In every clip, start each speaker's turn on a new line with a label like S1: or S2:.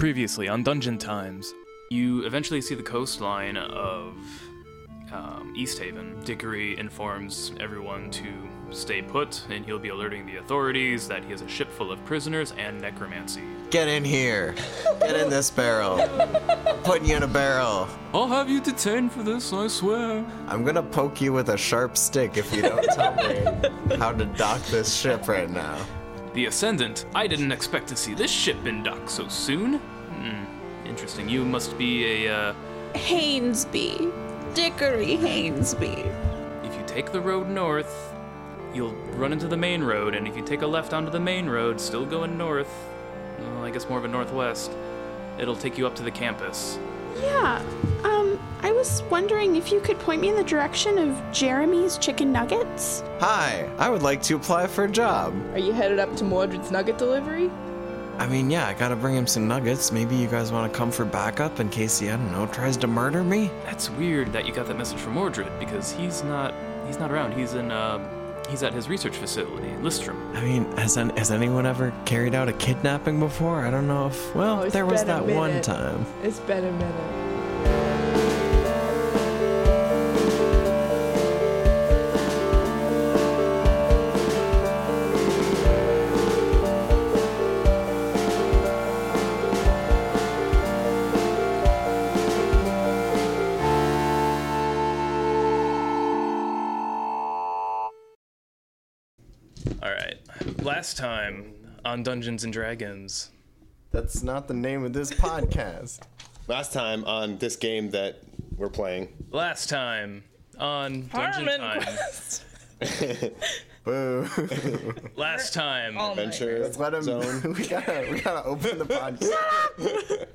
S1: Previously on Dungeon Times.
S2: You eventually see the coastline of um, East Haven. Dickory informs everyone to stay put, and he'll be alerting the authorities that he has a ship full of prisoners and necromancy.
S3: Get in here. Get in this barrel. I'm putting you in a barrel.
S2: I'll have you detained for this, I swear.
S3: I'm gonna poke you with a sharp stick if you don't tell me how to dock this ship right now.
S2: The Ascendant. I didn't expect to see this ship in dock so soon. Hmm, interesting. You must be a. Uh,
S4: Hainesby. Dickory Hainesby.
S2: if you take the road north, you'll run into the main road, and if you take a left onto the main road, still going north, well, I guess more of a northwest, it'll take you up to the campus.
S4: Yeah. Um, I was wondering if you could point me in the direction of Jeremy's chicken nuggets.
S3: Hi, I would like to apply for a job.
S5: Are you headed up to Mordred's nugget delivery?
S3: I mean, yeah, I gotta bring him some nuggets. Maybe you guys wanna come for backup in case he, I don't know, tries to murder me?
S2: That's weird that you got that message from Mordred because he's not he's not around. He's in um he's at his research facility in Listrum.
S3: I mean, has, an, has anyone ever carried out a kidnapping before? I don't know if. Well,
S5: Oh, it's
S3: there was
S5: been a
S3: that one
S5: minute.
S3: time.
S5: It's been a minute.
S2: All right. Last time on Dungeons and Dragons.
S3: That's not the name of this podcast.
S6: last time on this game that we're playing.
S5: Oh,
S2: Last time on Dungeon Time.
S3: Boo.
S2: Last time.
S6: Adventure.
S3: Let him.
S6: Zone.
S3: We gotta, we gotta open the podcast.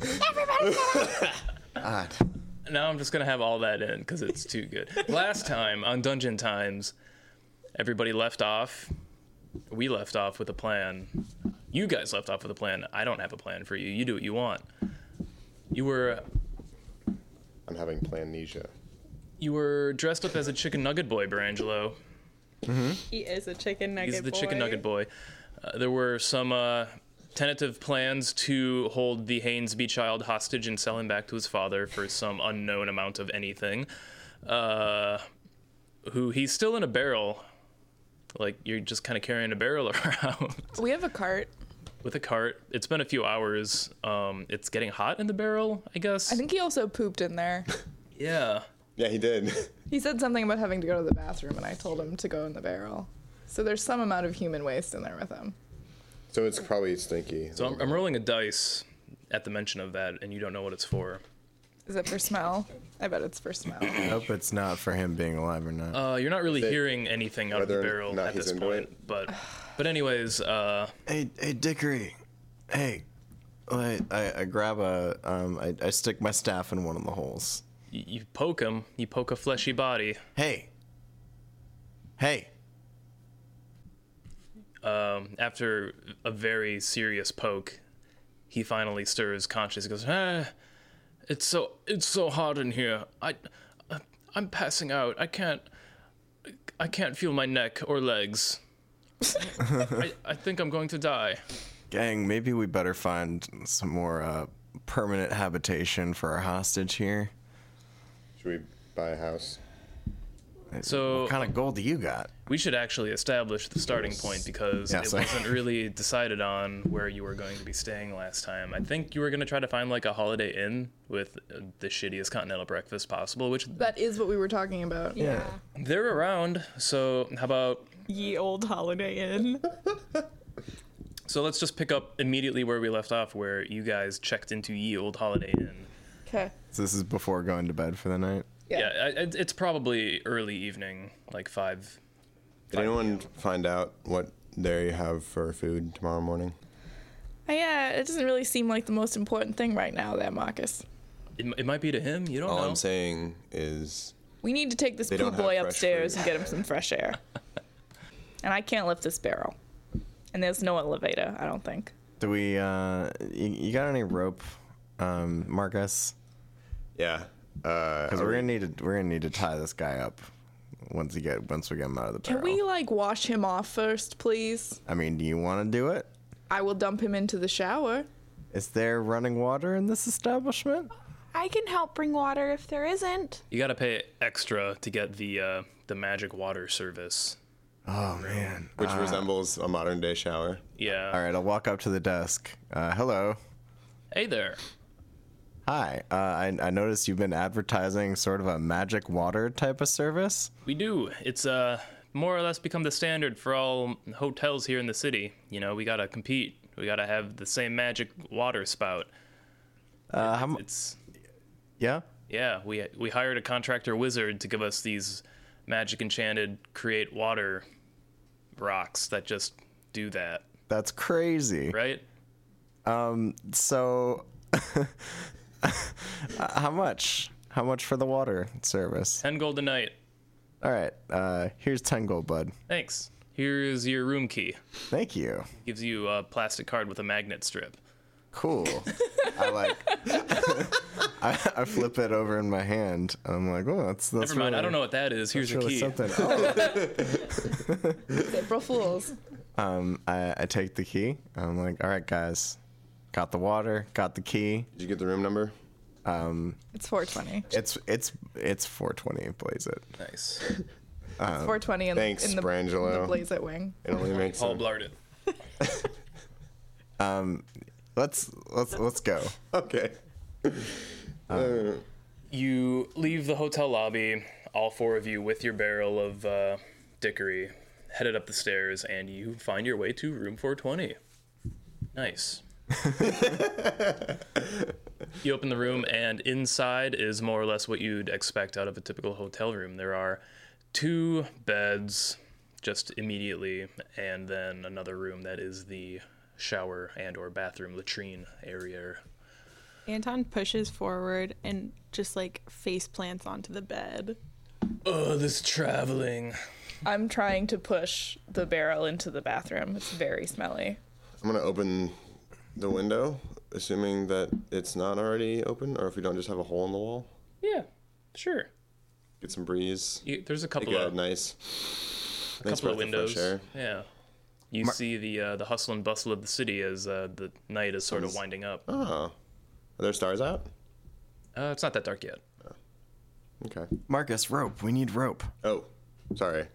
S3: Everybody
S2: Now I'm just going to have all that in cuz it's too good. Last time on Dungeon Times, everybody left off. We left off with a plan. You guys left off with a plan. I don't have a plan for you. You do what you want. You were
S6: I'm having plannesia.
S2: You were dressed up as a chicken nugget boy, Barangelo.
S7: He is a chicken nugget.
S2: He's the
S7: boy.
S2: chicken nugget boy. Uh, there were some uh, tentative plans to hold the Hainesby child hostage and sell him back to his father for some unknown amount of anything. Uh, who he's still in a barrel. Like you're just kind of carrying a barrel around
S5: We have a cart.
S2: with a cart. It's been a few hours. Um, it's getting hot in the barrel, I guess.
S5: I think he also pooped in there.
S2: yeah.
S6: Yeah, he did.
S5: He said something about having to go to the bathroom, and I told him to go in the barrel. So there's some amount of human waste in there with him.
S6: So it's probably stinky.
S2: So I'm, I'm rolling a dice at the mention of that, and you don't know what it's for.
S5: Is it for smell? I bet it's for smell.
S3: I hope it's not for him being alive or not.
S2: Uh, you're not really hearing anything out of the
S6: whether or
S2: barrel
S6: not
S2: at
S6: he's
S2: this
S6: into
S2: point, but but anyways, uh,
S3: hey, hey, Dickory. Hey. I, I, I grab a, um, I, I stick my staff in one of the holes.
S2: you, you poke him, you poke a fleshy body.
S3: Hey. Hey.
S2: Um, after a very serious poke, he finally stirs conscious. He goes, eh, "It's so it's so hot in here. I I- I'm passing out. I can't I can't feel my neck or legs. I, I think I'm going to die."
S3: Gang, maybe we better find some more uh, permanent habitation for our hostage here.
S6: Should we buy a house?
S2: So Oh.
S3: What kind of gold do you got?
S2: We should actually establish the starting point because
S3: Yeah,
S2: it
S3: sorry.
S2: wasn't really decided on where you were going to be staying last time. I think you were going to try to find like a Holiday Inn with uh, the shittiest continental breakfast possible, which
S5: That is what we were talking about.
S7: Yeah.
S2: they're around. So how about
S7: Ye old Holiday Inn.
S2: so let's just pick up immediately where we left off, where you guys checked into Ye Old Holiday Inn.
S5: Okay.
S3: So this is before going to bed for the night.
S5: Yeah.
S2: Yeah, I, it- it's probably early evening, like five.
S6: Did anyone find out what they have for food tomorrow morning?
S5: Uh, yeah, it doesn't really seem like the most important thing right now, that Marcus.
S2: It, m- it might be to him. You don't
S6: All
S2: know.
S6: I'm saying is
S5: We need to take this
S6: They
S5: poo
S6: don't have
S5: boy
S6: fresh
S5: upstairs
S6: fruit.
S5: and get him some fresh air. and I can't lift this barrel. And there's no elevator, I don't think.
S3: Do we? Uh, you, you got any rope, um, Marcus?
S6: yeah. Uh,
S3: Because we're gonna need to we're gonna need to tie this guy up once we get once we get him out of the
S5: Can
S3: barrel.
S5: we like wash him off first, please?
S3: I mean, do you want to do it?
S5: I will dump him into the shower.
S3: Is there running water in this establishment?
S4: I can help bring water if there isn't.
S2: You gotta pay extra to get the uh, the magic water service.
S3: Oh man.
S6: which resembles a modern day shower.
S2: Yeah.
S3: All right, I'll walk up to the desk. Uh, hello.
S2: Hey there.
S3: Hi. Uh, I, I noticed you've been advertising sort of a magic water type of service.
S2: We do. It's uh more or less become the standard for all hotels here in the city. You know, we gotta compete. We gotta have the same magic water spout.
S3: Uh, how, mu-
S2: It's
S3: yeah.
S2: yeah. We we hired a contractor wizard to give us these magic enchanted create water rocks that just do that.
S3: That's crazy.
S2: Right?
S3: So, uh, how much? How much for the water service?
S2: Ten gold a night.
S3: All right. Uh, here's ten gold, bud.
S2: Thanks. Here is your room key.
S3: Thank you.
S2: Gives you a plastic card with a magnet strip.
S3: Cool. I like. I, I flip it over in my hand. I'm like, oh, that's that's.
S2: Never mind.
S3: really,
S2: I don't know what that is. Here's
S3: that's
S2: your
S3: really
S2: key.
S3: something. Oh,
S5: It's April Fools.
S3: um, I, I take the key. I'm like, all right, guys, got the water, got the key.
S6: Did you get the room number?
S5: It's 420.
S3: It's it's it's 420. Blaze it.
S2: Nice.
S5: It's 420 in,
S6: thanks,
S5: in the, in the
S6: Brangelo.
S5: Blaze It Wing.
S6: It only makes
S2: Paul
S6: sense.
S2: blart it.
S3: Let's let's let's go.
S6: Okay.
S2: You leave the hotel lobby, all four of you with your barrel of uh, dickery, headed up the stairs, and you find your way to room 420. Nice. you open the room, and inside is more or less what you'd expect out of a typical hotel room. There are two beds just immediately, and then another room that is the shower and or bathroom latrine area
S7: Anton pushes forward and just like face plants onto the bed.
S2: oh this traveling
S5: I'm trying to push the barrel into the bathroom. It's very smelly.
S6: I'm gonna open the window, assuming that it's not already open, or if we don't just have a hole in the wall.
S2: yeah sure
S6: Get some breeze.
S2: You, there's a
S6: Take
S2: couple
S6: a
S2: of
S6: nice, nice
S2: couple of
S6: breath fresh
S2: windows. Yeah. You see the uh, the hustle and bustle of the city as uh, the night is sort of winding up. Uh,
S6: Oh, are there stars out?
S2: it's not that dark yet.
S6: Okay.
S3: Marcus, rope. We need rope.
S6: Oh, sorry.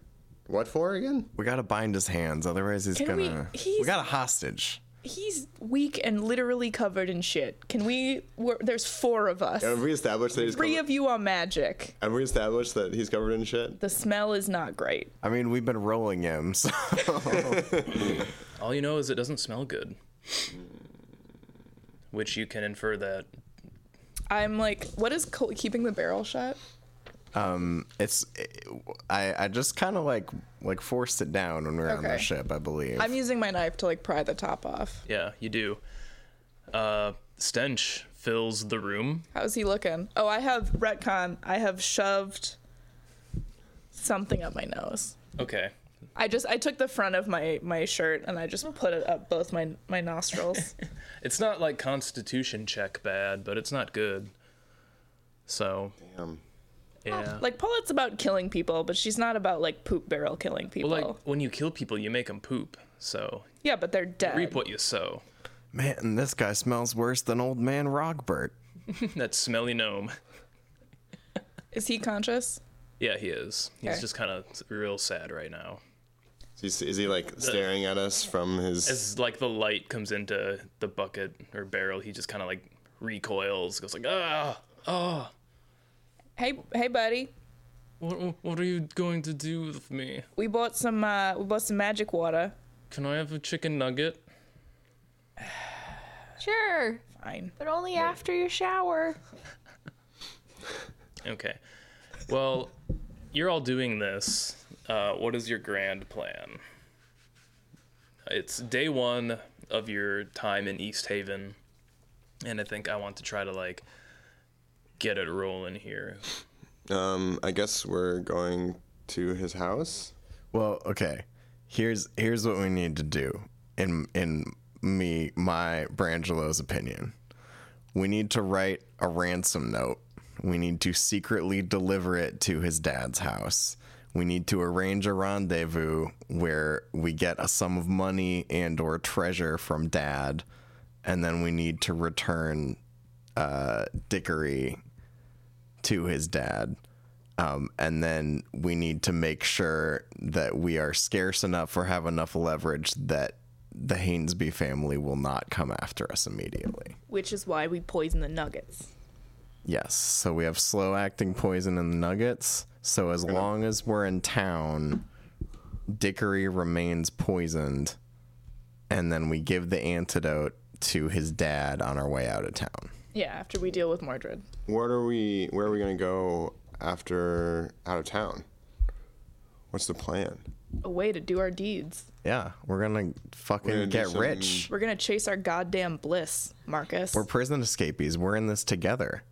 S6: What for again?
S3: We gotta bind his hands, otherwise he's
S5: Can we-
S3: gonna. We,
S5: he's-
S3: got a hostage.
S5: He's weak and literally covered in shit. Can we? We're, there's four of us.
S6: Have we established that he's
S5: Three
S6: covered,
S5: of you are magic.
S6: have we established that he's covered in shit?
S5: The smell is not great.
S3: I mean, we've been rolling him. So.
S2: All you know is it doesn't smell good, which you can infer that
S5: I'm like, what is co- keeping the barrel shut?
S3: It's I I just kind of like like forced it down when we were on the
S5: Okay.
S3: ship, I believe.
S5: I'm using my knife to like pry the top off.
S2: yeah you do. Uh, stench fills the room.
S5: How's he looking? Oh, I have retcon. I have shoved something up my nose.
S2: Okay,
S5: I just I took the front of my my shirt and I just put it up both my my nostrils.
S2: it's not like Constitution check bad, but it's not good. So
S6: Damn.
S2: yeah.
S5: like Paulette's about killing people, but she's not about like poop barrel killing people.
S2: well, like when you kill people, you make them poop. So
S5: yeah, but they're dead.
S2: reap what you sow.
S3: Man, this guy smells worse than old man Rogbert.
S2: that smelly gnome.
S5: Is he conscious?
S2: Yeah, he is. He's
S5: Okay.
S2: just kind of real sad right now.
S6: Is he, is he like staring at us from his?
S2: As like the light comes into the bucket or barrel, he just kind of like recoils, goes like, "Ah,
S5: Hey hey buddy,
S2: what, what are you going to do with me?
S5: we bought some uh we bought some magic water.
S2: Can I have a chicken nugget?"
S7: Sure,
S5: Fine.
S7: but only after your shower.
S2: Okay. Well, you're all doing this. Uh, what is your grand plan? It's day one of your time in East Haven, and I think I want to try to like get it rolling here.
S6: um, I guess we're going to his house.
S3: Well, okay. Here's here's what we need to do in in me my Brangelo's opinion. We need to write a ransom note. We need to secretly deliver it to his dad's house. We need to arrange a rendezvous where we get a sum of money and or treasure from dad and then we need to return uh, Dickory to his dad. Um, and then we need to make sure that we are scarce enough or have enough leverage that the Hainesby family will not come after us immediately.
S8: Which is why we poison the nuggets.
S3: Yes. So we have slow acting poison in the nuggets. So as long as we're in town, Dickory remains poisoned. And then we give the antidote to his dad on our way out of town.
S5: Yeah, after we deal with Mordred.
S6: What are we? Where are we gonna go after out of town? What's the plan?
S5: A way to do our deeds.
S3: Yeah. We're going to fucking
S6: We're gonna do
S3: get
S6: something-
S3: rich.
S8: We're gonna chase our goddamn bliss, Marcus.
S3: We're prison escapees. We're in this together.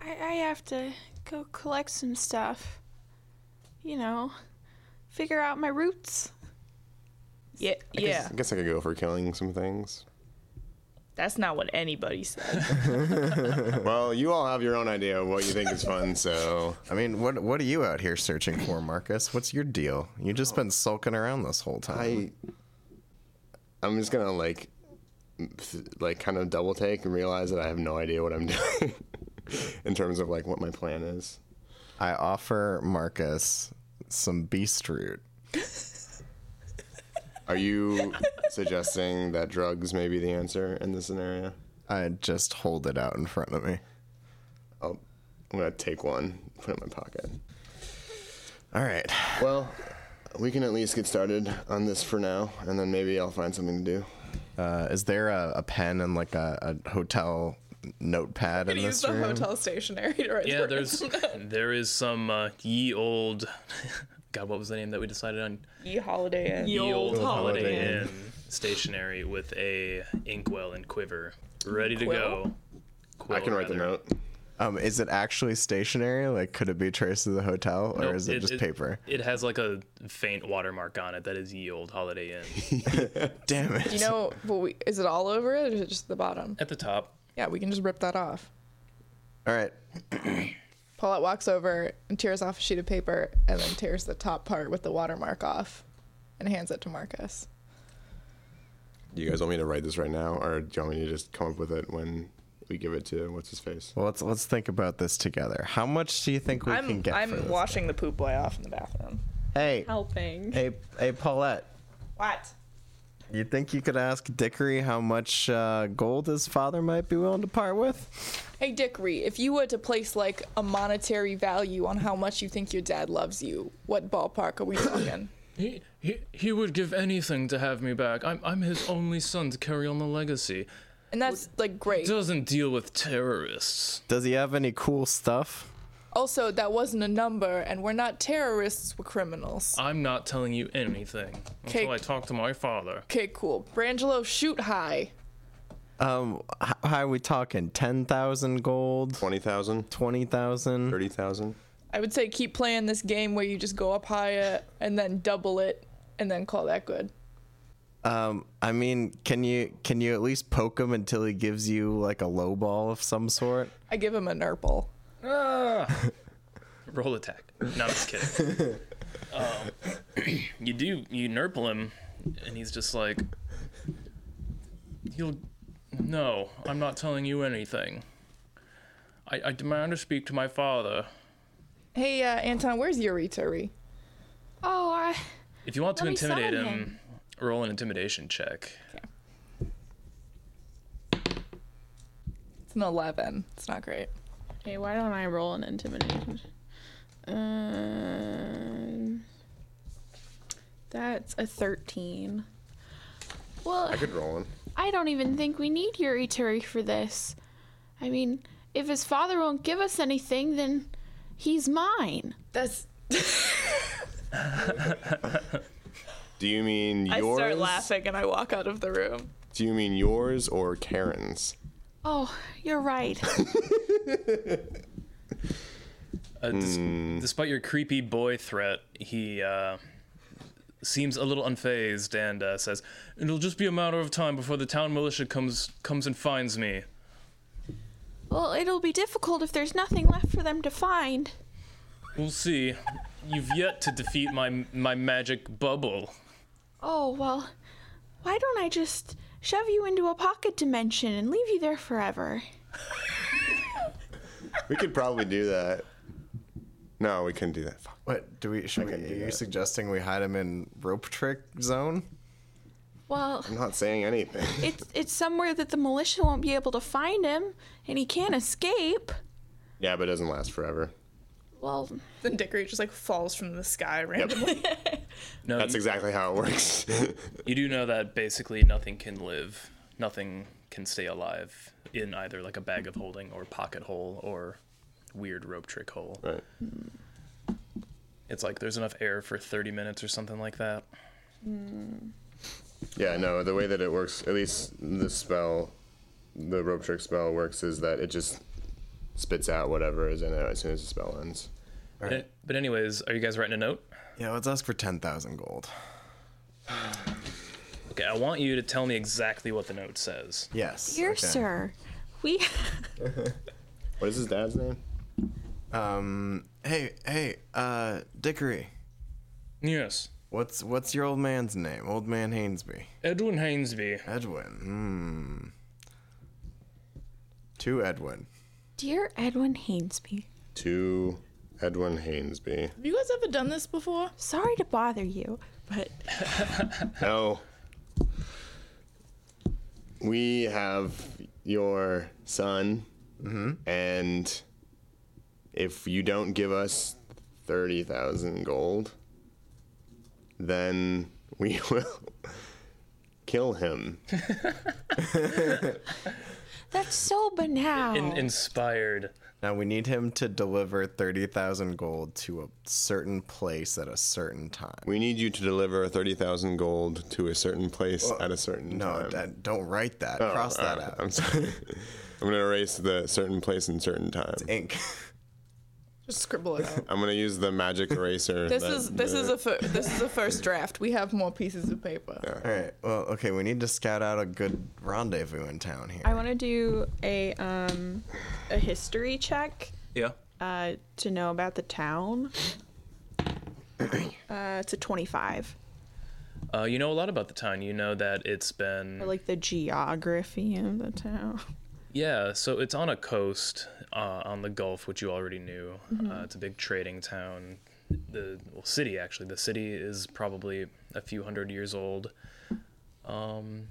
S7: I, I have to go collect some stuff. You know, figure out my roots.
S8: yeah, yeah.
S6: I guess I could go for killing some things.
S8: That's not what anybody said.
S6: Well, you all have your own idea of what you think is fun, so
S3: I mean, what what are you out here searching for, Marcus? What's your deal? you just been sulking around this whole time.
S6: I I'm just gonna like th- like kind of double take and realize that I have no idea what I'm doing in terms of like what my plan is.
S3: I offer Marcus some beast root.
S6: Are you suggesting that drugs may be the answer in this scenario?
S3: I just hold it out in front of me.
S6: I'll, I'm gonna take one, put it in my pocket.
S3: All right.
S6: Well, we can at least get started on this for now, and then maybe I'll find something to do.
S3: Uh, is there a, a pen and like a, a hotel notepad in
S5: Gonna use
S3: this
S5: the
S3: room?
S5: hotel stationery to write
S2: Yeah,
S5: the
S2: there's there is some uh, ye old God, what was the name that we decided on?
S8: Ye E holiday Inn.
S2: Ye
S7: old
S2: Holiday,
S3: Holiday
S2: Inn stationery with a inkwell and quiver ready to go. Quill,
S6: I can write the
S2: rather.
S6: note.
S3: Um, is it actually stationary? Like, could it be traced to the hotel, or
S2: Nope,
S3: is it, just paper?
S2: It has like a faint watermark on it that is ye old Holiday Inn
S3: Damn it!
S5: You know, well, we, is it all over it or is it just the bottom?
S2: at the top.
S5: Yeah, we can just rip that off.
S3: All right.
S5: Paulette walks over and tears off a sheet of paper and then tears the top part with the watermark off and hands it to Marcus.
S6: You guys want me to write this right now, or do you want me to just come up with it when we give it to what's his face?
S3: Well, let's let's think about this together. How much do you think we can
S8: I'm
S3: get for
S8: I'm
S3: this?
S8: washing the poop boy off in the bathroom.
S3: hey,
S7: Helping.
S3: hey, hey, Paulette.
S8: What?
S3: You think you could ask Dickory how much uh, gold his father might be willing to part with?
S5: Hey, Dickory, if you were to place like a monetary value on how much you think your dad loves you, what ballpark are we talking?
S2: He, he, he would give anything to have me back. I'm, I'm his only son to carry on the legacy.
S5: and that's like great.
S2: Doesn't deal with terrorists.
S3: Does he have any cool stuff?
S5: Also, that wasn't a number, and we're not terrorists, we're criminals.
S2: I'm not telling you anything
S5: Cake.
S2: until I talk to my father.
S5: Okay, cool. Brangelo, shoot high.
S3: Um, h- how are we talking? Ten thousand gold?
S6: 20,000?
S3: Twenty thousand?
S6: 30,000?
S5: I would say keep playing this game where you just go up higher and then double it and then call that good.
S3: Um, I mean, can you can you at least poke him until he gives you like a low ball of some sort?
S5: I give him a nurple.
S2: Roll attack. No, I'm just kidding. um, you do, you nurple him, and he's just like, You'll. No, I'm not telling you anything. I, I demand to speak to my father.
S5: Hey, uh, Anton, where's Yuri Turi?
S7: Oh, I.
S2: If you want to
S7: Let me
S2: intimidate
S7: summon
S2: him, roll an intimidation check.
S5: It's an 11. It's not great.
S7: Hey, why don't I roll an intimidation? Um, that's a thirteen. Well,
S6: I could roll one.
S7: I don't even think we need Yurituri for this. I mean, if his father won't give us anything, then he's mine.
S8: That's
S6: Do you mean
S8: I
S6: yours?
S8: start laughing and I walk out.
S5: Out of the room.
S6: Do you mean yours or Karen's?
S7: Oh, you're right.
S2: Uh, dis- Despite your creepy boy threat, he uh, seems a little unfazed and uh, says, "It'll just be a matter of time before the town militia comes comes and finds me."
S7: well, it'll be difficult if there's nothing left for them to find.
S2: We'll see. You've yet to defeat my my magic bubble.
S7: Oh, well, why don't I just shove you into a pocket dimension and leave you there forever.
S6: We could probably do that. No, we couldn't do that. Fuck.
S3: What do we? Should we? Are
S6: do
S3: you
S6: that.
S3: suggesting we hide him in rope trick zone?
S7: Well,
S6: I'm not saying anything.
S7: it's it's somewhere that the militia won't be able to find him, and he can't escape.
S6: Yeah, but it doesn't last forever.
S7: Well,
S8: Then Dickory just like falls from the sky randomly.
S2: No,
S6: That's
S2: you,
S6: exactly how it works.
S2: you do know that basically nothing can live, nothing can stay alive in either like a bag of holding or pocket hole or weird rope trick hole.
S6: right.
S2: It's like there's enough air for 30 minutes or something like that.
S6: Yeah, no, the way that it works, at least the spell, the rope trick spell works, is that it just spits out whatever is in it as soon as the spell ends.
S2: Eh, But anyways, are you guys writing a note?
S3: Yeah, let's ask for ten thousand gold.
S2: Okay, I want you to tell me exactly what the note says.
S3: Yes.
S7: dear
S3: okay.
S7: sir, we
S6: What is his dad's name?
S3: Um. Hey, hey, uh, Dickory.
S2: Yes.
S3: What's what's your old man's name? Old man Hainsby.
S2: Edwin Hainsby.
S3: Edwin. Hmm. To Edwin.
S7: dear Edwin Hainsby,
S6: To Edwin Hainsby.
S5: Have you guys ever done this before?
S7: sorry to bother you, but
S6: No. We have your son,
S3: Mm-hmm.
S6: and if you don't give us 30,000 gold, then we will kill him.
S7: that's so banal.
S2: In- inspired.
S3: Now we need him to deliver thirty thousand gold to a certain place at a certain time.
S6: We need you to deliver 30,000 gold to a certain place at a certain
S3: No,
S6: time.
S3: Oh, that, don't write that.
S6: Um, Oh,
S3: Cross that
S6: uh,
S3: out.
S6: I'm sorry. I'm going to erase the certain place and certain time.
S3: Ink.
S5: Just scribble it out.
S6: I'm going to use the magic eraser.
S5: this
S6: that
S5: is this
S6: the-
S5: is a fir- this is a first draft. We have more pieces of paper.
S3: All right. Well, okay. We need to scout out a good rendezvous in town here.
S8: I want to do a um a history check
S2: Yeah.
S8: uh to know about the town. Uh, it's a 25
S2: Uh, you know a lot about the town. You know that it's been.
S8: or like the geography of the town.
S2: Yeah, so it's on a coast uh, on the Gulf, which you already knew. Uh, it's a big trading town. The well, city actually. The city is probably a few hundred years old. Um,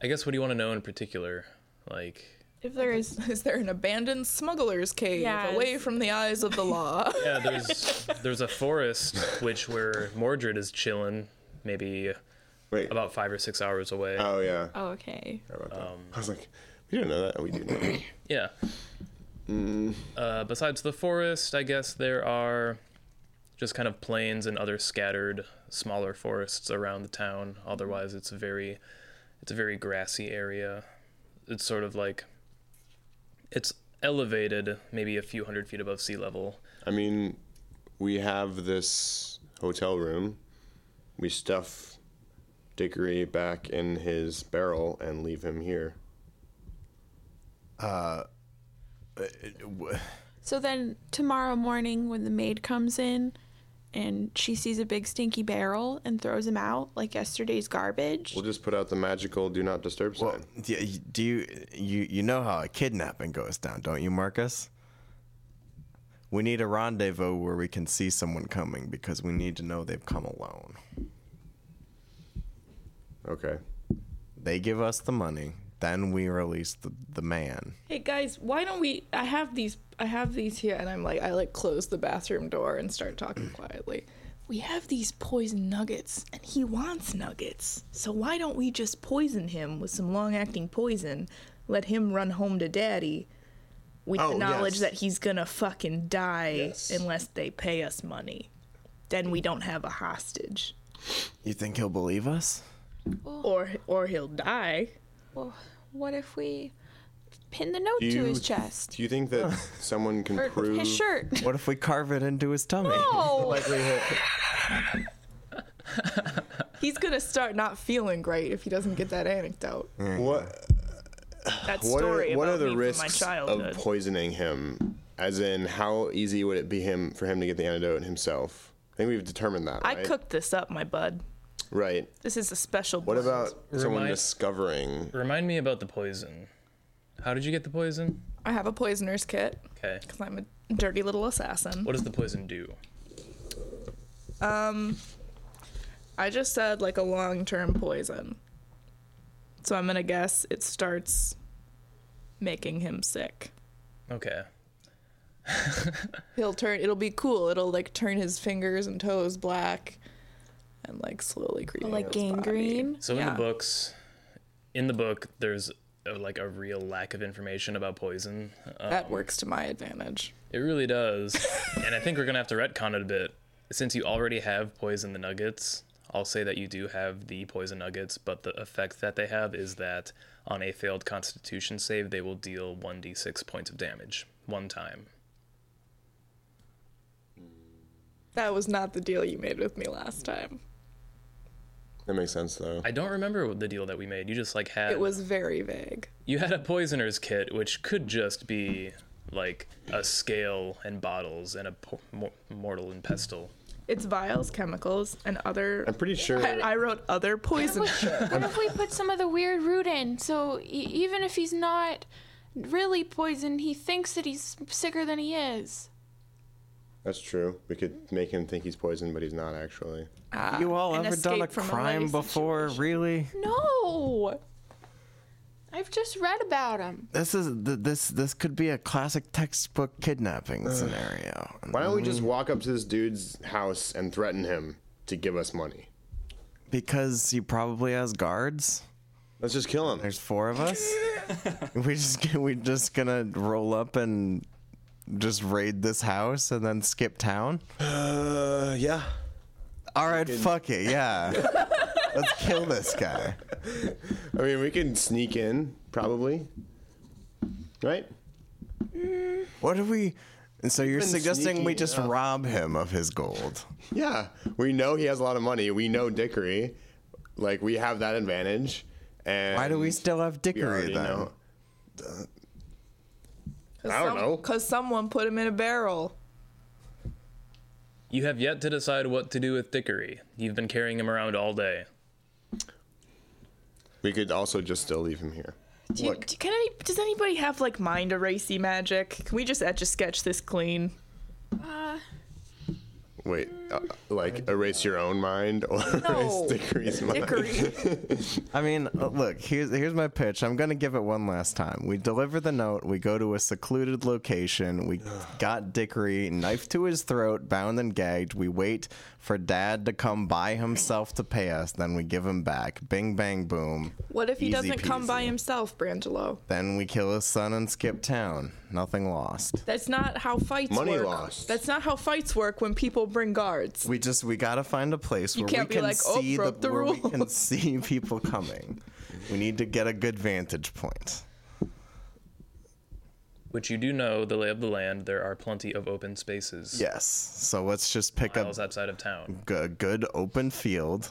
S2: I guess what do you want to know in particular? Like,
S8: If there is
S5: Is there an abandoned smuggler's cave
S8: Yes.
S5: away from the eyes of the law?
S2: yeah, there's there's a forest which where Mordred is chilling, maybe
S6: Wait.
S2: about five or six hours away.
S6: Oh, yeah.
S8: oh, okay.
S6: Sorry about that. I was like, we didn't know that. We do know that.
S2: Yeah. Uh, besides the forest, I guess there are just kind of plains and other scattered smaller forests around the town. Otherwise, it's a very it's a very grassy area. It's sort of like it's elevated maybe a few hundred feet above sea level.
S6: I mean, we have this hotel room. We stuff Dickory back in his barrel and leave him here.
S7: So then tomorrow morning, when the maid comes in and she sees a big stinky barrel and throws him out like yesterday's garbage,
S6: We'll just put out the magical "Do Not Disturb" sign.
S3: Well, do you, do you you you know how a kidnapping goes down, don't you, Marcus? We need a rendezvous where we can see someone coming because we need to know they've come alone.
S6: okay.
S3: They give us the money, then we release the, the man.
S5: Hey guys, why don't we? I have these. I have these here, and I'm like, I like close the bathroom door and start talking quietly. We have these poison nuggets, and he wants nuggets. So why don't we just poison him with some long-acting poison? Let him run home to daddy, with
S6: Oh,
S5: the knowledge
S6: yes.
S5: that he's gonna fucking die
S6: Yes.
S5: unless they pay us money. Then we don't have a hostage,
S3: You think he'll believe us?
S5: or or he'll die.
S7: well, what if we pin the note to
S6: You-
S7: his chest
S6: Do you think that someone can
S7: or
S6: prove?
S7: his shirt?
S3: What if we carve it into his tummy?
S7: Oh,
S5: He's gonna start not feeling great if he doesn't get that anecdote.
S6: What
S5: That
S6: What
S5: story
S6: are, what
S5: about
S6: are
S5: me
S6: the
S5: from my
S6: risks
S5: childhood.
S6: of poisoning him? As in, how easy would it be him for him to get the antidote himself? I think we've determined that.
S5: I
S6: right?
S5: cooked this up, my bud.
S6: Right.
S8: This is a special.
S6: What about someone
S2: Remind-
S6: discovering?
S2: Remind me about the poison. How did you get the poison?
S5: I have a poisoner's kit
S2: Okay.
S5: because I'm a dirty little assassin.
S2: What does the poison do?
S5: Um, I just said like a long term poison. So I'm gonna guess it starts making him sick.
S2: Okay.
S5: He'll turn. It'll be cool. It'll like turn his fingers and toes black, and like slowly create
S7: Like gangrene.
S2: So in
S5: Yeah.
S2: the books, in the book, there's uh like a real lack of information about poison. Uh,
S5: That works to my advantage.
S2: it really does, and I think we're gonna have to retcon it a bit. Since you already have poison the nuggets, I'll say that you do have the poison nuggets, but the effect that they have is that on a failed Constitution save, they will deal one d6 points of damage one time.
S5: That was not the deal you made with me last time.
S6: That makes sense though.
S2: I don't remember what the deal that we made. You just like had
S5: It was very vague.
S2: you had a poisoner's kit, which could just be like a scale and bottles and a po- mor- mortal and pestle.
S5: It's vials, chemicals, and other.
S6: I'm pretty sure.
S5: I, I wrote other poison.
S7: What if we put some of the weird root in? So e- even if he's not really poisoned, he thinks that he's sicker than he is.
S6: That's true. We could make him think he's poisoned, but he's not actually.
S3: you all
S5: an
S3: ever done a
S5: escape from a
S3: crime
S5: life
S3: before? Really?
S7: No! I've just read about him.
S3: This is th- this this could be a classic textbook kidnapping scenario.
S6: Why don't we just walk up to this dude's house and threaten him to give us money?
S3: Because he probably has guards.
S6: Let's just kill him.
S3: There's four of us. we just we just gonna roll up and just raid this house and then skip town.
S6: Uh, yeah.
S3: All right, fuck it, yeah. Let's kill this guy.
S6: I mean, we can sneak in probably. Right?
S3: What do we? and So you're
S6: been
S3: suggesting we
S6: sneaky
S3: just
S6: enough.
S3: rob him of his gold?
S6: Yeah. We know he has a lot of money. We know Dickory. Like we have that advantage. And
S3: Why do we still have
S6: we
S3: Dickory
S6: already
S3: then?
S6: know? I don't know.
S5: Because someone put him in a barrel.
S2: You have yet to decide what to do with Dickory. You've been carrying him around all day.
S6: We could also just still leave him here.
S5: Do you, do, can any, does anybody have like mind erasy magic? Can we just etch a sketch this clean?
S6: Wait, uh, like erase your own mind or erase Dickory's mind?
S5: Dickory.
S3: I mean, uh, look, here's here's my pitch. I'm gonna give it one last time. We deliver the note. We go to a secluded location. We got Dickory knife to his throat, bound and gagged. We wait for Dad to come by himself to pay us. Then we give him back. Bing bang boom.
S5: What if he
S3: Easy
S5: doesn't come by
S3: peasy.
S5: himself, Brangelo?
S3: Then we kill his son and skip town. Nothing lost.
S5: That's not how fights
S6: Money
S5: work.
S6: lost.
S5: That's not how fights work when people bring guards.
S3: We just we gotta find a place where
S5: can't be
S3: we can
S5: like, "Oh,
S3: see the,
S5: broke the
S3: where we can
S5: rules."
S3: see people coming. We need to get a good vantage point.
S2: Which you do know the lay of the land. There are plenty of open spaces.
S3: Yes. So let's just pick up
S2: miles outside of town.
S3: a good open field.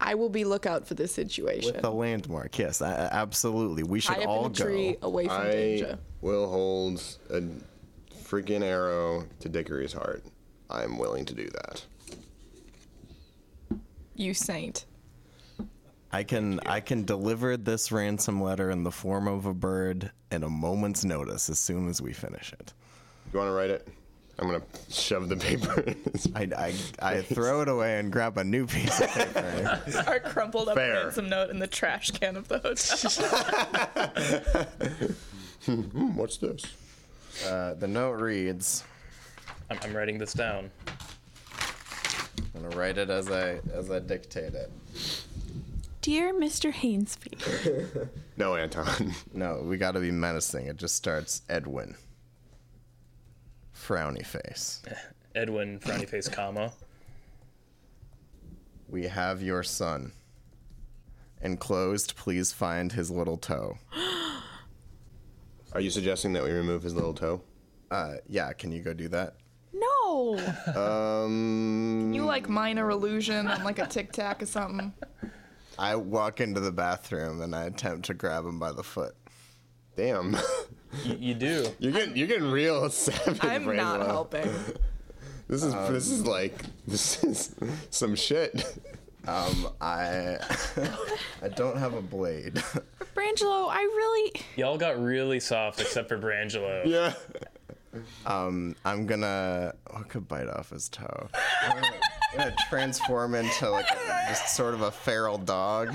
S5: I will be lookout for this situation.
S3: With the landmark, yes, I, I- absolutely. We should
S5: High up
S3: all
S5: in a tree, Oh,
S3: go.
S5: away from
S6: I
S5: danger.
S6: will hold a freaking arrow to Dickory's heart. I'm willing to do that.
S5: You saint.
S3: I can I can deliver this ransom letter in the form of a bird at a moment's notice as soon as we finish it.
S6: You want to write it? I'm gonna shove the paper. in his-
S3: I, I, I throw it away and grab a new piece of paper.
S5: Our crumpled up
S6: Fair.
S5: ransom note in the trash can of the hotel.
S6: Hmm, what's this?
S3: uh, the note reads.
S2: I'm, I'm writing this down.
S3: I'm gonna write it as I as I dictate it.
S7: Dear Mr. Hainsby,
S6: No, Anton.
S3: No, we gotta be menacing. It just starts Edwin. Frowny face.
S2: Edwin, frowny face, comma.
S3: We have your son. Enclosed, please find his little toe.
S6: Are you suggesting that we remove his little toe?
S3: Uh, yeah, can you go do that?
S7: no!
S5: you like minor illusion on like a tic tac or something?
S3: I walk into the bathroom and I attempt to grab him by the foot.
S6: Damn,
S2: You, you do.
S6: you're getting you're getting real savage.
S5: I'm not
S6: Brangelo.
S5: helping.
S6: Um, This is this is like this is some shit.
S3: Um, I I don't have a blade.
S7: Brangelo, I really.
S2: Y'all got really soft except for Brangelo.
S6: Yeah.
S3: I'm gonna what could bite off his toe. I'm gonna, I'm gonna transform into like a, just sort of a feral dog,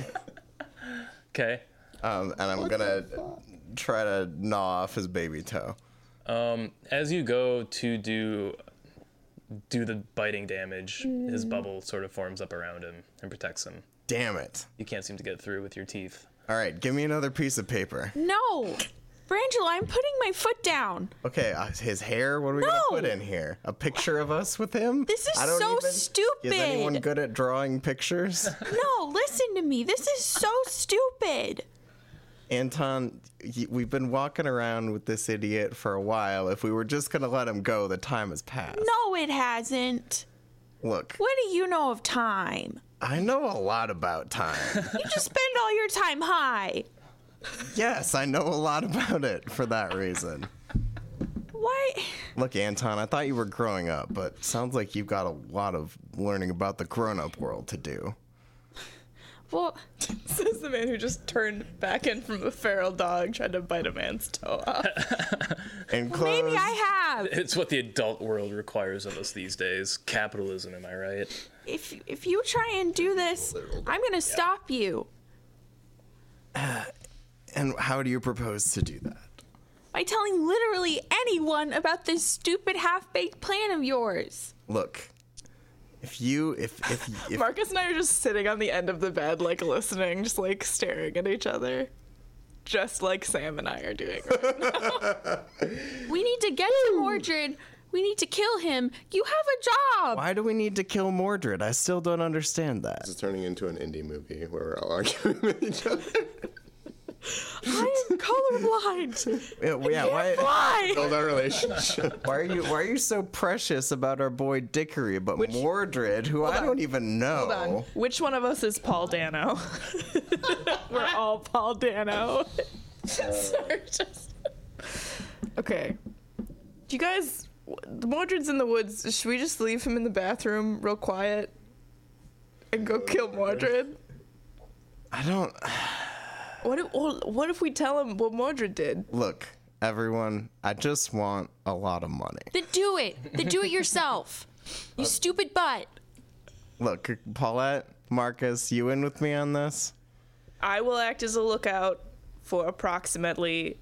S2: Okay.
S3: um, and I'm gonna try to gnaw off his baby toe.
S2: As you go to do do the biting damage, his bubble sort of forms up around him and protects him.
S3: Damn it!
S2: You can't seem to get through with your teeth.
S3: All right, give me another piece of paper.
S7: No! Brangelo, I'm putting my foot down.
S3: Okay, uh, his hair. What are we
S7: No.
S3: gonna put in here? A picture of us with him?
S7: This is
S3: I don't
S7: so
S3: Is anyone
S7: stupid.
S3: good at drawing pictures?
S7: No, listen to me. This is so stupid.
S3: Anton, y- we've been walking around with this idiot for a while. If we were just gonna let him go, the time has passed.
S7: No, it hasn't.
S3: Look,
S7: What do you know of time?
S3: I know a lot about time.
S7: You just spend all your time high.
S3: yes, I know a lot about it for that reason.
S7: Why?
S3: Look, Anton, I thought you were growing up, but sounds like you've got a lot of learning about the grown-up world to do.
S7: Well,
S5: Says the man who just turned back in from the feral dog, tried to bite a man's toe off.
S3: And close.
S7: maybe I have.
S2: It's what the adult world requires of us these days. Capitalism, am I right?
S7: If if you try and do this, I'm gonna stop you
S3: and how do you propose to do that?
S7: by telling literally anyone about this stupid half-baked plan of yours.
S3: Look, if you, if if, if
S5: Marcus and I are just sitting on the end of the bed, like listening, just like staring at each other. Just like Sam and I are doing.
S7: We need to get to Mordred. We need to kill him. You have a job.
S3: why do we need to kill Mordred? I still don't understand that.
S6: It's turning into an indie movie where we're all arguing with each other.
S7: I am colorblind.
S3: Yeah, why?
S7: Why?
S6: Build our relationship.
S3: Why are you why are you so precious about our boy Dickory, but Mordred, who I don't even know?
S5: Which one of us is Paul Dano? We're all Paul Dano. Sorry, just. Okay. Do you guys. The Mordred's in the woods. Should we just leave him in the bathroom real quiet and go kill Mordred?
S3: I don't
S5: What if, well, what if we tell him what Mordred did?
S3: look, everyone, I just want a lot of money.
S7: Then do it. Then do it yourself.
S2: Uh,
S7: You stupid butt.
S3: Look, Paulette, Marcus, you in with me on this?
S5: I will act as a lookout for approximately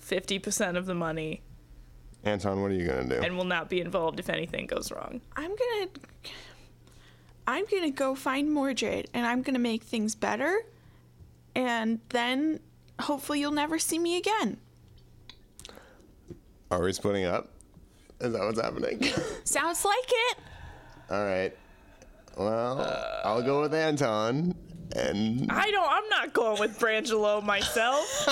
S5: 50% of the money
S6: Anton, what are you gonna do?
S5: and will not be involved if anything goes wrong.
S7: I'm gonna I'm gonna go find Mordred and I'm gonna make things better and then hopefully you'll never see me again.
S6: Are we splitting up? Is that what's happening?
S7: Sounds like it.
S6: all right. Well, I'll go with Anton, and
S5: I don't, I'm not going with Brangelo myself.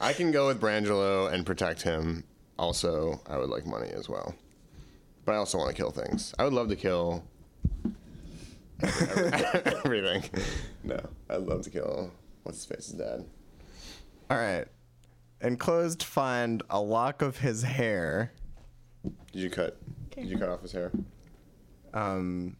S6: I can go with Brangelo and protect him. Also, I would like money as well, but I also want to kill things. I would love to kill everything. No, I'd love to kill what's his face's dad.
S3: Alright. Enclosed find a lock of his hair.
S6: Did you cut? Did you cut off his hair?
S3: Um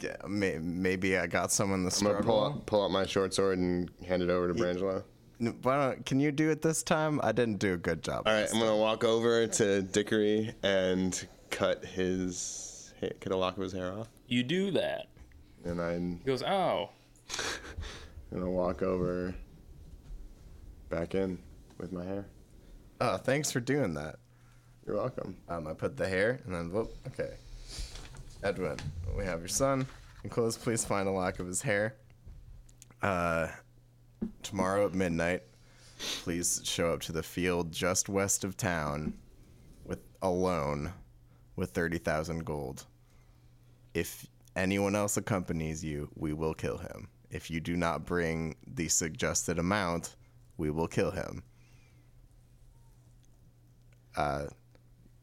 S3: yeah, may- maybe I got someone in the
S6: I'm gonna pull
S3: struggle.
S6: out, pull out my short sword and hand it over to Brangelo.
S3: N- Why don't, can you do it this time? I didn't do a good job.
S6: All right, I'm gonna walk over to Dickory and cut his hair, cut a lock of his hair off,
S2: You do that.
S6: and I'm
S2: He goes, ow.
S6: gonna walk over back in with my hair.
S3: Oh, thanks for doing that.
S6: You're welcome.
S3: Um, I put the hair and then whoop. Okay. Edwin, we have your son. Enclosed, please find a lock of his hair. Uh, tomorrow at midnight, please show up to the field just west of town with alone with 30,000 gold. If anyone else accompanies you, we will kill him. If you do not bring the suggested amount, we will kill him.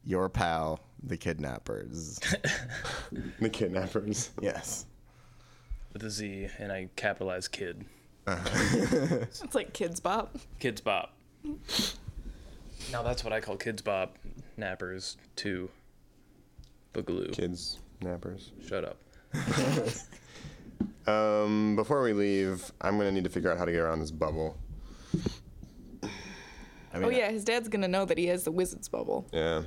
S3: Your pal, the kidnappers.
S6: The kidnappers.
S3: yes.
S2: With a Z, and I capitalize kid.
S5: it's like Kids Bop.
S2: Kids Bop. Now that's what I call Kids Bop. Nappers, too. Boogaloo.
S6: Kids, nappers.
S2: Shut up.
S6: Um, before we leave, I'm gonna need to figure out how to get around this bubble.
S3: I
S5: Oh
S3: mean,
S5: yeah, his dad's gonna know that he has the wizard's bubble.
S6: Yeah.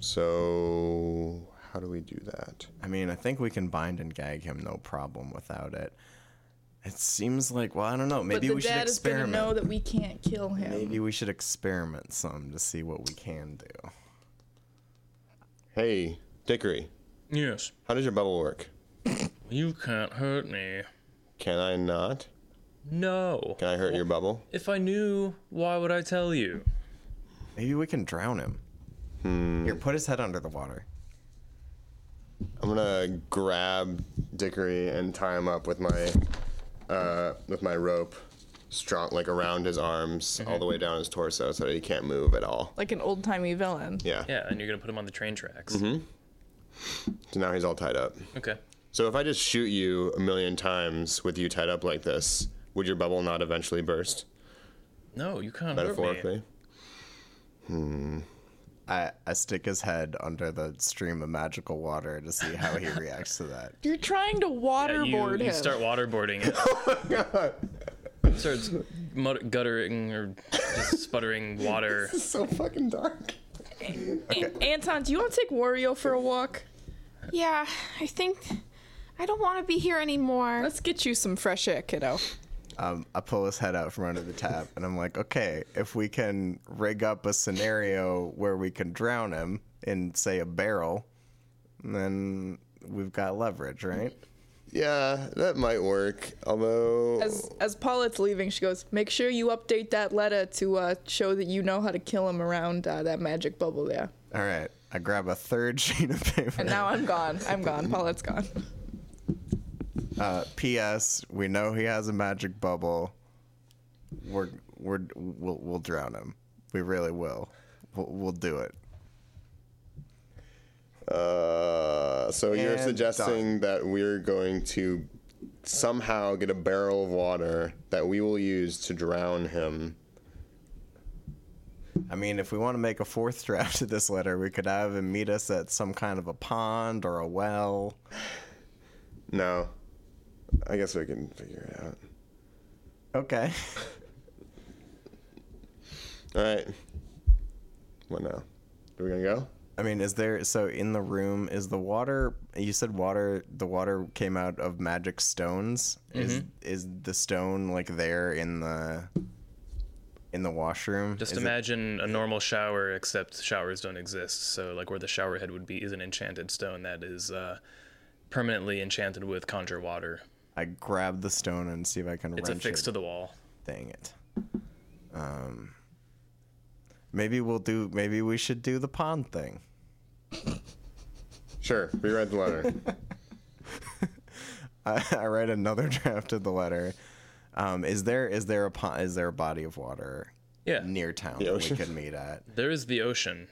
S6: So how do we do that?
S3: I mean, I think we can bind and gag him no problem without it. It seems like, well, I don't know.
S5: but
S3: Maybe
S5: the
S3: we should
S5: dad is gonna
S3: experiment.
S5: know that we can't kill him.
S3: Maybe we should experiment some to see what we can do.
S6: Hey, Dickory,
S2: Yes.
S6: how does your bubble work?
S2: You can't hurt me.
S6: Can I not?
S2: No.
S6: Can I hurt your bubble?
S2: If I knew, why would I tell you?
S3: Maybe we can drown him. Here, put his head under the water.
S6: I'm gonna grab Dickory and tie him up with my uh, with my rope, strong like around his arms all the way down his torso so that he can't move at all.
S5: Like an old timey villain.
S6: Yeah.
S2: Yeah, and you're gonna put him on the train tracks.
S6: So now he's all tied up.
S2: Okay.
S6: So if I just shoot you a million times with you tied up like this, would your bubble not eventually burst?
S2: No, you can't hurt me.
S6: Metaphorically.
S3: I, I stick his head under the stream of magical water to see how he reacts to that.
S5: You're trying to
S2: Yeah, you,
S5: waterboard
S2: you
S5: him.
S2: start waterboarding it. Starts mut- guttering or just sputtering water.
S6: so fucking dark.
S5: An- Anton, do you want to take Wario for a walk?
S7: Yeah, I think I don't want to be here anymore.
S5: Let's get you some fresh air, kiddo.
S3: Um, I pull his head out from under the tap and I'm like, okay, if we can rig up a scenario where we can drown him in, say, a barrel, then we've got leverage, right?
S6: Yeah, that might work. Although
S5: As as Paulette's leaving, she goes, "Make sure you update that letter to uh, show that you know how to kill him around uh, that magic bubble there."
S3: All right. I grab a third sheet of paper.
S5: And now I'm gone. I'm gone. Paulette's gone.
S3: Uh, P.S. We know he has a magic bubble. We're we're we'll, we'll drown him. We really will. We'll, we'll do it.
S6: Uh, so you're
S3: And
S6: suggesting that we're going to somehow get a barrel of water that we will use to drown him.
S3: I mean, if we want to make a fourth draft of this letter, we could have him meet us at some kind of a pond or a well.
S6: No. I guess we can figure it out.
S3: Okay.
S6: All right. What now? Are we going to go?
S3: I mean, is there so in the room is the water? You said water. The water came out of magic stones. Is
S2: Mm-hmm.
S3: is the stone like there in the in the washroom?
S2: Just
S3: Is it-
S2: imagine a normal shower, except showers don't exist. So, like where the shower head would be is an enchanted stone that is uh, permanently enchanted with conjure water.
S3: I grab the stone and see if I can
S2: It's
S3: wrench
S2: affixed
S3: it.
S2: to the wall.
S3: Dang it. Um, maybe we'll do. Maybe we should do the pond thing.
S6: Sure. Rewrite the letter.
S3: I, I write another draft of the letter. Um, is there is there a pond? Is there a body of water
S2: Yeah.
S3: near town
S6: The
S3: that we
S6: ocean.
S3: could meet at?
S2: There is the ocean,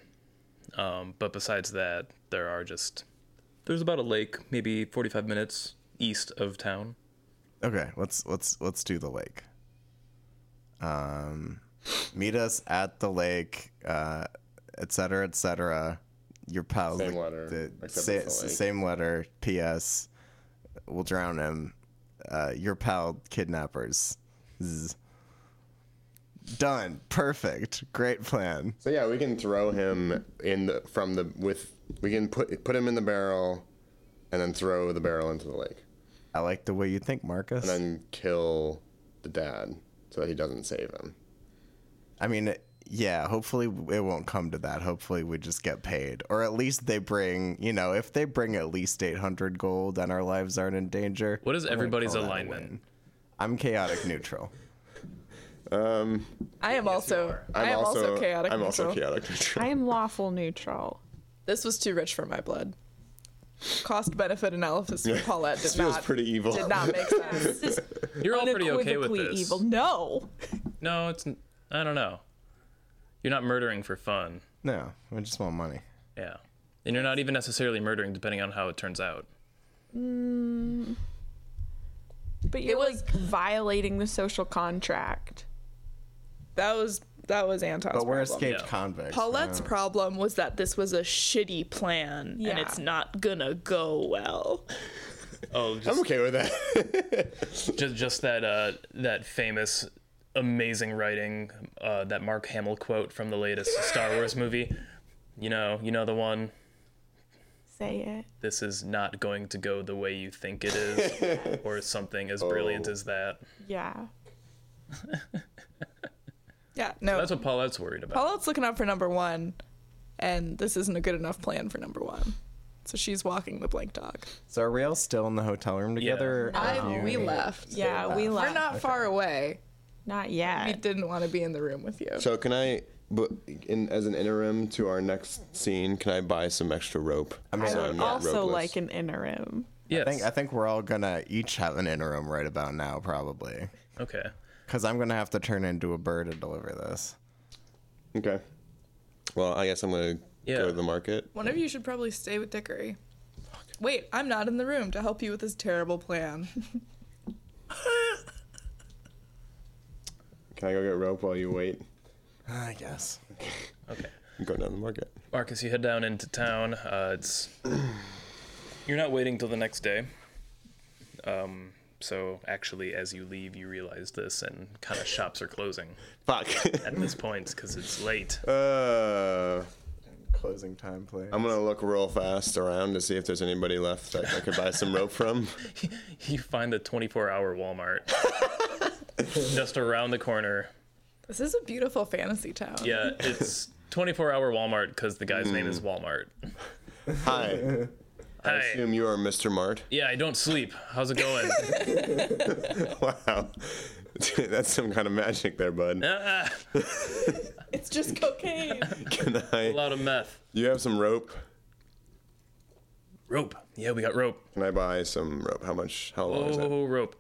S2: um, but besides that, there are just there's about a lake, maybe 45 minutes east of town.
S3: Okay, let's let's let's do the lake. Um, meet us at the lake, uh, et cetera, et cetera. Your pal,
S6: Same
S3: the-
S6: letter,
S3: the-
S6: except
S3: sa-
S6: it's the lake.
S3: same letter. P.S. We'll drown him. Uh, your pal, kidnappers. Zzz. Done. Perfect. Great plan.
S6: so yeah, we can throw him in the from the with we can put put him in the barrel and then throw the barrel into the lake
S3: I like the way you think, Marcus.
S6: and then kill the dad so that he doesn't save him.
S3: I mean, yeah, hopefully it won't come to that. Hopefully we just get paid. Or at least they bring, you know, if they bring at least 800 gold and our lives aren't in danger.
S2: What is
S3: I'm gonna
S2: everybody's
S3: call that a
S2: alignment?
S3: win. I'm chaotic neutral.
S5: I am also. I am also, chaotic.
S6: I'm also
S5: neutral.
S6: chaotic neutral.
S8: I am lawful neutral.
S5: This was too rich for my blood. Cost benefit analysis for Paulette did
S6: feels
S5: not
S6: pretty evil.
S5: did not make sense.
S8: This is
S2: You're all pretty okay with
S8: unequivocally
S2: this.
S8: evil. No.
S2: No, it's I don't know. You're not murdering for fun.
S3: No, I just want money.
S2: Yeah. And you're not even necessarily murdering depending on how it turns out.
S8: But you're
S5: was-
S8: like violating the social contract.
S5: that was that was Anton's.
S3: But we're
S5: problem.
S3: escaped
S2: Yeah.
S3: convicts.
S5: Paulette's problem was that this was a shitty plan
S8: Yeah.
S5: and it's not gonna go well.
S2: Oh, just
S6: I'm okay with that.
S2: just, just that uh, that famous, amazing writing, uh, that Mark Hamill quote from the latest Star Wars movie. You know, you know the one.
S7: Say it.
S2: This is not going to go the way you think it is, or something as
S3: Oh.
S2: brilliant as that.
S7: Yeah.
S5: Yeah, no.
S2: That's what Paulette's worried about.
S5: Paulette's looking out for number one, and this isn't a good enough plan for number one. So she's walking the blank dog.
S3: So are we all still in the hotel room
S2: Yeah.
S3: together? Have you-
S5: we left.
S7: Yeah, we
S5: We're
S7: left.
S5: not far away.
S7: Not
S5: We
S7: yet.
S5: didn't want to be in the room with you.
S6: so can I, but in, as an interim to our next scene, can I buy some extra rope? I mean,
S7: I would also like an interim.
S2: Yes.
S3: I think I think we're all gonna each have an interim right about now, probably,
S2: okay.
S3: because I'm gonna have to turn into a bird and deliver this.
S6: Okay. Well, I guess I'm gonna
S2: Yeah.
S6: go to the market.
S5: One of you should probably stay with Dickory. Wait, I'm not in the room to help you with this terrible plan.
S6: Can I go get rope while you wait?
S3: I guess.
S2: Okay.
S6: I'm going down the market.
S2: Marcus, you head down into town. Uh, it's you're not waiting till the next day. Um, so actually, as you leave, you realize this, and kind of shops are closing
S6: Fuck.
S2: at this point because it's late.
S6: uh,
S3: Closing time, please.
S6: I'm gonna look real fast around to see if there's anybody left that I could buy some rope from.
S2: You find the 24-hour Walmart just around the corner.
S5: this is a beautiful fantasy town.
S2: Yeah, it's 24-hour Walmart because the guy's name is Walmart.
S6: Hi. Hmm. I
S2: Hey.
S6: assume you are Mr. Mart.
S2: Yeah, I don't sleep. How's it going?
S6: Wow. That's some kind of magic there, bud.
S2: Ah,
S5: It's just cocaine.
S6: Can
S2: a
S6: I?
S2: lot of meth.
S6: You have some rope.
S2: Rope. Yeah, we got rope.
S6: Can I buy some rope? How much? How long is that?
S2: Oh, rope.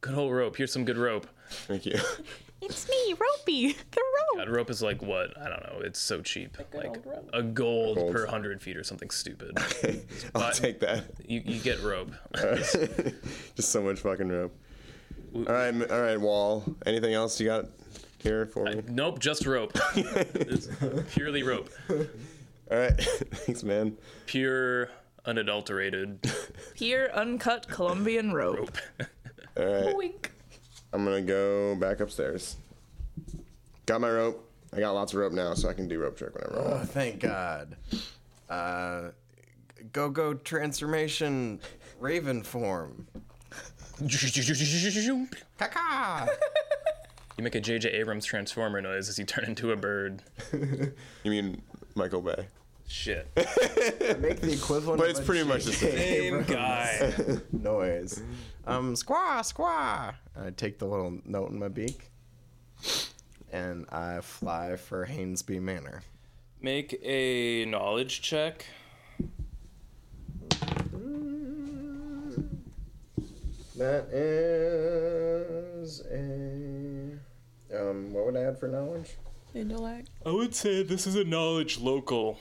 S2: Good old rope. Here's some good rope.
S6: Thank you.
S7: It's me, Ropey, the rope.
S2: God, rope is like what? I don't know. It's so cheap. Like a gold,
S6: Gold.
S2: per hundred feet or something stupid.
S6: I'll
S2: But-
S6: take that.
S2: you, you get rope.
S6: Just so much fucking rope. All right, m- all right, Wall. Anything else you got here for me?
S2: nope, just rope. It's purely rope.
S6: All right, thanks, man.
S2: Pure, unadulterated
S5: Pure uncut Colombian rope.
S2: rope.
S6: All right,
S5: Wink.
S6: I'm gonna go back upstairs. Got my rope. I got lots of rope now, so I can do rope trick whenever I
S3: Oh,
S6: want.
S3: thank God. Uh, go go transformation, raven form.
S2: you
S3: Caca.
S2: make a J.J. Abrams transformer noise as you turn into a bird.
S6: You mean Michael Bay?
S2: Shit.
S3: Make the equivalent.
S6: But
S3: of
S6: it's
S3: a
S6: pretty much the
S3: J.K.
S6: same.
S2: Same guy.
S3: noise. Um, squaw, squaw. I take the little note in my beak, and I fly for Hainesby Manor.
S2: Make a knowledge check.
S3: That is a. Um, what would I add for knowledge?
S5: Intellect.
S2: I would say this is a knowledge local.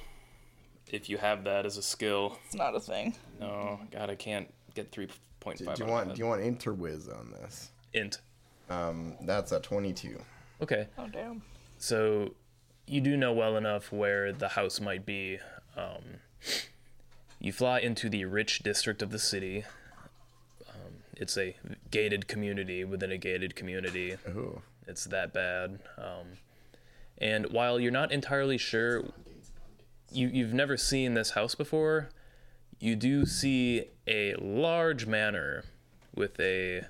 S2: If you have that as a skill.
S5: It's not a thing.
S2: No, God, I can't get three point
S3: Do
S2: five.
S3: you want do you want interwiz on this?
S2: int?
S3: Um, that's a twenty-two.
S2: Okay,
S5: Oh damn.
S2: so you do know well enough where the house might be. Um, you fly into the rich district of the city. Um, it's a gated community within a gated community.
S3: Ooh.
S2: It's that bad. Um, and while you're not entirely sure, you, you've never seen this house before, you do see a large manor with a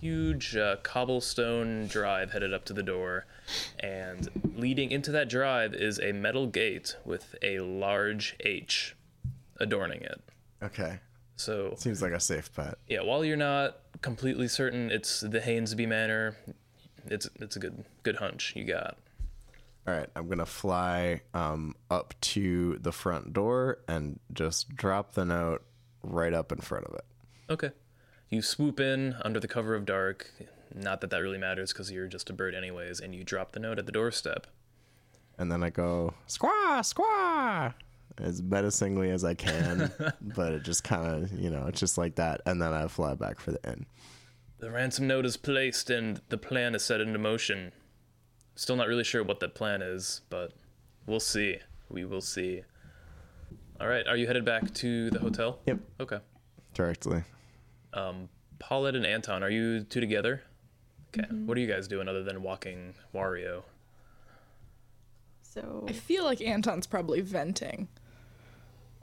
S2: huge uh, cobblestone drive headed up to the door. And leading into that drive is a metal gate with a large H adorning it.
S3: Okay,
S2: So
S3: seems like a safe bet.
S2: yeah, while you're not completely certain it's the Hainesby Manor, it's it's a good good hunch you got.
S3: All right, I'm gonna fly um up to the front door and just drop the note right up in front of it.
S2: Okay. You swoop in under the cover of dark. Not that that really matters because you're just a bird anyways, and you drop the note at the doorstep.
S3: and then I go squaw squaw as menacingly as I can, but it just kind of you know it's just like that, and then I fly back for the inn.
S2: The ransom note is placed and the plan is set into motion. Still not really sure what that plan is, but we'll see. We will see. All right, are you headed back to the hotel?
S3: Yep.
S2: Okay.
S3: Directly.
S2: Um, Paulette and Anton, are you two together? Okay. What are you guys doing other than walking Wario?
S8: So
S5: I feel like Anton's probably venting.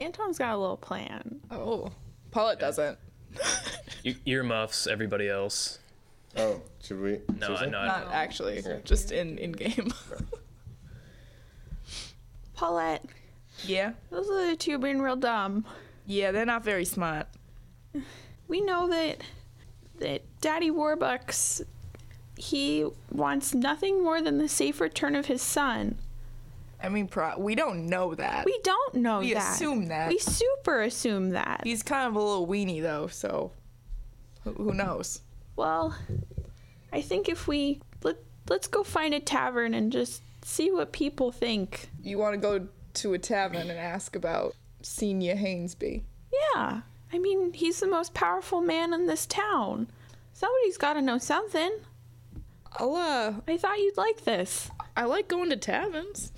S7: Anton's got a little plan.
S5: Oh, Paulette doesn't.
S2: E- earmuffs, everybody else.
S6: Oh, should we?
S2: No, I, no, I
S5: Not actually, just in in game.
S7: Paulette,
S5: yeah,
S7: those other two being real dumb.
S5: yeah, they're not very smart.
S7: we know that that Daddy Warbucks he wants nothing more than the safe return of his son.
S5: I mean, pro- we don't know that.
S7: We don't know
S5: We
S7: that.
S5: assume that.
S7: We super assume that.
S5: He's kind of a little weenie though, so who, who knows?
S7: Well, I think if we let let's go find a tavern and just see what people think.
S5: You want to go to a tavern and ask about Senior Hainsby?
S7: Yeah. I mean, he's the most powerful man in this town. Somebody's got to know something.
S5: I'll uh,
S7: I thought you'd like this.
S5: I like going to taverns.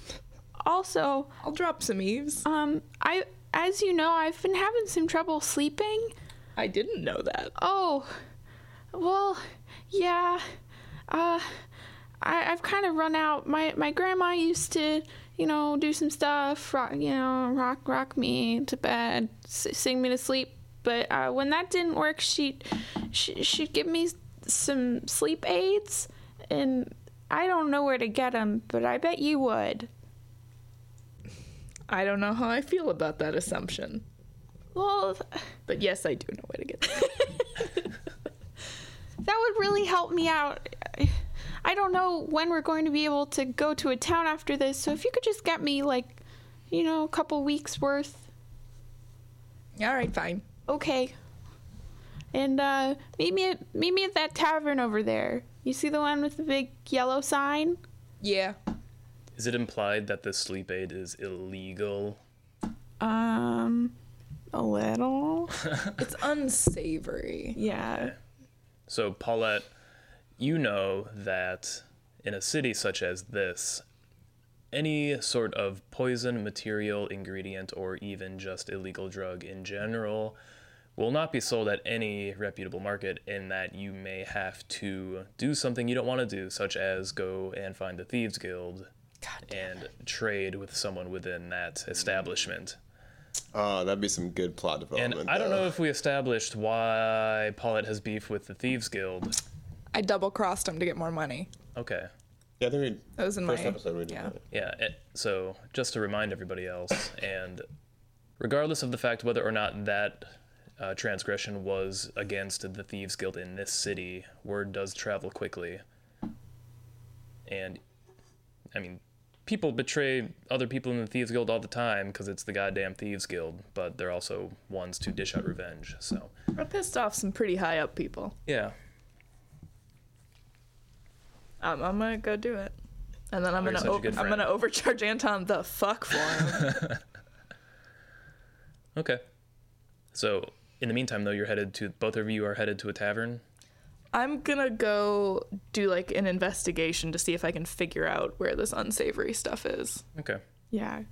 S7: Also,
S5: I'll drop some eaves.
S7: um I as you know, I've been having some trouble sleeping.
S5: I didn't know that.
S7: Oh, well, yeah. Uh, I, I've kind of run out. My my grandma used to, you know, do some stuff, rock, you know, rock rock me to bed, s- sing me to sleep. But uh, when that didn't work, she she she'd give me s- some sleep aids, and I don't know where to get them, but I bet you would.
S5: I don't know how I feel about that assumption,
S7: Well,
S5: but yes, I do know where to get. Them.
S7: That would really help me out. I don't know when we're going to be able to go to a town after this, so if you could just get me like, you know, a couple weeks worth,
S5: All right, fine.
S7: okay. And uh, meet me at, meet me at that tavern over there. You see the one with the big yellow sign?
S5: Yeah,
S2: Is it implied that the sleep aid is illegal?
S7: Um, a little.
S5: it's unsavory.
S7: Yeah.
S2: So, Paulette, you know that in a city such as this, any sort of poison material, ingredient, or even just illegal drug in general will not be sold at any reputable market, in that you may have to do something you don't want to do, such as go and find the Thieves Guild and trade with someone within that establishment.
S6: Oh, that'd be some good plot
S2: And
S6: development.
S2: I don't
S6: though.
S2: know if we established why Paulette has beef with the Thieves Guild.
S5: I double crossed him to get more money.
S2: Okay.
S6: Yeah, I think we.
S5: That was in Oh,
S6: First
S5: my
S6: episode we did
S5: yeah.
S6: that.
S2: Yeah, it, so just to remind everybody else, and regardless of the fact whether or not that uh, transgression was against the Thieves Guild in this city, word does travel quickly. And, I mean, people betray other people in the Thieves Guild all the time because it's the goddamn Thieves Guild, but they're also ones to dish out revenge, so.
S5: I pissed off some pretty high up people.
S2: Yeah.
S5: I'm, I'm gonna go do it, and then I'm
S2: You're
S5: gonna
S2: such a
S5: o-
S2: good
S5: I'm
S2: friend.
S5: gonna overcharge Anton the fuck for him.
S2: Okay. So, in the meantime, though, you're headed to, both of you are headed to a tavern?
S5: I'm gonna go do like an investigation to see if I can figure out where this unsavory stuff is.
S2: Okay.
S7: Yeah.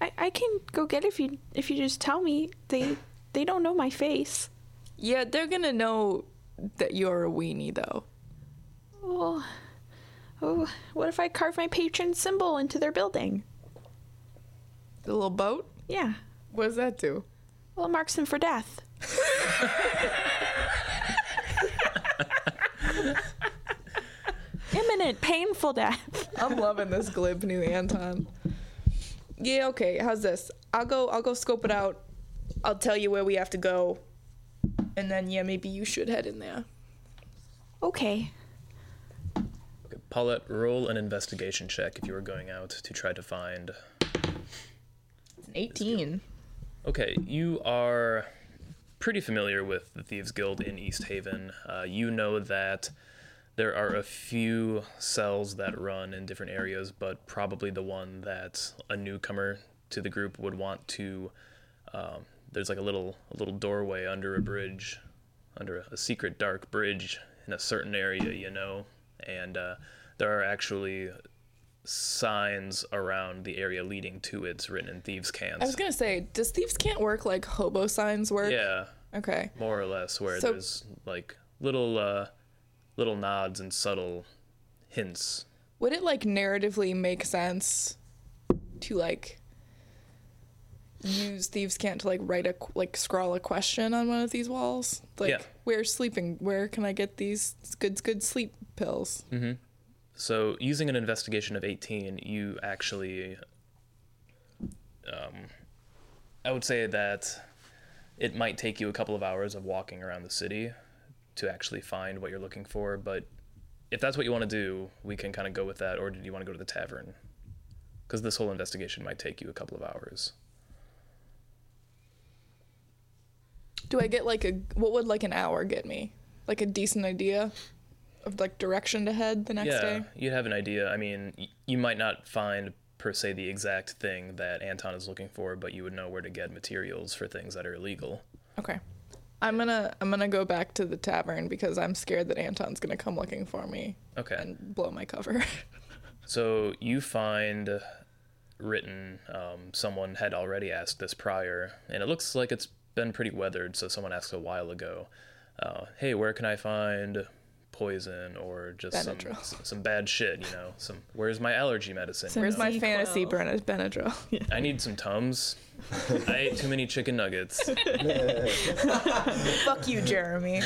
S7: I I can go get it if you if you just tell me they they don't know my face.
S5: Yeah, they're gonna know that you're a weenie though.
S7: Well, oh, what if I carve my patron symbol into their building?
S5: The little boat.
S7: Yeah.
S5: What does that do?
S7: Well, it marks them for death. Imminent, painful death.
S5: I'm loving this glib new Anton. Yeah, okay. How's this? I'll go. I'll go scope it out. I'll tell you where we have to go, and then yeah, maybe you should head in there.
S7: Okay.
S2: Okay, Paulette, roll an investigation check if you were going out to try to find.
S5: It's an 18.
S2: Okay, you are pretty familiar with the Thieves Guild in East Haven. Uh, you know that there are a few cells that run in different areas, but probably the one that a newcomer to the group would want to. Um, there's like a little a little doorway under a bridge, under a, a secret dark bridge in a certain area, you know, and uh, there are actually signs around the area leading to it written in thieves' cans.
S5: I was gonna say, does thieves can't work like hobo signs work?
S2: Yeah.
S5: Okay.
S2: more or less, where
S5: So-
S2: there's like little uh, little nods and subtle hints.
S5: Would it like narratively make sense to like use thieves can't to like write a qu- like scrawl a question on one of these walls? Like
S2: Yeah.
S5: where's sleeping? Where can I get these good good sleep pills?
S2: Mm. So, using an investigation of 18, you actually. Um, I would say that it might take you a couple of hours of walking around the city to actually find what you're looking for, but if that's what you want to do, we can kind of go with that, or did you want to go to the tavern? Because this whole investigation might take you a couple of hours.
S5: Do I get like a what would like an hour get me? Like a decent idea of like direction to head the next
S2: Yeah,
S5: day?
S2: you'd have an idea. I mean, y- you might not find per se the exact thing that Anton is looking for, but you would know where to get materials for things that are illegal.
S5: Okay. I'm gonna I'm gonna go back to the tavern because I'm scared that Anton's gonna come looking for me
S2: Okay.
S5: and blow my cover.
S2: So you find written, um, someone had already asked this prior, and it looks like it's been pretty weathered, so someone asked a while ago, uh, hey, where can I find poison or just some,
S5: Benadryl.
S2: s- some bad shit, you know? Some Where's my allergy medicine? you
S5: Where's
S2: know?
S5: my fantasy Bren- Benadryl?
S2: I need some Tums. I ate too many chicken nuggets.
S5: Fuck you, Jeremy.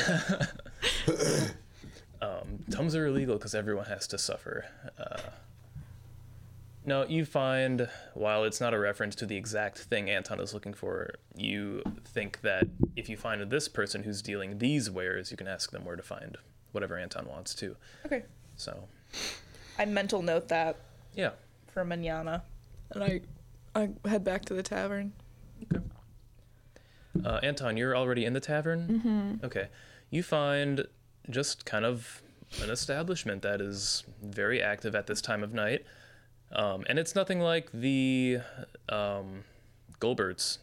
S2: Um, Tums are illegal because everyone has to suffer. Uh, no, you find, while it's not a reference to the exact thing Anton is looking for, you think that if you find this person who's dealing these wares, you can ask them where to find whatever Anton wants to.
S5: okay.
S2: So,
S5: I mental note that
S2: yeah.
S5: for manana. And I I head back to the tavern.
S2: Uh, Anton, you're already in the tavern? Mm-hmm. Okay. You find just kind of an establishment that is very active at this time of night. Um, and it's nothing like the um, Goldbert's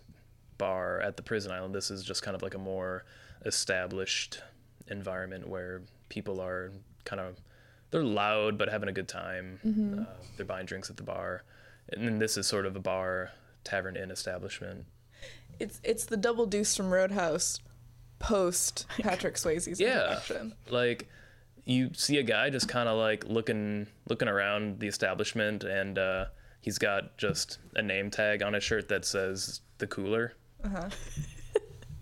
S2: bar at the prison island. This is just kind of like a more established environment where people are kind of they're loud but having a good time. Uh, they're buying drinks at the bar, and then this is sort of a bar tavern inn establishment.
S5: It's it's the double deuce from Roadhouse post Patrick Swayze's
S2: Yeah.
S5: introduction.
S2: like you see a guy just kind of like looking looking around the establishment and uh, he's got just a name tag on his shirt that says the cooler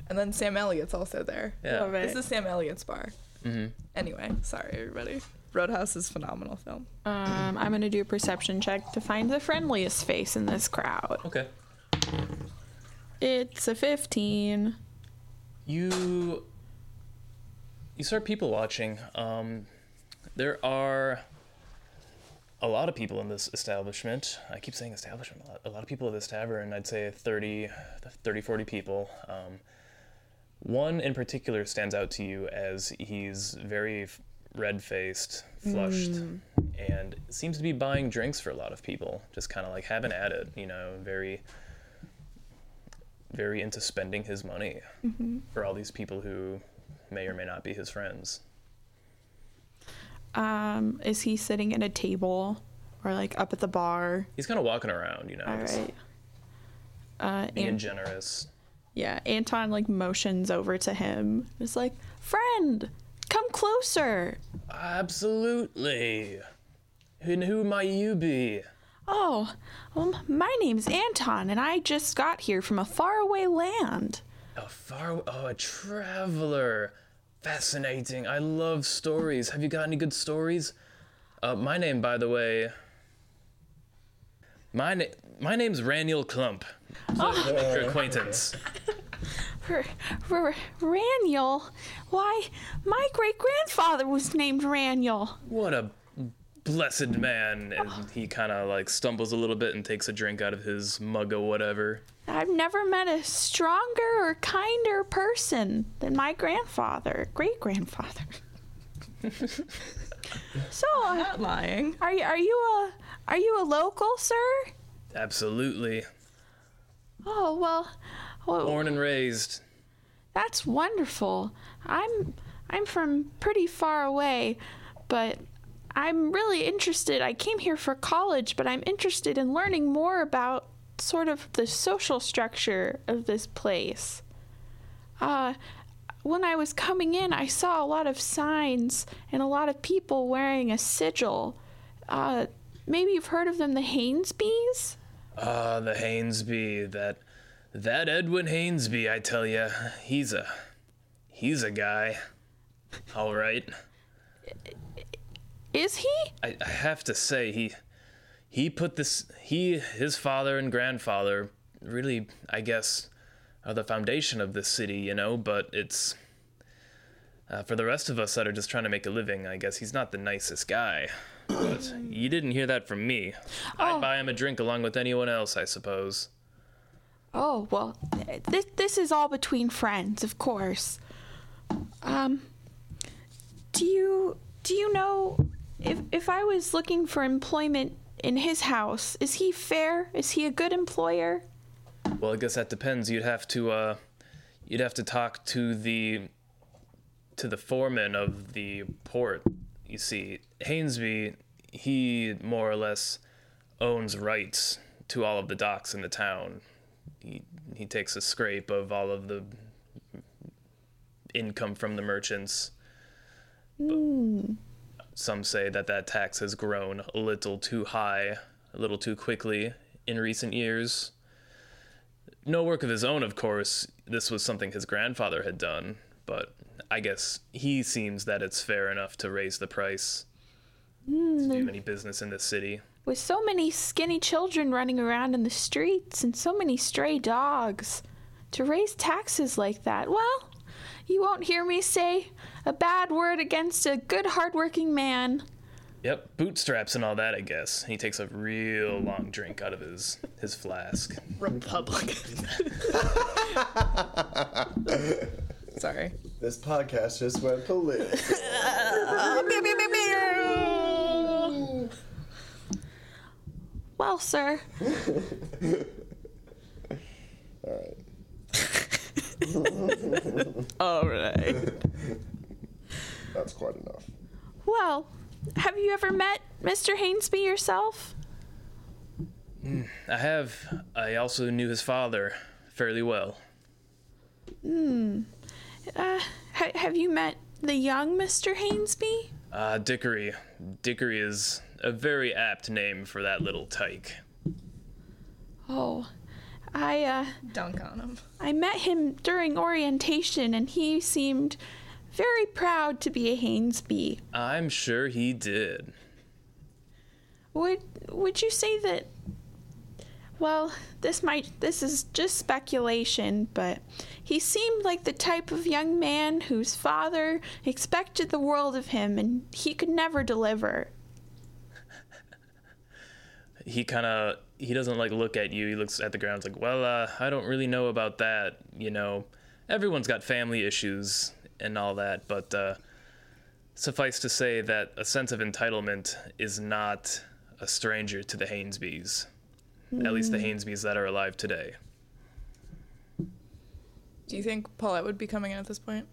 S5: And then Sam Elliott's also there.
S2: yeah
S8: Love it.
S5: This is Sam Elliott's bar. Mm-hmm. Anyway, sorry everybody. Roadhouse is a phenomenal film.
S7: Um, I'm gonna do a perception check to find the friendliest face in this crowd.
S2: okay
S7: It's a 15.
S2: you you start people watching um there are a lot of people in this establishment i keep saying establishment a lot, a lot of people at this tavern i'd say 30 30 40 people um one in particular stands out to you as he's very f- red-faced flushed and seems to be buying drinks for a lot of people just kind of like having at it you know very very into spending his money for all these people who may or may not be his friends.
S7: Um, is he sitting at a table or like up at the bar?
S2: He's kind of walking around, you know,
S7: All
S2: just
S7: right. Uh,
S2: being
S7: An-
S2: generous.
S7: yeah, Anton like motions over to him. It's like, friend, come closer.
S2: Absolutely. And who might you be?
S7: Oh, um, my name's Anton, and I just got here from a faraway land.
S2: A far, oh, a traveler. Fascinating. I love stories. Have you got any good stories? Uh, my name, by the way. My na- my name's Raniel Clump. So,
S7: Oh.
S2: Your acquaintance.
S7: R- R- Raniel? Why, my great grandfather was named Raniel.
S2: What a blessed man. And he kind of like stumbles a little bit and takes a drink out of his mug or whatever.
S7: I've never met a stronger or kinder person than my grandfather, great grandfather. so, uh,
S5: Not lying.
S7: are you are you a are you a local, sir?
S2: Absolutely.
S7: Oh well, well
S2: Born and raised.
S7: That's wonderful. I'm I'm from pretty far away, but I'm really interested. I came here for college, but I'm interested in learning more about sort of the social structure of this place.
S9: uh, when I was coming in, I saw a lot of signs and a lot of people wearing a sigil. Uh, maybe you've heard of them, the Haynes bees?
S2: Ah, the Hainsby, that that Edwin Hainsby, I tell ya, he's a he's a guy. All right.
S9: Is he?
S2: I, I have to say he he put this he his father and grandfather really I guess are the foundation of this city, you know, but it's uh, for the rest of us that are just trying to make a living, I guess he's not the nicest guy. But you didn't hear that from me. I'd buy him a drink along with anyone else, I suppose.
S9: Oh, well, this, this is all between friends, of course. Um, do you do you know if if I was looking for employment in his house, is he fair? Is he a good employer?
S2: Well, I guess that depends. You'd have to uh, you'd have to talk to the to the foreman of the port. You see, Hainsby, he more or less owns rights to all of the docks in the town. He he takes a scrape of all of the income from the merchants. Some say that that tax has grown a little too high, a little too quickly in recent years. No work of his own, of course. This was something his grandfather had done, but I guess he seems that it's fair enough to raise the price. There's too many business in this city.
S9: With so many skinny children running around in the streets and so many stray dogs, to raise taxes like that, well, you won't hear me say a bad word against a good, hardworking man.
S2: Yep, bootstraps and all that, I guess. He takes a real long drink out of his his flask.
S5: Republican. Sorry.
S3: This podcast just went political.
S9: Well, sir,
S5: All right.
S3: That's quite enough.
S9: well, have you ever met Mr. Hainsby yourself?
S2: I have. I also knew his father fairly well.
S9: Uh, ha- have you met the young Mr. Hainsby?
S2: Uh, Dickory. Dickory is a very apt name for that little tyke.
S9: Oh, I uh,
S5: Dunk on him.
S9: I met him during orientation, and he seemed very proud to be a Hainsby.
S2: I'm sure he did.
S9: Would would you say that? Well, this might this is just speculation, but he seemed like the type of young man whose father expected the world of him, and he could never deliver.
S2: He kind of he doesn't like look at you. He looks at the ground. He's like, well, uh, I don't really know about that. You know, everyone's got family issues and all that, but uh, suffice to say that a sense of entitlement is not a stranger to the Hainsbees. At least the Hainsbees that are alive today.
S5: Do you think Paulette would be coming in at this point?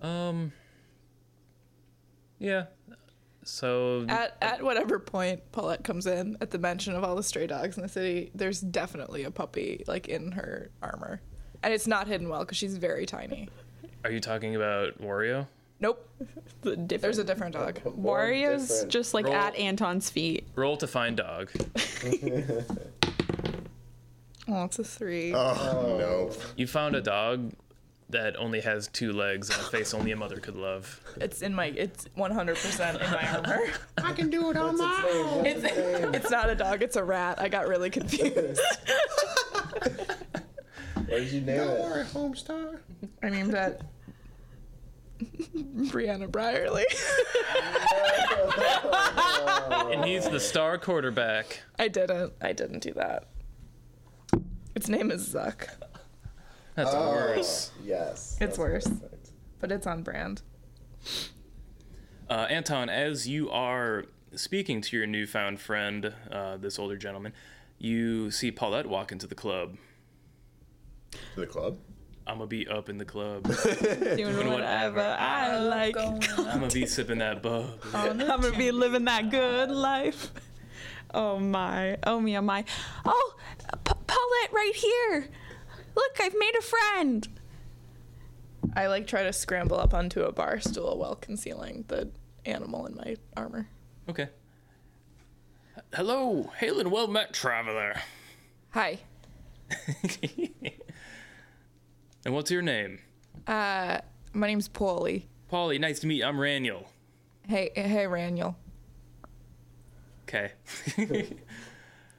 S2: Um. Yeah. So
S5: At at whatever point Paulette comes in, at the mention of all the stray dogs in the city, there's definitely a puppy like in her armor, and it's not hidden well because she's very tiny.
S2: are you talking about Wario?
S5: Nope,
S7: The different
S5: there's a different dog.
S7: Wario's just like
S2: Roll.
S7: at Anton's feet.
S2: Roll to find dog.
S5: Oh, it's a three.
S3: No.
S2: You found a dog that only has two legs and a face only a mother could love.
S5: It's in my. It's 100% in my armor.
S10: I can do it on my own.
S5: It's, it's not a dog. It's a rat. I got really confused.
S3: What did you name it? Don't worry, Homestar.
S5: I named that Brianna Brierly.
S2: And he's the star quarterback.
S5: I didn't. I didn't do that. Its name is Zuck.
S2: That's worse.
S3: Yes.
S5: It's worse, but it's on brand.
S2: Uh, Anton, as you are speaking to your newfound friend, uh, this older gentleman, you see Paulette walk into the club.
S3: To the club?
S2: I'ma be up in the club.
S7: Doing whatever I like.
S2: I'ma be sipping that bub.
S7: I'm gonna be living that good life. Oh my. Oh me, oh my.
S9: Oh, P- Paulette, right here! Look, I've made a friend.
S5: I like try to scramble up onto a bar stool while concealing the animal in my armor.
S2: Okay. Hello, hail and well met, traveler.
S5: Hi.
S2: And what's your name?
S5: Uh, my name's Paulie.
S2: Polly, nice to meet you. I'm Raniel.
S5: Hey, hey, Raniel.
S2: Okay.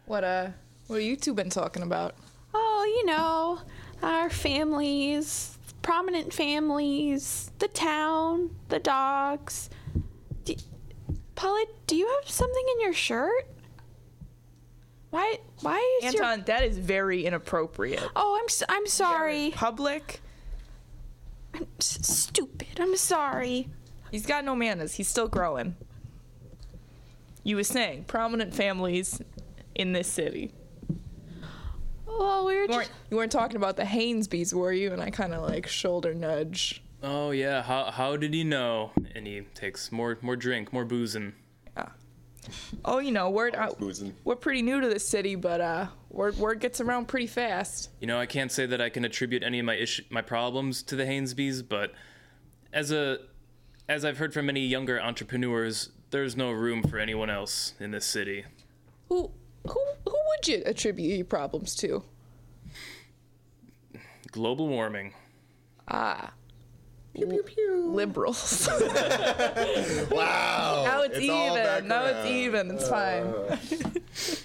S5: What uh, what you two been talking about?
S9: Oh, you know, our families, prominent families, the town, the dogs. Do, Paula, do you have something in your shirt? Why? Why is your?
S5: Anton, Uh, that is very inappropriate.
S9: Oh, I'm s- I'm sorry.
S5: Public.
S9: I'm s- stupid. I'm sorry.
S5: He's got no manners. He's still growing. You were saying prominent families in this city.
S9: Well, we were
S5: You
S9: just
S5: weren't, you weren't talking about the Hainsbees, were you? And I kind of like shoulder nudge.
S2: oh yeah, how how did he know? And he takes more more drink, more boozing.
S5: Oh, you know, word out.
S6: boozing.
S5: We're pretty new to this city, but uh, word word gets around pretty fast.
S2: You know, I can't say that I can attribute any of my issue, my problems to the Hainesbees, but as a as I've heard from many younger entrepreneurs, there's no room for anyone else in this city.
S5: Who who who would you attribute your problems to?
S2: Global warming.
S5: Liberals.
S6: Wow.
S5: now it's,
S6: It's all
S5: even. Now it's
S6: background.
S5: even. It's fine.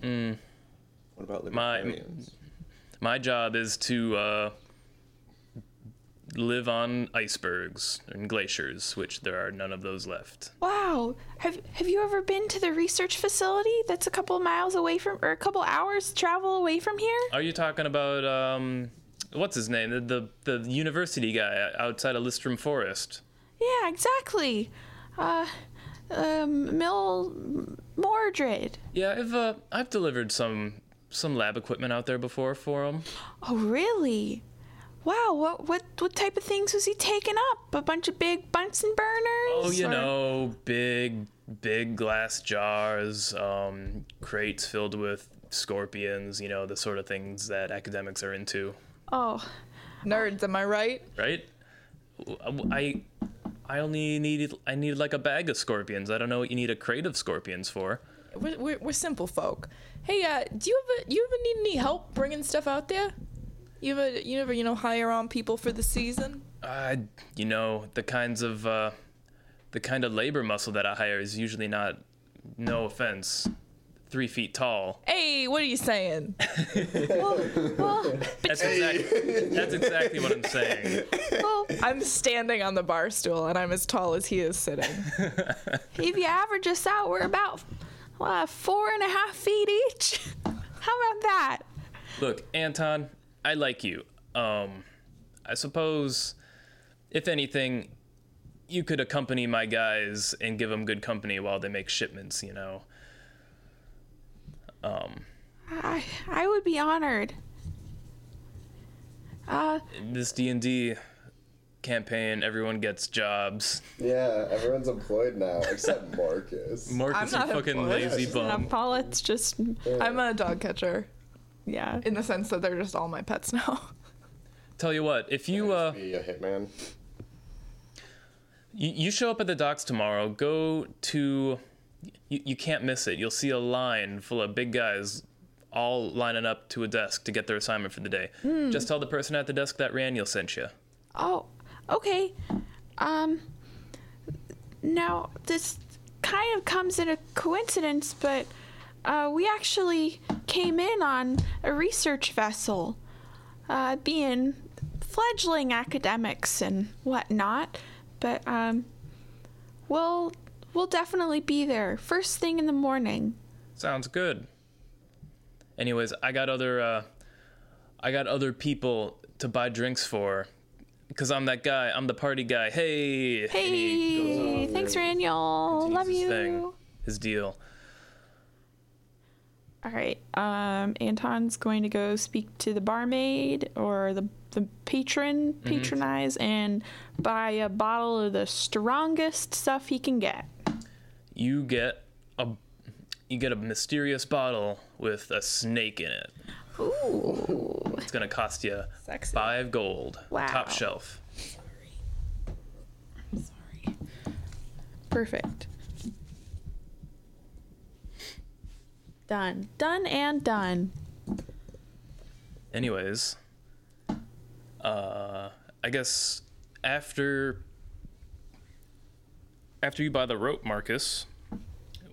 S6: What about
S2: My-
S6: libertarians?
S2: My job is to uh, live on icebergs and glaciers, which there are none of those left.
S9: wow. Have Have you ever been to the research facility that's a couple miles away from, or a couple hours travel away from here?
S2: Are you talking about um, what's his name, the, the the university guy outside of Listrum Forest?
S9: Yeah, exactly. Uh, um, Mill Mordred.
S2: Yeah, I've uh, I've delivered some some lab equipment out there before for him.
S9: Oh, really? Wow. What what what type of things was he taking up? A bunch of big Bunsen burners?
S2: Oh, you
S9: or-
S2: know, big, big glass jars, um, crates filled with scorpions, you know, the sort of things that academics are into,
S9: Oh,
S5: Nerds, am I right?
S2: right? I, I only needed, I needed like a bag of scorpions. I don't know what you need a crate of scorpions for.
S5: We're, we're, we're simple folk. Hey, uh, do you ever you ever need any help bringing stuff out there? You ever you ever you know hire on people for the season?
S2: Uh, you know, the kinds of, uh, the kind of labor muscle that I hire is usually not, no offense, three feet tall.
S5: Hey, what are you saying?
S2: That's exactly, that's exactly what I'm saying.
S5: I'm standing on the bar stool and I'm as tall as he is sitting.
S9: if you average us out, we're about uh, four and a half feet each. How about that?
S2: Look, Anton, I like you. Um, I suppose, if anything, you could accompany my guys and give them good company while they make shipments. You know.
S9: I I would be honored. Uh,
S2: This D and D campaign, everyone gets jobs.
S6: Yeah, everyone's employed now except Marcus.
S2: Mark is a
S5: I'm not
S2: fucking
S5: employed.
S2: lazy bum.
S9: Paulette's just
S5: I'm a dog catcher
S9: yeah.
S5: in the sense that they're just all my pets now.
S2: Tell you what, if you uh,
S6: Be a hitman.
S2: you, you show up at the docks tomorrow, go to, you, you can't miss it. You'll see a line full of big guys all lining up to a desk to get their assignment for the day.
S9: Hmm.
S2: Just tell the person at the desk that Raniel sent you.
S9: Oh, okay. Um, now this kind of comes in a coincidence, but uh, we actually came in on a research vessel, uh, being fledgling academics and whatnot. But um, we'll we'll definitely be there first thing in the morning.
S2: Sounds good. Anyways, I got other uh I got other people to buy drinks for cuz I'm that guy. I'm the party guy. Hey. and he goes off
S9: Hey, thanks, Raniel.
S2: and
S9: Love
S2: does
S9: you.
S2: his thing, his deal.
S9: All right. Um, Anton's going to go speak to the barmaid or the the patron, patronize, and buy a bottle of the strongest stuff he can get.
S2: You get a you get a mysterious bottle with a snake in it.
S7: Ooh.
S2: It's gonna cost you
S5: Sexy.
S2: five gold.
S7: Wow.
S2: Top shelf.
S5: Sorry. Perfect.
S7: Done. Done and done.
S2: Anyways, uh, I guess after after you buy the rope, Marcus,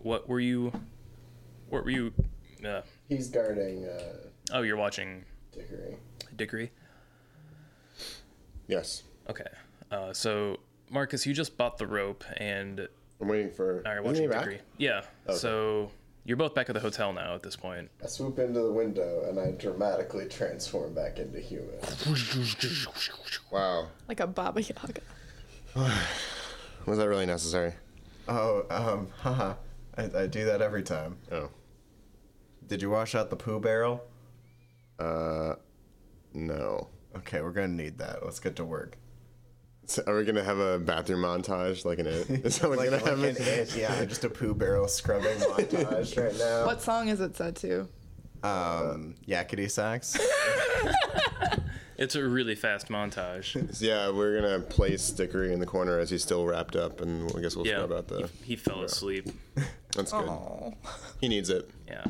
S2: what were you? What were you? Uh,
S6: He's guarding uh,
S2: oh, you're watching
S6: Dickory.
S2: Dickory.
S6: Yes.
S2: Okay. Uh, so Marcus, you just bought the rope, and
S6: I'm waiting for.
S2: all right,
S6: Isn't he
S2: watching
S6: back?
S2: Dickory. Yeah.
S6: Okay.
S2: So you're both back at the hotel now at this point.
S6: I swoop into the window and I dramatically transform back into human. wow.
S5: Like a Baba Yaga.
S6: Was that really necessary?
S3: Oh, um, haha. I, I do that every time.
S6: Oh.
S3: Did you wash out the poo barrel?
S6: Uh, no.
S3: Okay, we're gonna need that. Let's get to work.
S6: So are we gonna have a bathroom montage like an it? Is that what's
S3: Like,
S6: gonna
S3: like
S6: happen?
S3: an it, yeah, just a poo barrel scrubbing montage right now.
S5: What song is it set to?
S3: Um, yakety sax.
S2: It's a really fast montage.
S6: Yeah, we're gonna place Dickory in the corner as he's still wrapped up, and I guess we'll
S2: Yeah.
S6: talk about that.
S2: He fell asleep.
S6: That's good. He needs it,
S2: Yeah.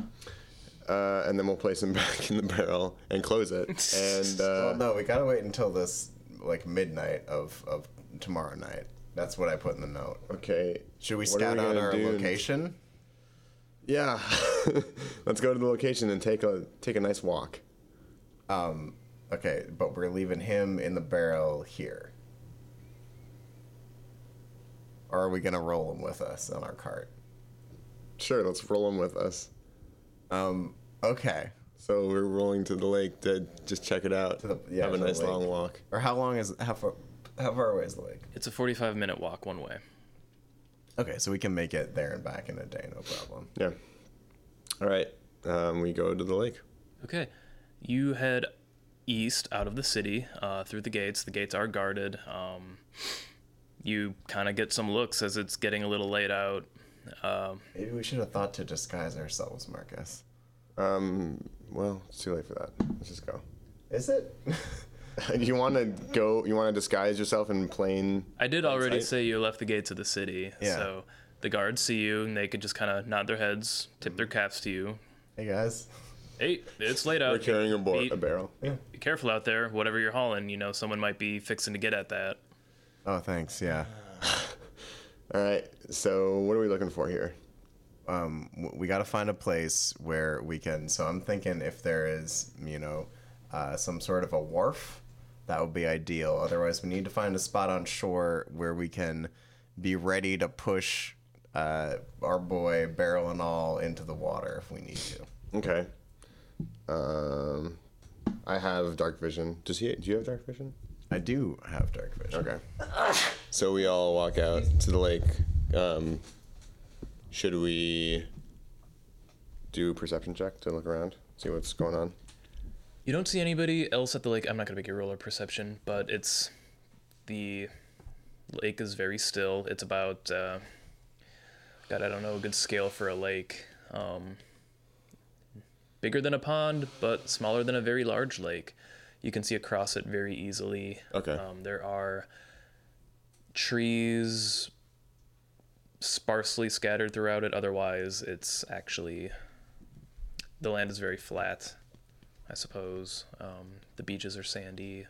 S6: uh, and then we'll place him back in the barrel and close it. And
S3: well,
S6: uh,
S3: no, we gotta wait until this like midnight of of tomorrow night. That's what I put in the note.
S6: okay,
S3: Should we
S6: What are
S3: scout
S6: we
S3: out
S6: gonna
S3: our
S6: do?
S3: location?
S6: yeah, let's go to the location and take a take a nice walk.
S3: Okay, but we're leaving him in the barrel here. Or are we gonna roll him with us on our cart?
S6: Sure, let's roll him with us.
S3: Um, okay.
S6: So we're rolling to the lake to just check it out.
S3: the- yeah,
S6: have a
S3: to the
S6: nice
S3: lake.
S6: long walk.
S3: Or how long is how far how far away is the lake?
S2: It's a 45 minute walk one way.
S3: Okay, so we can make it there and back in a day, no problem.
S6: Yeah. All right, um, we go to the lake.
S2: Okay. You head east out of the city uh, through the gates. The gates are guarded. Um, you kind of get some looks as it's getting a little late out. Um,
S3: Maybe we should have thought to disguise ourselves, Marcus.
S6: Um, well, it's too late for that. Let's just go.
S3: Is it?
S6: you want to go? You want to disguise yourself in plain?
S2: I did already
S6: tight.
S2: say you left the gates of the city.
S3: Yeah.
S2: So the guards see you and they could just kind of nod their heads, tip their caps to you.
S3: hey guys.
S2: Hey, it's late out.
S6: We're carrying a, bo-
S2: Be-
S6: a barrel.
S2: Be careful out there. Whatever you're hauling, you know, someone might be fixing to get at that.
S3: Oh, thanks. Yeah.
S6: All right. So what are we looking for here?
S3: um, w- we got to find a place where we can. So I'm thinking if there is, you know, uh, some sort of a wharf, that would be ideal. Otherwise, we need to find a spot on shore where we can be ready to push uh, our boy barrel and all into the water if we need to.
S6: Okay. Um, I have dark vision. Does he? Do you have dark vision?
S3: I do have dark vision.
S6: Okay. So we all walk out to the lake. Um, should we do perception check to look around, see what's going on?
S2: You don't see anybody else at the lake. I'm not going to make a roller perception, but it's the lake is very still. It's about uh, God, I don't know a good scale for a lake. Um, bigger than a pond, but smaller than a very large lake. You can see across it very easily.
S6: Okay.
S2: Um, there are trees sparsely scattered throughout it. Otherwise, it's actually the land is very flat. I suppose. Um, the beaches are sandy.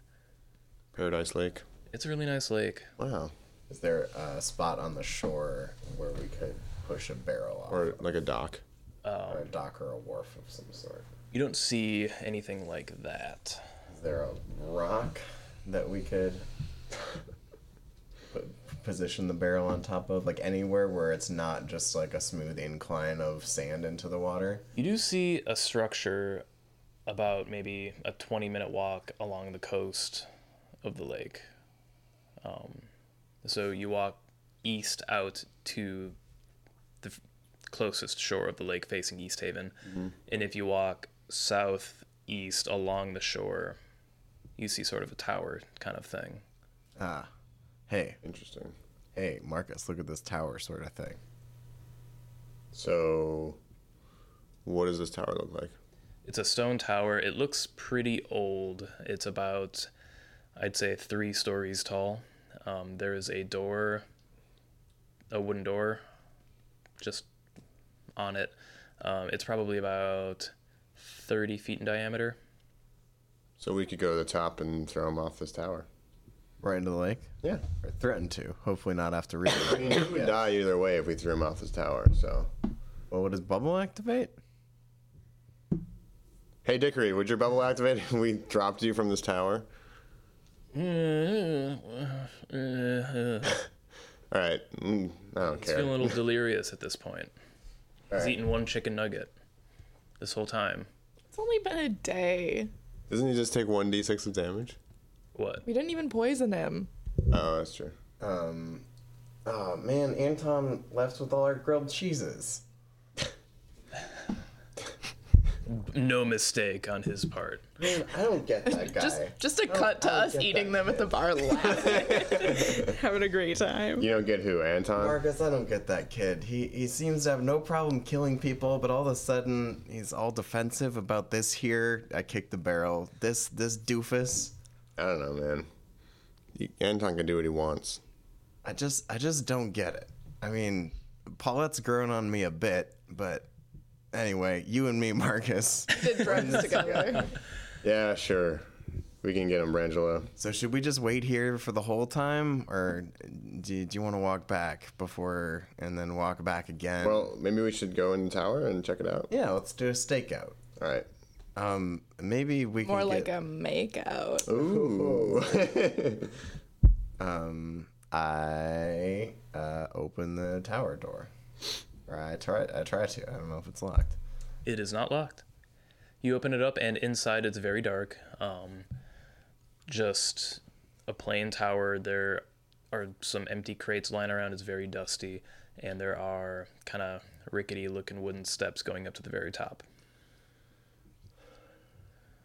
S6: Paradise Lake.
S2: It's a really nice lake.
S6: Wow.
S3: Is there a spot on the shore where we could push a barrel off,
S6: Or like a dock.
S3: or a dock or a wharf of some sort?
S2: You don't see anything like that.
S3: Is there a rock that we could p- position the barrel on top of? Like anywhere where it's not just like a smooth incline of sand into the water?
S2: You do see a structure about maybe a 20 minute walk along the coast of the lake. Um, so you walk east out to the f- closest shore of the lake facing East Haven. And if you walk southeast along the shore, you see sort of a tower kind of thing.
S3: Ah, Hey,
S6: Interesting.
S3: hey, Marcus, look at this tower sort of thing.
S6: So, what does this tower look like?
S2: It's a stone tower. It looks pretty old. It's about, I'd say, three stories tall. Um, there is a door, a wooden door, just on it. Um, it's probably about 30 feet in diameter.
S6: So we could go to the top and throw him off this tower.
S3: Right into the lake?
S6: Yeah.
S3: Or threaten to. Hopefully not have to read
S6: I
S3: it.
S6: mean, he would die either way if we threw him off this tower. So,
S3: well, what does bubble activate?
S6: hey Dickory, would your bubble activate if we dropped you from this tower? All right. Mm, I don't
S2: He's feeling a
S6: care.
S2: little delirious at this point. He's eaten one chicken nugget this whole time.
S5: It's only been a day.
S6: Doesn't he just take one d6 of damage?
S2: What?
S5: We didn't even poison him.
S6: Oh, that's true.
S3: Um, oh man, Anton left with all our grilled cheeses.
S2: No mistake on his part.
S3: Man, I don't get that guy.
S5: Just just a cut to us eating them at the bar laughing. Having a great time.
S6: You don't get who, Anton?
S3: Marcus, I don't get that kid. He he seems to have no problem killing people, but all of a sudden he's all defensive about this here. I kicked the barrel. This this doofus.
S6: I don't know, man. He- Anton can do what he wants.
S3: I just I just don't get it. I mean, Paulette's grown on me a bit, but anyway, you and me, Marcus.
S5: Did drugs together.
S6: Yeah, sure. We can get him, Brangelo.
S3: so should we just wait here for the whole time, or do, do you want to walk back before and then walk back again?
S6: Well, maybe we should go in the tower and check it out.
S3: yeah, let's do a stakeout.
S6: All right.
S3: Um, maybe we
S5: More
S3: can
S5: like
S3: get,
S5: a makeout.
S6: Ooh.
S3: um, I uh, open the tower door. Or I try I try to. I don't know if it's locked.
S2: It is not locked. You open it up, and inside it's very dark. Um, just a plain tower. There are some empty crates lying around. It's very dusty, and there are kind of rickety-looking wooden steps going up to the very top.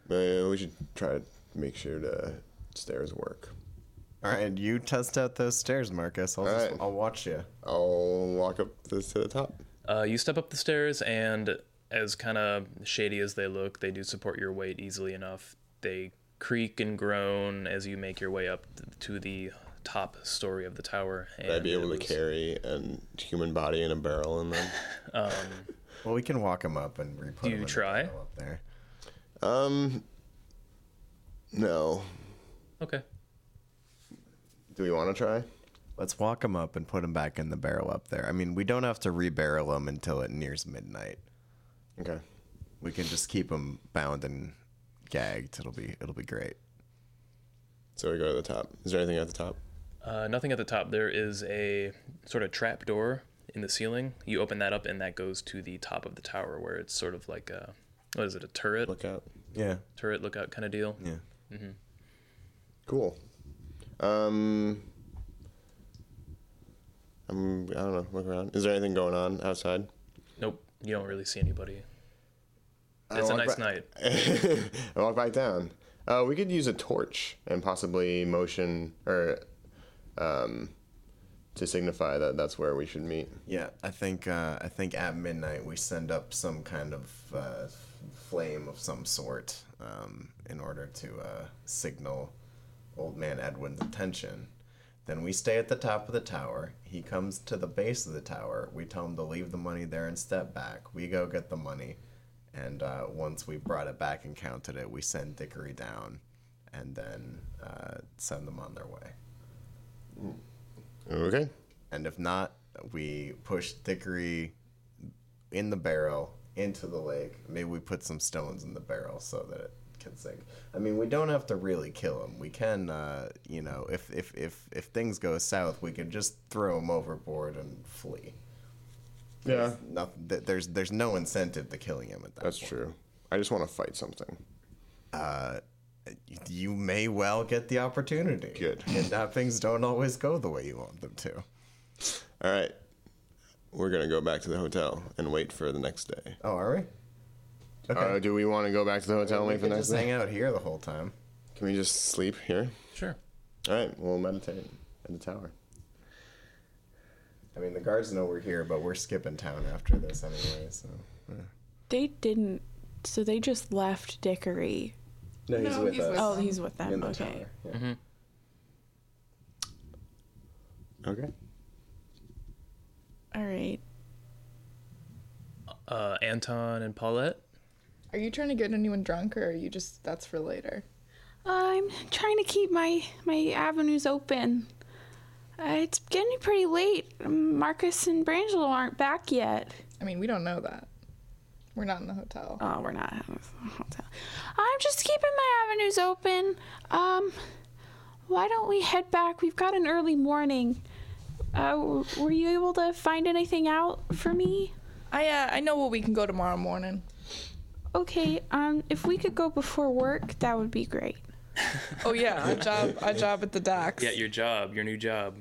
S6: Maybe we should try to make sure the stairs work.
S3: All right, you test out those stairs, Marcus. I'll, just,
S6: right.
S3: I'll watch you.
S6: I'll walk up this to the top.
S2: Uh, you step up the stairs, and as kind of shady as they look, they do support your weight easily enough. They creak and groan as you make your way up to the top story of the tower. And
S6: I'd be able to
S2: it was-
S6: carry a human body in a barrel in them.
S3: Well, we can walk him up and re-put
S2: Do
S3: him
S2: you
S3: in the
S2: try?
S3: barrel up there.
S6: Um, no.
S2: Okay.
S6: Do we want to try?
S3: Let's walk him up and put him back in the barrel up there. I mean, we don't have to rebarrel him until it nears midnight.
S6: Okay.
S3: We can just keep him bound and gagged. It'll be it'll be great.
S6: So we go to the top. Is there anything at the top?
S2: Uh, nothing at the top. There is a sort of trap door in the ceiling. You open that up, and that goes to the top of the tower, where it's sort of like a what is it? A turret,
S6: Look out.
S3: Yeah.
S2: turret lookout kind of deal.
S3: Yeah.
S6: Cool. Um, I'm, I don't know. Look around. Is there anything going on outside?
S2: Nope, you don't really see anybody.
S6: I
S2: It's a
S6: walk
S2: nice
S6: ba-
S2: night.
S6: I walk back down. Uh, we could use a torch and possibly motion or um, to signify that that's where we should meet.
S3: Yeah, I think uh, I think at midnight we send up some kind of uh, flame of some sort um, in order to uh, signal old man Edwin's attention. Then we stay at the top of the tower. He comes to the base of the tower. We tell him to leave the money there and step back. We go get the money, and uh, once we brought it back and counted it, we send Dickory down, and then uh, send them on their way.
S6: Okay.
S3: And if not, we push Dickory in the barrel into the lake. Maybe we put some stones in the barrel so that it can sink. I mean, we don't have to really kill him. We can, uh, you know, if, if, if, if things go south, we can just throw him overboard and flee.
S6: Yeah,
S3: Nothing, th- there's, there's no incentive to killing him at that
S6: that's
S3: point.
S6: true. I just want to fight something.
S3: You may well get the opportunity.
S6: Good.
S3: And that things don't always go the way you want them to.
S6: All right. We're going to go back to the hotel and wait for the next day.
S3: Oh, are we? Okay.
S6: Uh, do we want to go back to the hotel and
S3: we
S6: wait for
S3: can
S6: the next
S3: just
S6: day?
S3: hang out here the whole time.
S6: Can we just sleep here?
S2: Sure.
S6: All right, we'll meditate at the tower.
S3: I mean, the guards know we're here, but we're skipping town after this anyway, so.
S7: They didn't So they just left Dickory.
S3: No, he's with us.
S7: Oh, he's with them.
S3: in the
S7: okay.
S3: tower. Yeah. Okay.
S7: All right.
S2: Uh, Anton and Paulette.
S5: Are you trying to get anyone drunk, or are you just that's for later?
S9: I'm trying to keep my my avenues open. Uh, it's getting pretty late. Marcus and Brangelo aren't back yet.
S5: I mean, we don't know that. We're not in the hotel.
S9: Oh, we're not. I'm just keeping my avenues open. Um, why don't we head back? We've got an early morning. Uh, w- were you able to find anything out for me?
S5: I uh, I know where we can go tomorrow morning.
S9: Okay. Um, if we could go before work, that would be great.
S5: Oh yeah, our job our job at the docks.
S2: Yeah, your job, your new job.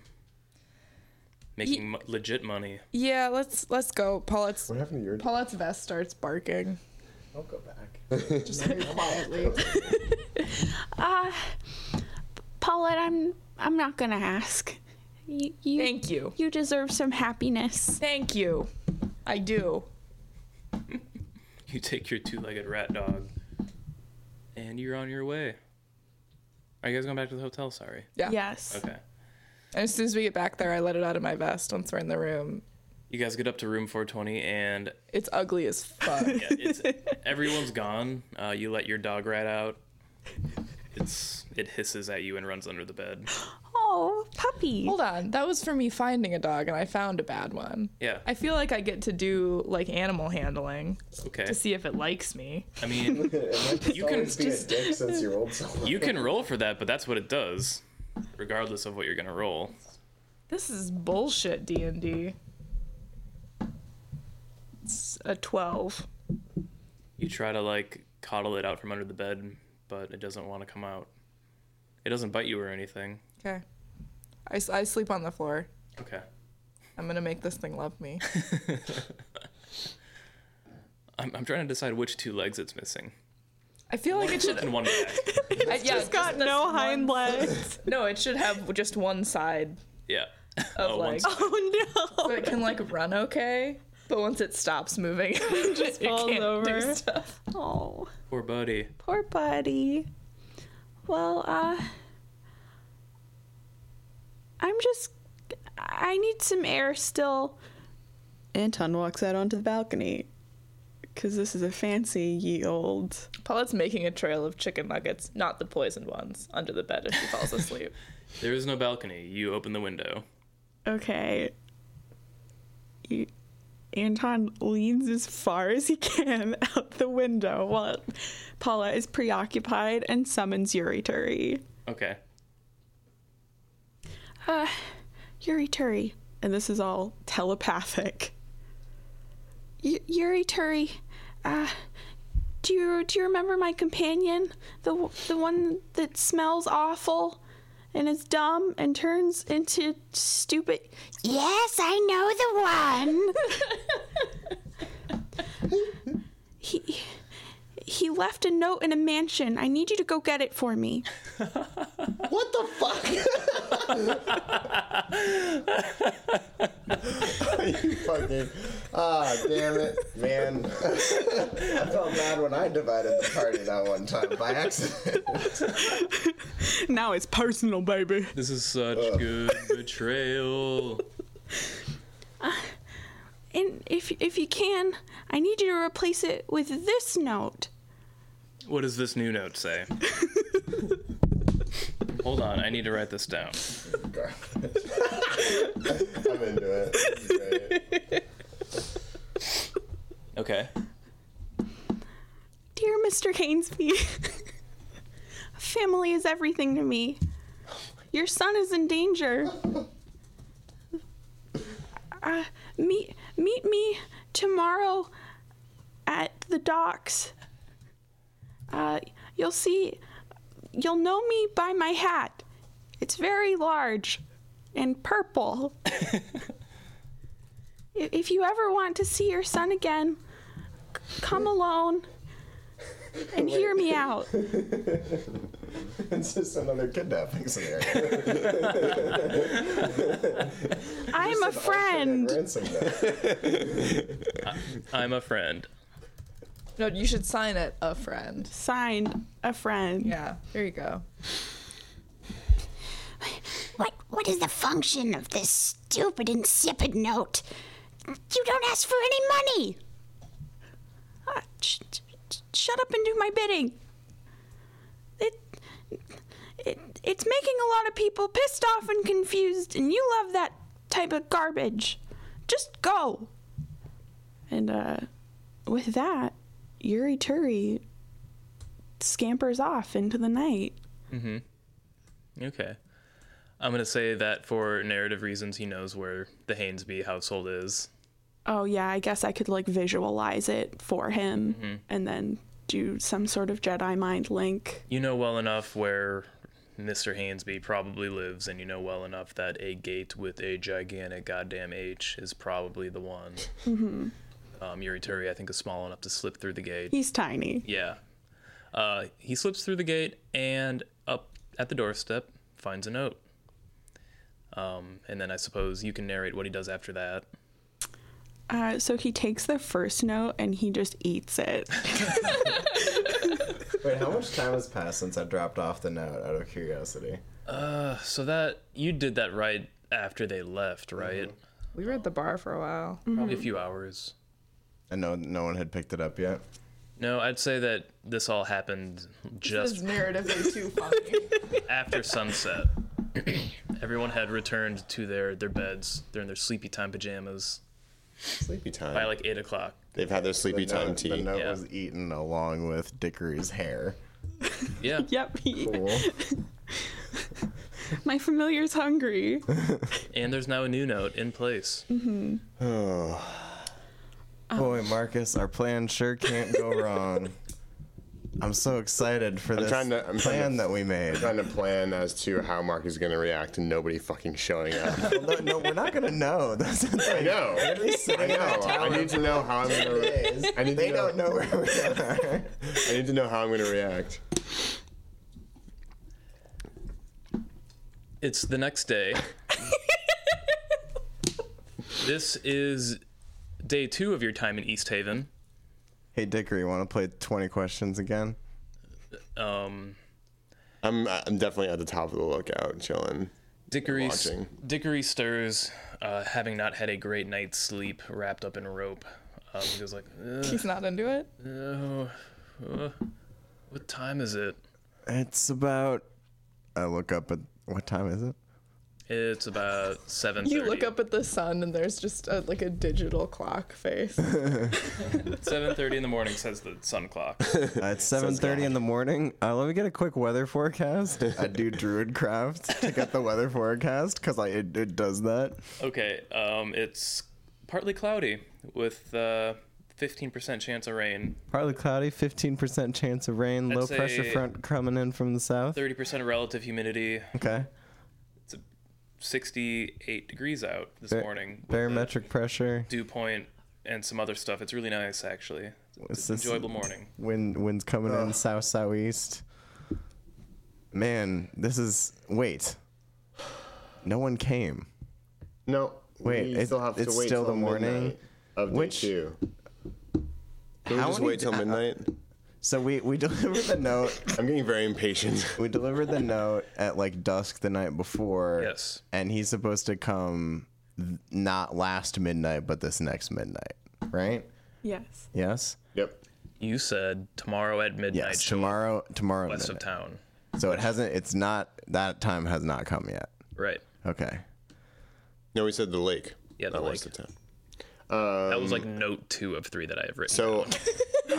S2: Making mo- legit money.
S5: Yeah, let's let's go. Paulette's
S3: What happened to your?
S5: Paulette's vest starts barking.
S3: I'll go back.
S9: Paulette, I'm I'm not gonna ask. You, you
S5: Thank you.
S9: you deserve some happiness.
S5: Thank you. I do.
S2: You take your two-legged rat dog, and you're on your way. Are you guys going back to the hotel? Sorry.
S5: Yeah.
S7: Yes.
S2: Okay.
S5: And as soon as we get back there, I let it out of my vest once we're in the room.
S2: You guys get up to room 420, and
S5: It's ugly as fuck.
S2: yeah, it's, everyone's gone. Uh, you let your dog rat out. It's it hisses at you and runs under the bed.
S9: Oh, puppy.
S5: Hold on, that was for me finding a dog, and I found a bad one.
S2: Yeah.
S5: I feel like I get to do like animal handling
S2: Okay.
S5: to see if it likes me.
S2: I mean, you can
S3: It's been a dick since you rolled so much.
S2: you can roll for that, but that's what it does, regardless of what you're gonna roll.
S5: This is bullshit, D and D. It's a twelve.
S2: You try to like coddle it out from under the bed, but it doesn't want to come out. It doesn't bite you or anything.
S5: Okay. I, s- I sleep on the floor.
S2: Okay.
S5: I'm gonna make this thing love me.
S2: I'm, I'm trying to decide which two legs it's missing.
S5: I feel like it should.
S2: And one back.
S5: I, yeah, just got
S11: No hind legs.
S5: No, it should have just one side
S2: Yeah.
S5: of
S2: Oh,
S5: like,
S2: one
S5: so
S11: Oh no.
S5: it can like run okay. But once it stops moving, it just
S11: falls
S5: can't Do
S11: over.
S5: stuff.
S9: Oh,
S2: Poor buddy.
S9: poor buddy. Well, uh, I'm just. I need some air still.
S12: Anton walks out onto the balcony because this is a fancy ye old.
S5: Paulette's making a trail of chicken nuggets, not the poisoned ones, under the bed as she falls asleep.
S2: There is no balcony. You open the window.
S12: Okay. You- Anton leans as far as he can out the window while Paula is preoccupied and summons Yuritori.
S2: Okay.
S9: Uh, Yuri Turi.
S12: And this is all telepathic.
S9: Y- Yuri Turi. Uh, do you do you remember my companion, the w- the one that smells awful, and is dumb and turns into stupid? Yes, I know the one. he he left a note in a mansion. I need you to go get it for me.
S3: What the fuck? you fucking. Ah, damn it, man. I felt bad when I divided the party that one time by accident.
S12: Now it's personal, baby.
S2: This is such good betrayal.
S9: And if if you can, I need you to replace it with this note.
S2: What does this new note say? Hold on, I need to write this down.
S3: I'm into it. This is great.
S2: Okay.
S9: Dear Mr. Hainsby, family is everything to me. Your son is in danger. Uh, meet meet me tomorrow at the docks. Uh, you'll see, you'll know me by my hat. It's very large and purple. I- if you ever want to see your son again, c- come alone and hear me out.
S3: It's just another kidnapping scenario.
S9: I'm a friend.
S3: Ransom note.
S2: I'm a friend.
S5: No, you should sign it a friend.
S9: Signed, a friend.
S5: Yeah, there you go.
S13: What what is the function of this stupid insipid note? You don't ask for any money.
S9: Ah, sh- sh- shut up and do my bidding. It, it, it's making a lot of people pissed off and confused, and you love that type of garbage. Just go. And uh, with that, Yuri Turi scampers off into the night.
S2: Okay. I'm going to say that for narrative reasons, he knows where the Hainesby household is.
S9: Oh yeah, I guess I could like visualize it for him,
S2: Mm-hmm.
S9: and then do some sort of Jedi mind link.
S2: You know well enough where Mr. Hainesby probably lives, and you know well enough that a gate with a gigantic goddamn H is probably the one. Um, Yurituri, I think, is small enough to slip through the gate.
S9: He's tiny.
S2: Yeah. Uh, he slips through the gate and up at the doorstep finds a note. Um, and then I suppose you can narrate what he does after that.
S9: Uh, so he takes the first note and he just eats it.
S3: Wait, how much time has passed since I dropped off the note out of curiosity?
S2: So that you did that right after they left, right?
S5: We were at the bar for a while.
S2: Probably a few hours.
S3: And no, no one had picked it up yet.
S2: No, I'd say that this all happened
S5: This
S2: just
S5: narrative is too funny.
S2: after sunset. Everyone had returned to their, their beds. They're in their sleepy time pajamas
S6: Sleepy time.
S2: by like 8 o'clock.
S6: They've had their sleepy
S3: No,
S6: time
S3: The
S6: tea.
S3: note
S2: Yeah.
S3: was eaten along with Dickory's hair.
S2: Yeah.
S9: yep. he-
S3: Cool.
S9: My familiar's hungry.
S2: And there's now a new note in place.
S3: Boy, Marcus, our plan sure can't go wrong. I'm so excited for this
S6: trying to- I'm trying
S3: plan
S6: to-
S3: that we made.
S6: Trying to plan as to how Mark is going to react to nobody fucking showing up.
S3: no, no, we're not gonna know. That's the thing.
S6: no.
S3: We're gonna be
S6: I
S3: sitting in
S6: know.
S3: that
S6: I
S3: tower
S6: need to know how I'm going
S3: for
S6: to.
S3: days.
S6: I need to
S3: They
S6: know-
S3: don't know where we are.
S6: I need to know how I'm going to react.
S2: It's the next day. this is day two of your time in East Haven.
S3: Hey, Dickory, want to play 20 questions again?
S2: Um,
S6: I'm I'm definitely at the top of the lookout, chilling.
S2: Dickory,
S6: Watching.
S2: Dickory stirs, uh, having not had a great night's sleep, wrapped up in rope. Um, he goes like, "Ugh,
S5: He's not into it.
S2: oh, uh, "What time is it?
S3: It's about. I look up at what time is it?
S2: It's about seven
S5: You look up at the sun and there's just a, like a digital clock face.
S2: seven thirty in the morning," says the sun clock.
S3: Uh, it's 7:30 in the morning. Uh, let me get a quick weather forecast. I do Druidcraft to get the weather forecast because I it, it does that.
S2: Okay, um, it's partly cloudy with uh, 15% chance of rain,
S3: Partly cloudy, 15% chance of rain, low
S2: say-
S3: pressure front coming in from the south.
S2: 30% relative humidity,
S3: Okay.
S2: 68 degrees out this
S3: Bar-
S2: morning. with a
S3: Barometric pressure.
S2: dew point and some other stuff. It's really nice, actually.
S3: What's
S2: It's
S3: this?
S2: an enjoyable morning.
S3: Wind winds coming in south southeast. Man, this is wait. No one came.
S6: No.
S3: Wait,
S6: we
S3: it-
S6: still have
S3: it's
S6: to wait
S3: still
S6: till
S3: the morning?
S6: midnight of day
S3: Which-
S6: two. Can we
S3: How
S6: just
S3: many
S6: wait till
S3: d-
S6: midnight?
S3: So we we delivered the note.
S6: I'm getting very impatient.
S3: We delivered the note at like dusk the night before.
S2: Yes.
S3: And he's supposed to come th- not last midnight, but this next midnight, right?
S9: yes.
S3: Yes.
S6: yep.
S2: You said tomorrow at midnight,
S3: Yes.
S2: show
S3: tomorrow. Tomorrow.
S2: west of
S3: midnight.
S2: town.
S3: So it hasn't. It's not. That time has not come yet.
S2: Right.
S3: Okay.
S6: No, we said the lake.
S2: Yeah, the
S6: not west
S2: lake.
S6: of town.
S2: That was
S3: Mm.
S2: like note two of three that I have written.
S6: Um, So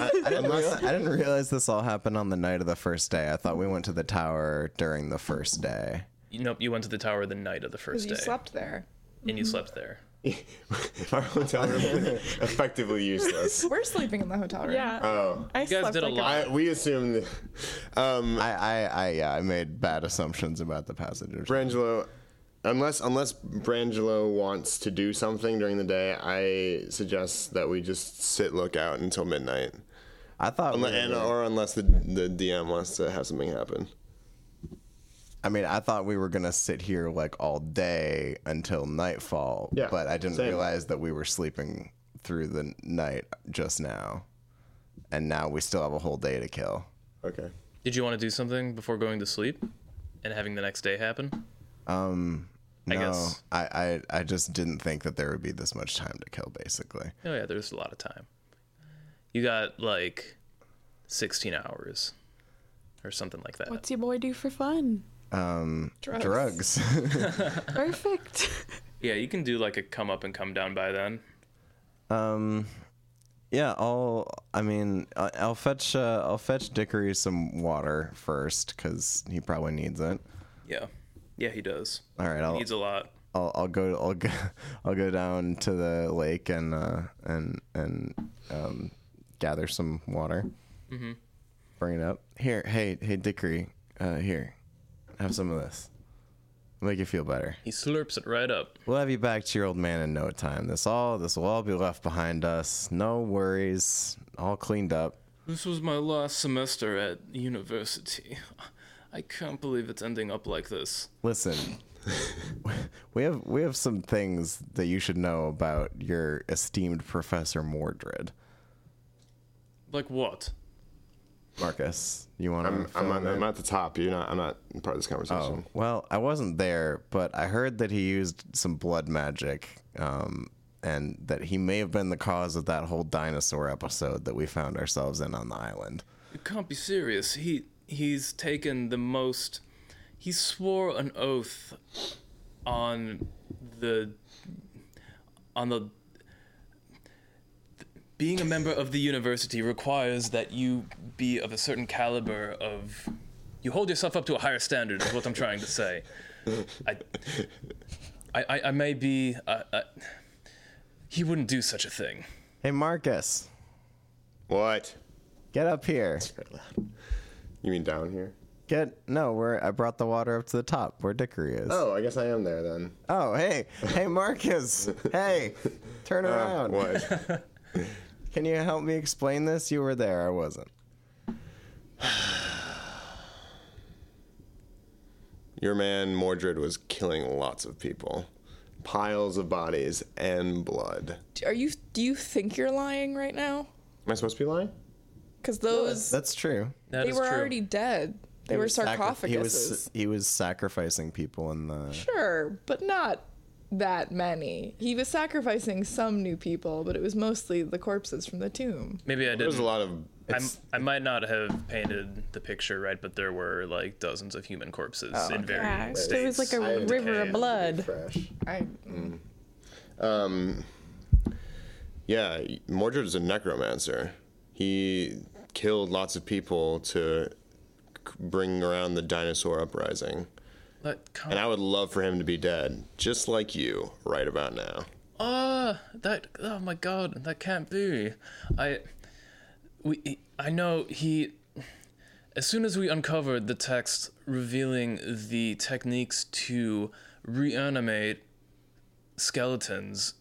S3: I didn't, realize, I didn't realize this all happened on the night of the first day. I thought we went to the tower during the first day.
S2: you nope, you went to the tower the night of the first day,
S5: you slept there.
S2: and you slept there.
S6: our hotel room is effectively useless.
S5: We're sleeping in the hotel room.
S9: Yeah. Oh. I
S2: You guys
S9: slept
S2: did a
S9: like
S2: lot.
S6: I, we assumed. Um,
S3: I, I, I, yeah, I made bad assumptions about the passengers.
S6: Brangelo, unless unless Brangelo wants to do something during the day, I suggest that we just sit lookout until midnight,
S3: I thought, we
S6: Unle- and,
S3: were,
S6: or unless the the DM wants to have something happen.
S3: I mean, I thought we were gonna sit here like all day until nightfall.
S6: Yeah,
S3: but I didn't
S6: same.
S3: realize that we were sleeping through the night just now. and now we still have a whole day to kill.
S6: Okay.
S2: Did you want to do something before going to sleep and having the next day happen?
S3: Um,
S2: I
S3: no,
S2: guess.
S3: I, I I just didn't think that there would be this much time to kill. Basically,
S2: Oh yeah, there's a lot of time. You got like 16 hours or something like that.
S5: What's your boy do for fun?
S3: um,
S5: Drugs.
S3: drugs.
S5: Perfect.
S2: Yeah, you can do like a come up and come down by then.
S3: Um, yeah, I'll. I mean, I- I'll fetch. Uh, I'll fetch Dickory some water first because he probably needs it.
S2: Yeah. Yeah, he does.
S3: All right, I'll.
S2: He needs a lot.
S3: I'll, I'll go. I'll go. I'll go down to the lake and uh, and and um, gather some water.
S2: Mm-hmm.
S3: Bring it up here. Hey, hey, Dickory. Uh, here, have some of this. Make you feel better.
S2: He slurps it right up.
S3: We'll have you back to your old man in no time. This all this will all be left behind us. No worries. All cleaned up.
S2: This was my last semester at university. I can't believe it's ending up like this.
S3: Listen. we have we have some things that you should know about your esteemed professor Mordred.
S2: Like what?
S3: Marcus, you want
S6: I'm
S3: to
S6: I'm, on, I'm at the top. You're not. I'm not part of this
S3: Oh,
S6: conversation.
S3: well, I wasn't there, but I heard that he used some blood magic um and that he may have been the cause of that whole dinosaur episode that we found ourselves in on the island.
S2: You can't be serious. He he's taken the most. He swore an oath on the on the being a member of the university requires that you be of a certain caliber of you hold yourself up to a higher standard is what I'm trying to say. I I, I, I may be uh, uh, he wouldn't do such a thing.
S3: Hey Marcus,
S6: What?
S3: get up here.
S6: You mean down here?
S3: Get no, where I brought the water up to the top where Dickory is.
S6: Oh, I guess I am there then.
S3: Oh, hey, hey, Marcus, hey, turn
S6: Uh,
S3: around.
S6: what?
S3: Can you help me explain this? You were there, I wasn't.
S6: Your man Mordred was killing lots of people, piles of bodies and blood.
S5: Are you? Do you think you're lying right now?
S6: Am I supposed to be lying?
S5: Because those
S3: That's true.
S2: That
S5: they
S2: is
S5: were
S2: true.
S5: already dead. They
S3: He
S5: were
S3: was sacri-
S5: sarcophaguses.
S3: he was he was sacrificing people in the.
S5: Sure, but not that many. He was sacrificing some new people, but it was mostly the corpses from the tomb.
S2: Maybe I
S6: There was
S2: didn't
S6: a lot of.
S2: I'm, I might not have painted the picture right, but there were like dozens of human corpses in various
S8: Gosh,
S2: states.
S8: there was like a river
S2: decay.
S8: of blood.
S6: Fresh.
S5: I mm.
S6: Um, yeah, Mordred is a necromancer. He killed lots of people to c- bring around the dinosaur uprising.
S2: That can't,
S6: And I would love for him to be dead, just like you, right about now.
S2: Ah, that oh my god, that can't be. I we I know he as soon as we uncovered the text revealing the techniques to reanimate skeletons,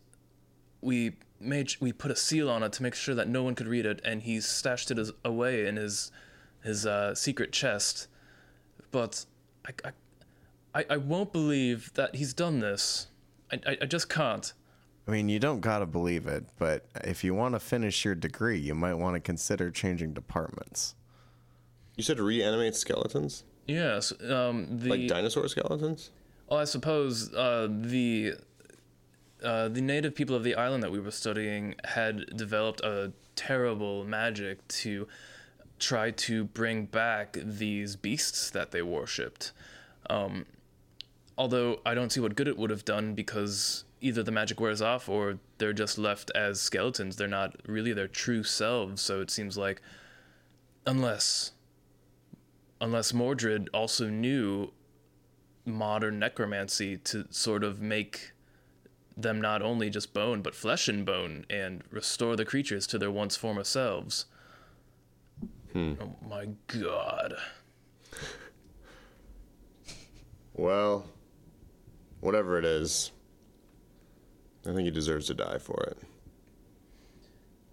S2: we made we put a seal on it to make sure that no one could read it and he stashed it as, away in his his uh, secret chest. But I, I I I won't believe that he's done this. I, I, I just can't.
S3: I mean, you don't gotta believe it, but if you want to finish your degree, you might want to consider changing departments.
S6: You said reanimate skeletons?
S2: Yes, um, the
S6: Like dinosaur skeletons?
S2: well, I suppose uh, the uh, the native people of the island that we were studying had developed a terrible magic to try to bring back these beasts that they worshipped. Um, although I don't see what good it would have done because either the magic wears off or they're just left as skeletons. They're not really their true selves. So it seems like, unless unless Mordred also knew modern necromancy to sort of make them not only just bone but flesh and bone and restore the creatures to their once former selves. Oh my god.
S6: Well, whatever it is, I think he deserves to die for it.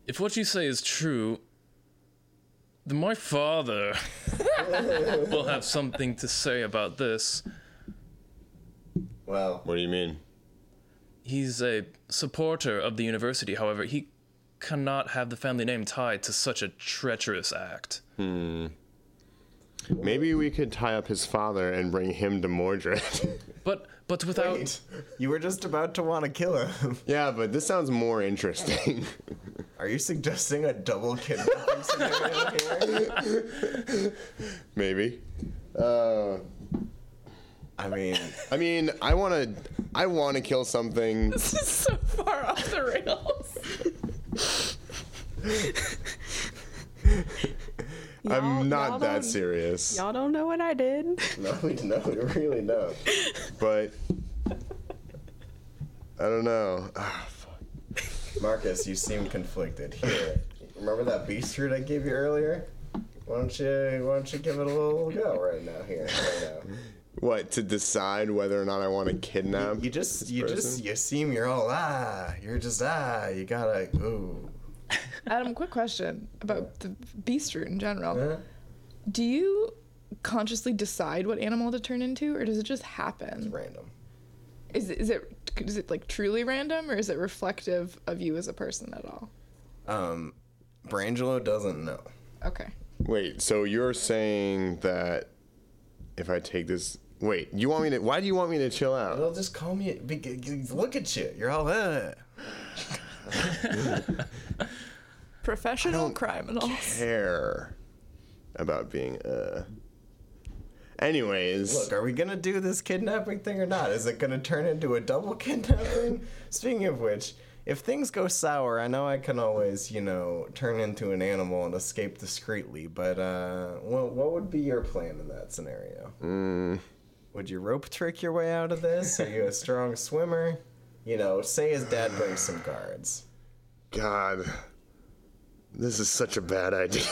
S2: If what you say is true, then my father will have something to say about this.
S3: Well,
S6: What do you mean?
S2: He's a supporter of the university, however, he cannot have the family name tied to such a treacherous act.
S6: Hmm. Maybe we could tie up his father and bring him to Mordred.
S2: But but without
S3: Wait, you were just about to want to kill him.
S6: yeah, but this sounds more interesting.
S3: Are you suggesting a double kidnapping scenario here?
S6: Maybe. Uh,
S3: I mean,
S6: I mean, I want to, I want to kill something.
S5: This is so far off the rails.
S6: I'm
S9: y'all
S6: not that
S9: don't-
S6: serious.
S9: Y'all don't know what I did.
S6: No, we don't. We really don't. But I don't know. Ah, fuck.
S3: Marcus, you seem conflicted here. Remember that beast root I gave you earlier? Why don't you why don't you give it a little go right now here? Right now.
S6: What to decide whether or not I want to kidnap?
S3: You just
S6: this
S3: you just
S6: person?
S3: you seem you're all ah you're just ah you gotta ooh
S5: Adam, quick question about the beast root in general.
S3: Huh?
S5: Do you consciously decide what animal to turn into, or does it just happen?
S3: random.
S5: Is it, is it is it like truly random, or is it reflective of you as a person at all?
S3: Um, Brangelo doesn't know.
S5: Okay.
S6: Wait. So you're saying that if I take this, wait, you want me to? Why do you want me to chill out?
S3: They'll just call me. be- g- g- Look at you. You're all uh.
S5: Professional criminals.
S6: Care about being uh. Anyways,
S3: Look, are we gonna do this kidnapping thing or not? Is it gonna turn into a double kidnapping? Speaking of which, if things go sour, I know I can always, you know, turn into an animal and escape discreetly. But uh, what what would be your plan in that scenario? Would you rope trick your way out of this? Are you a strong swimmer? You know, say his dad brings some guards.
S6: God, this is such a bad idea.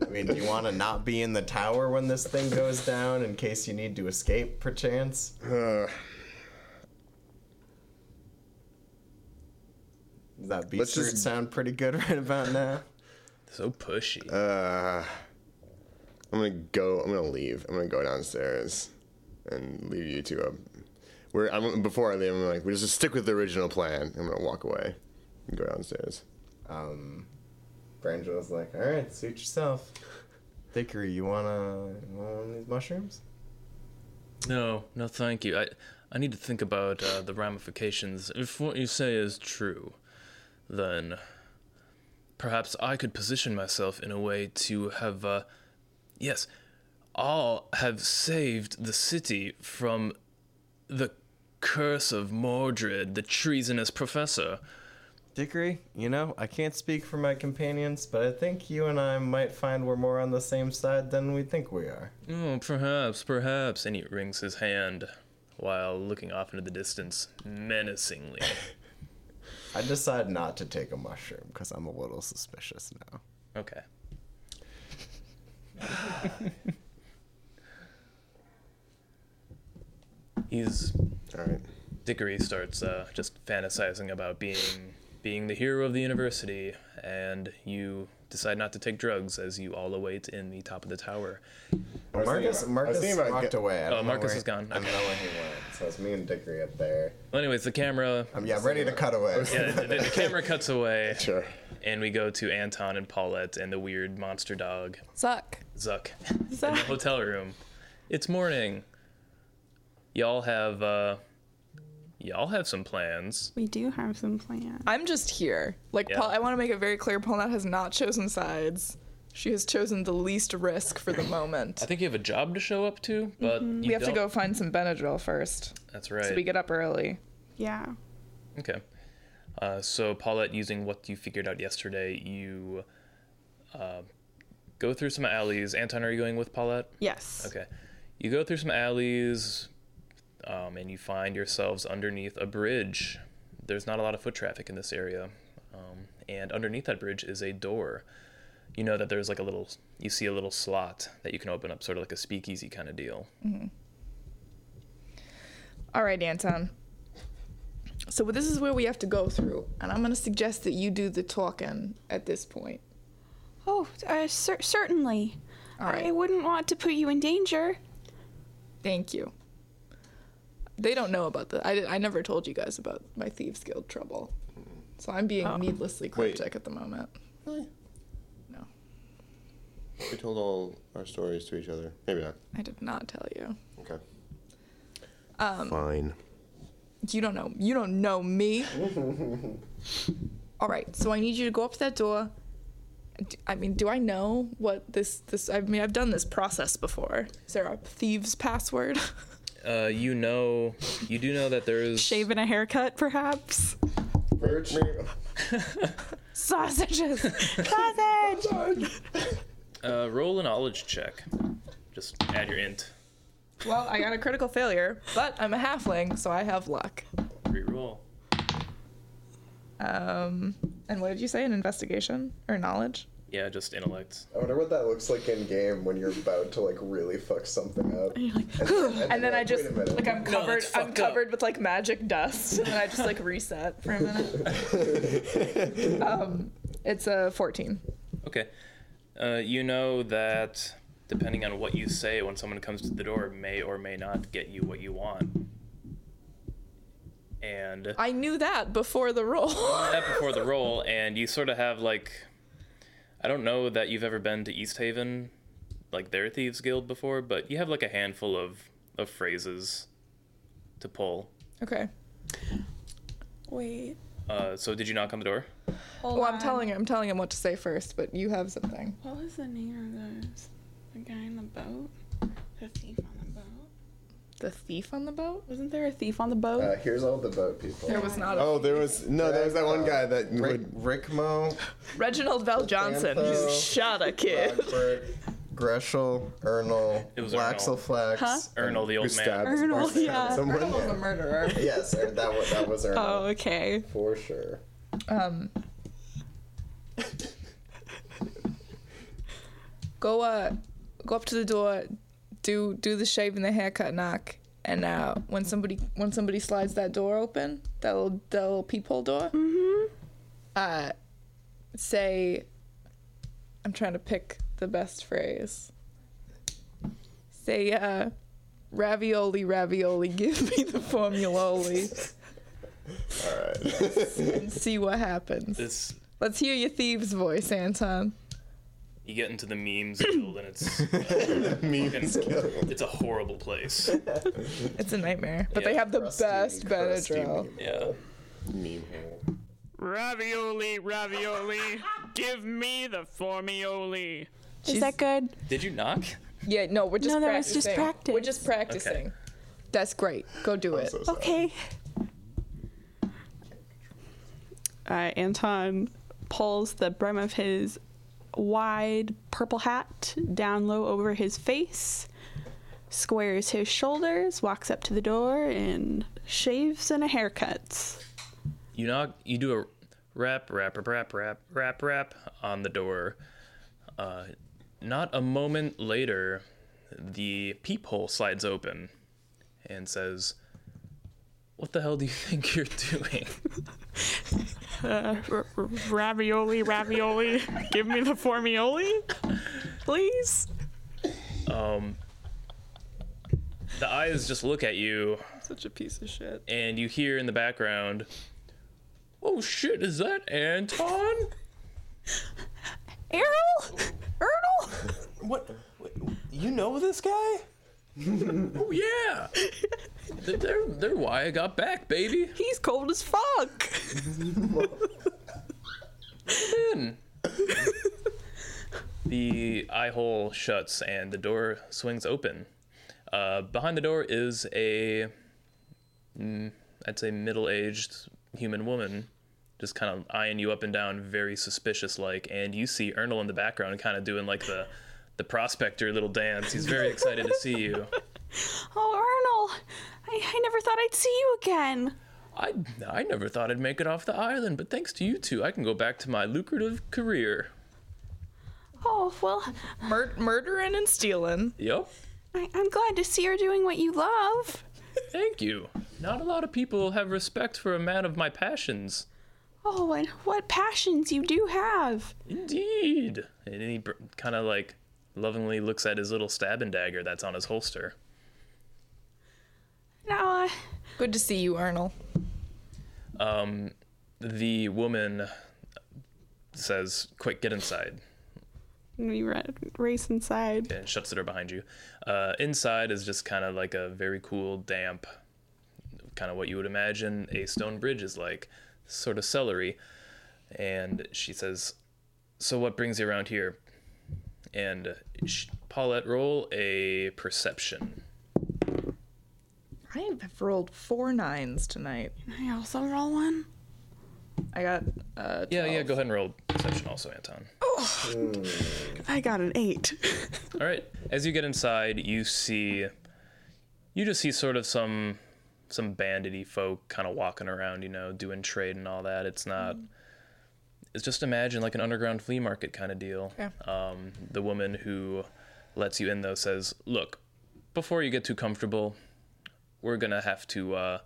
S3: I mean, do you want to not be in the tower when this thing goes down in case you need to escape, perchance?
S6: Uh,
S3: Does that
S6: Let's
S3: beast
S6: just-
S3: root sound pretty good right about now?
S2: So pushy.
S6: uh, I'm gonna go. I'm gonna leave. I'm gonna go downstairs and leave you two up. We're I'm, before I leave. I'm like, we just stick with the original plan. I'm gonna walk away and go downstairs.
S3: Um, Brangelo's like, all right, suit yourself. Dickory, you wanna you want one of these mushrooms?
S2: No, no, thank you. I I need to think about uh, the ramifications. If what you say is true, then perhaps I could position myself in a way to have, uh, yes, I'll have saved the city from the curse of Mordred, the treasonous professor.
S3: Dickory, you know, I can't speak for my companions, but I think you and I might find we're more on the same side than we think we are.
S2: Oh, perhaps, perhaps. And he wrings his hand while looking off into the distance menacingly.
S3: I decide not to take a mushroom because I'm a little suspicious now.
S2: Okay. He's
S6: All right.
S2: Dickory starts uh, just fantasizing about being being the hero of the university, and you decide not to take drugs as you all await in the top of the tower.
S6: was thinking
S3: Marcus,
S6: about- I was
S3: Marcus
S6: thinking about
S3: walked
S6: get-
S3: away. I don't know
S2: Oh, Marcus
S3: where-
S2: is gone.
S3: I don't know where he went. So it's me and Dickory up there.
S2: Well, anyways, the camera
S3: I'm yeah, ready to cut away.
S2: yeah, the, the camera cuts away,
S6: Sure.
S2: and we go to Anton and Paulette and the weird monster dog
S5: Suck.
S2: Zuck in the hotel room. It's morning. Y'all have uh, y'all have some plans.
S9: We do have some plans.
S5: I'm just here. Like,
S2: Yeah.
S5: Paul, I want to make it very clear Paulette has not chosen sides. She has chosen the least risk for the moment.
S2: I think you have a job to show up to, but you
S5: Mm-hmm. We have to
S2: don't-
S5: go find some Benadryl first.
S2: That's right.
S5: So we get up early.
S9: Yeah.
S2: okay. Uh, so Paulette, using what you figured out yesterday, you uh, go through some alleys. Anton, are you going with Paulette?
S9: Yes.
S2: Okay. You go through some alleys, um, and you find yourselves underneath a bridge. There's not a lot of foot traffic in this area. Um, and underneath that bridge is a door. You know that there's like a little, you see a little slot that you can open up, sort of like a speakeasy kind of deal.
S5: All right, Anton. So this is where we have to go through, and I'm going to suggest that you do the talking at this point.
S9: Oh, uh, cer- certainly.
S5: All right.
S9: I wouldn't want to put you in danger.
S5: Thank you. They don't know about the. I, I never told you guys about my Thieves Guild trouble. So I'm being
S6: Oh.
S5: needlessly
S6: Wait.
S5: cryptic at the moment.
S6: Really?
S5: No.
S6: We told all our stories to each other. Maybe not.
S5: I did not tell you.
S6: Okay.
S5: Um,
S6: Fine.
S5: you don't know. You don't know me. All right. So I need you to go up to that door. D- I mean, do I know what this this? I mean, I've done this process before. Is there a thieves' password?
S2: Uh, you know, you do know that there is
S9: Shave and a haircut, perhaps.
S6: Birch.
S9: Sausages. Sausage.
S2: uh, roll a knowledge check. Just add your int.
S5: well, I got a critical failure, but I'm a halfling, so I have luck.
S2: Reroll.
S5: Um, and what did you say? An investigation or knowledge?
S2: Yeah, just intellect.
S3: I wonder what that looks like in game when you're about to like really fuck something up.
S5: and then I just
S3: Wait a minute.
S5: like I'm
S3: No,
S5: covered.
S3: that's
S5: I'm
S3: fucked up.
S5: covered with like magic dust, and I just like reset for a minute. um, it's a 14.
S2: Okay. Uh, you know that depending on what you say when someone comes to the door may or may not get you what you want. And
S5: I knew that before the roll.
S2: that before the roll, and you sort of have like, I don't know that you've ever been to East Haven, like their thieves guild before, but you have like a handful of of phrases to pull.
S5: okay.
S9: Wait.
S2: Uh, so did you knock on the door?
S5: well, I'm telling him. I'm telling him what to say first, but you have something.
S14: What was the name of those? The guy in the boat? The thief on the boat?
S5: The thief on the boat?
S9: Wasn't there a thief on the boat?
S3: Uh, here's all the boat people.
S5: There was not a-
S6: Oh, there was no. There was that one guy that
S3: Rick, Rickmo,
S5: Reginald Bell Johnson.
S3: Sampo.
S5: You shot a kid.
S3: Rockford, Greshel, Ernol,
S2: It was
S3: Waxelflax,
S5: Huh?
S2: Ernal, the old
S3: who
S2: man.
S3: stabbed
S9: Ernal,
S3: Marcel.
S9: yeah.
S3: Someone-
S9: Ernal's
S5: a murderer.
S3: yes, er- that was that was Ernal
S9: Oh, okay.
S3: for sure.
S5: Um. go uh, go up to the door, do do the shave and the haircut knock, and uh, when somebody when somebody slides that door open, that little that little peephole door, uh, say, I'm trying to pick the best phrase. Say uh, ravioli, ravioli, give me the formuloli,
S6: All right.
S5: and see what happens.
S2: This
S5: Let's hear your thieves' voice, Anton.
S2: you get into the memes guild, and it's memes It's a horrible place.
S5: It's a nightmare, but they
S2: Yeah.
S5: have the
S2: Crusty,
S5: best
S2: crusty
S5: Benadryl.
S2: Yeah.
S6: Meme hole.
S15: Ravioli, ravioli, give me the formioli.
S5: Is that
S9: good?
S2: Did you knock?
S5: Yeah, no, we're just
S9: No, that was
S5: practicing.
S9: just practice.
S5: We're just practicing.
S2: Okay.
S5: That's great. Go do it.
S9: Okay. Uh, Anton pulls the brim of his wide purple hat down low over his face, squares his shoulders, walks up to the door, and shaves and a haircut.
S2: You knock. You do a rap, rap, rap, rap, rap, rap, rap on the door. Uh, not a moment later, the peephole slides open, and says, "What the hell do you think you're doing?"
S15: Uh, r- r- ravioli, ravioli, give me the formioli, please.
S2: Um, the eyes just look at you,
S5: Such a piece of shit.
S2: and you hear in the background, "Oh shit, is that Anton?"
S9: Errol? Errol?
S2: What? You know this guy? oh yeah. They're- They're they're why I got back, baby.
S9: He's cold as fuck.
S2: in. the eye hole shuts and the door swings open. Uh, behind the door is a, mm, I'd say, middle aged human woman, just kind of eyeing you up and down, very suspicious like. And you see Ernal in the background, kind of doing like the, the prospector little dance. He's very excited to see you.
S9: Oh, Arnold, I, I never thought I'd see you again.
S2: I, I never thought I'd make it off the island, but thanks to you two, I can go back to my lucrative career.
S9: Oh, well,
S5: Mur- murdering and stealing.
S2: Yep.
S9: I, I'm glad to see you're doing what you love.
S2: Thank you. Not a lot of people have respect for a man of my passions.
S9: Oh, and what passions you do have.
S2: Indeed. And he kind of like lovingly looks at his little stabbing dagger that's on his holster.
S9: Now, uh,
S7: uh,
S5: Good to see you, Arnold.
S2: Um, the woman says, "Quick, get inside."
S9: We ra- race inside.
S2: and shuts the door behind you. Uh, inside is just kind of like a very cool, damp, kind of what you would imagine a stone bridge is like, sort of celery. And she says, "So what brings you around here?" And sh- Paulette, roll a perception.
S5: I have rolled four nines tonight.
S14: Can I also roll one?
S5: I got uh
S2: Yeah, yeah. Go ahead and roll perception, also, Anton.
S9: I got an eight.
S2: All right. As you get inside, you see, you just see sort of some, some bandity folk kind of walking around, you know, doing trade and all that. It's not. It's just imagine like an underground flea market kind of deal.
S5: Yeah.
S2: Um, the woman who lets you in though says, "Look, before you get too comfortable, we're gonna have to." Uh,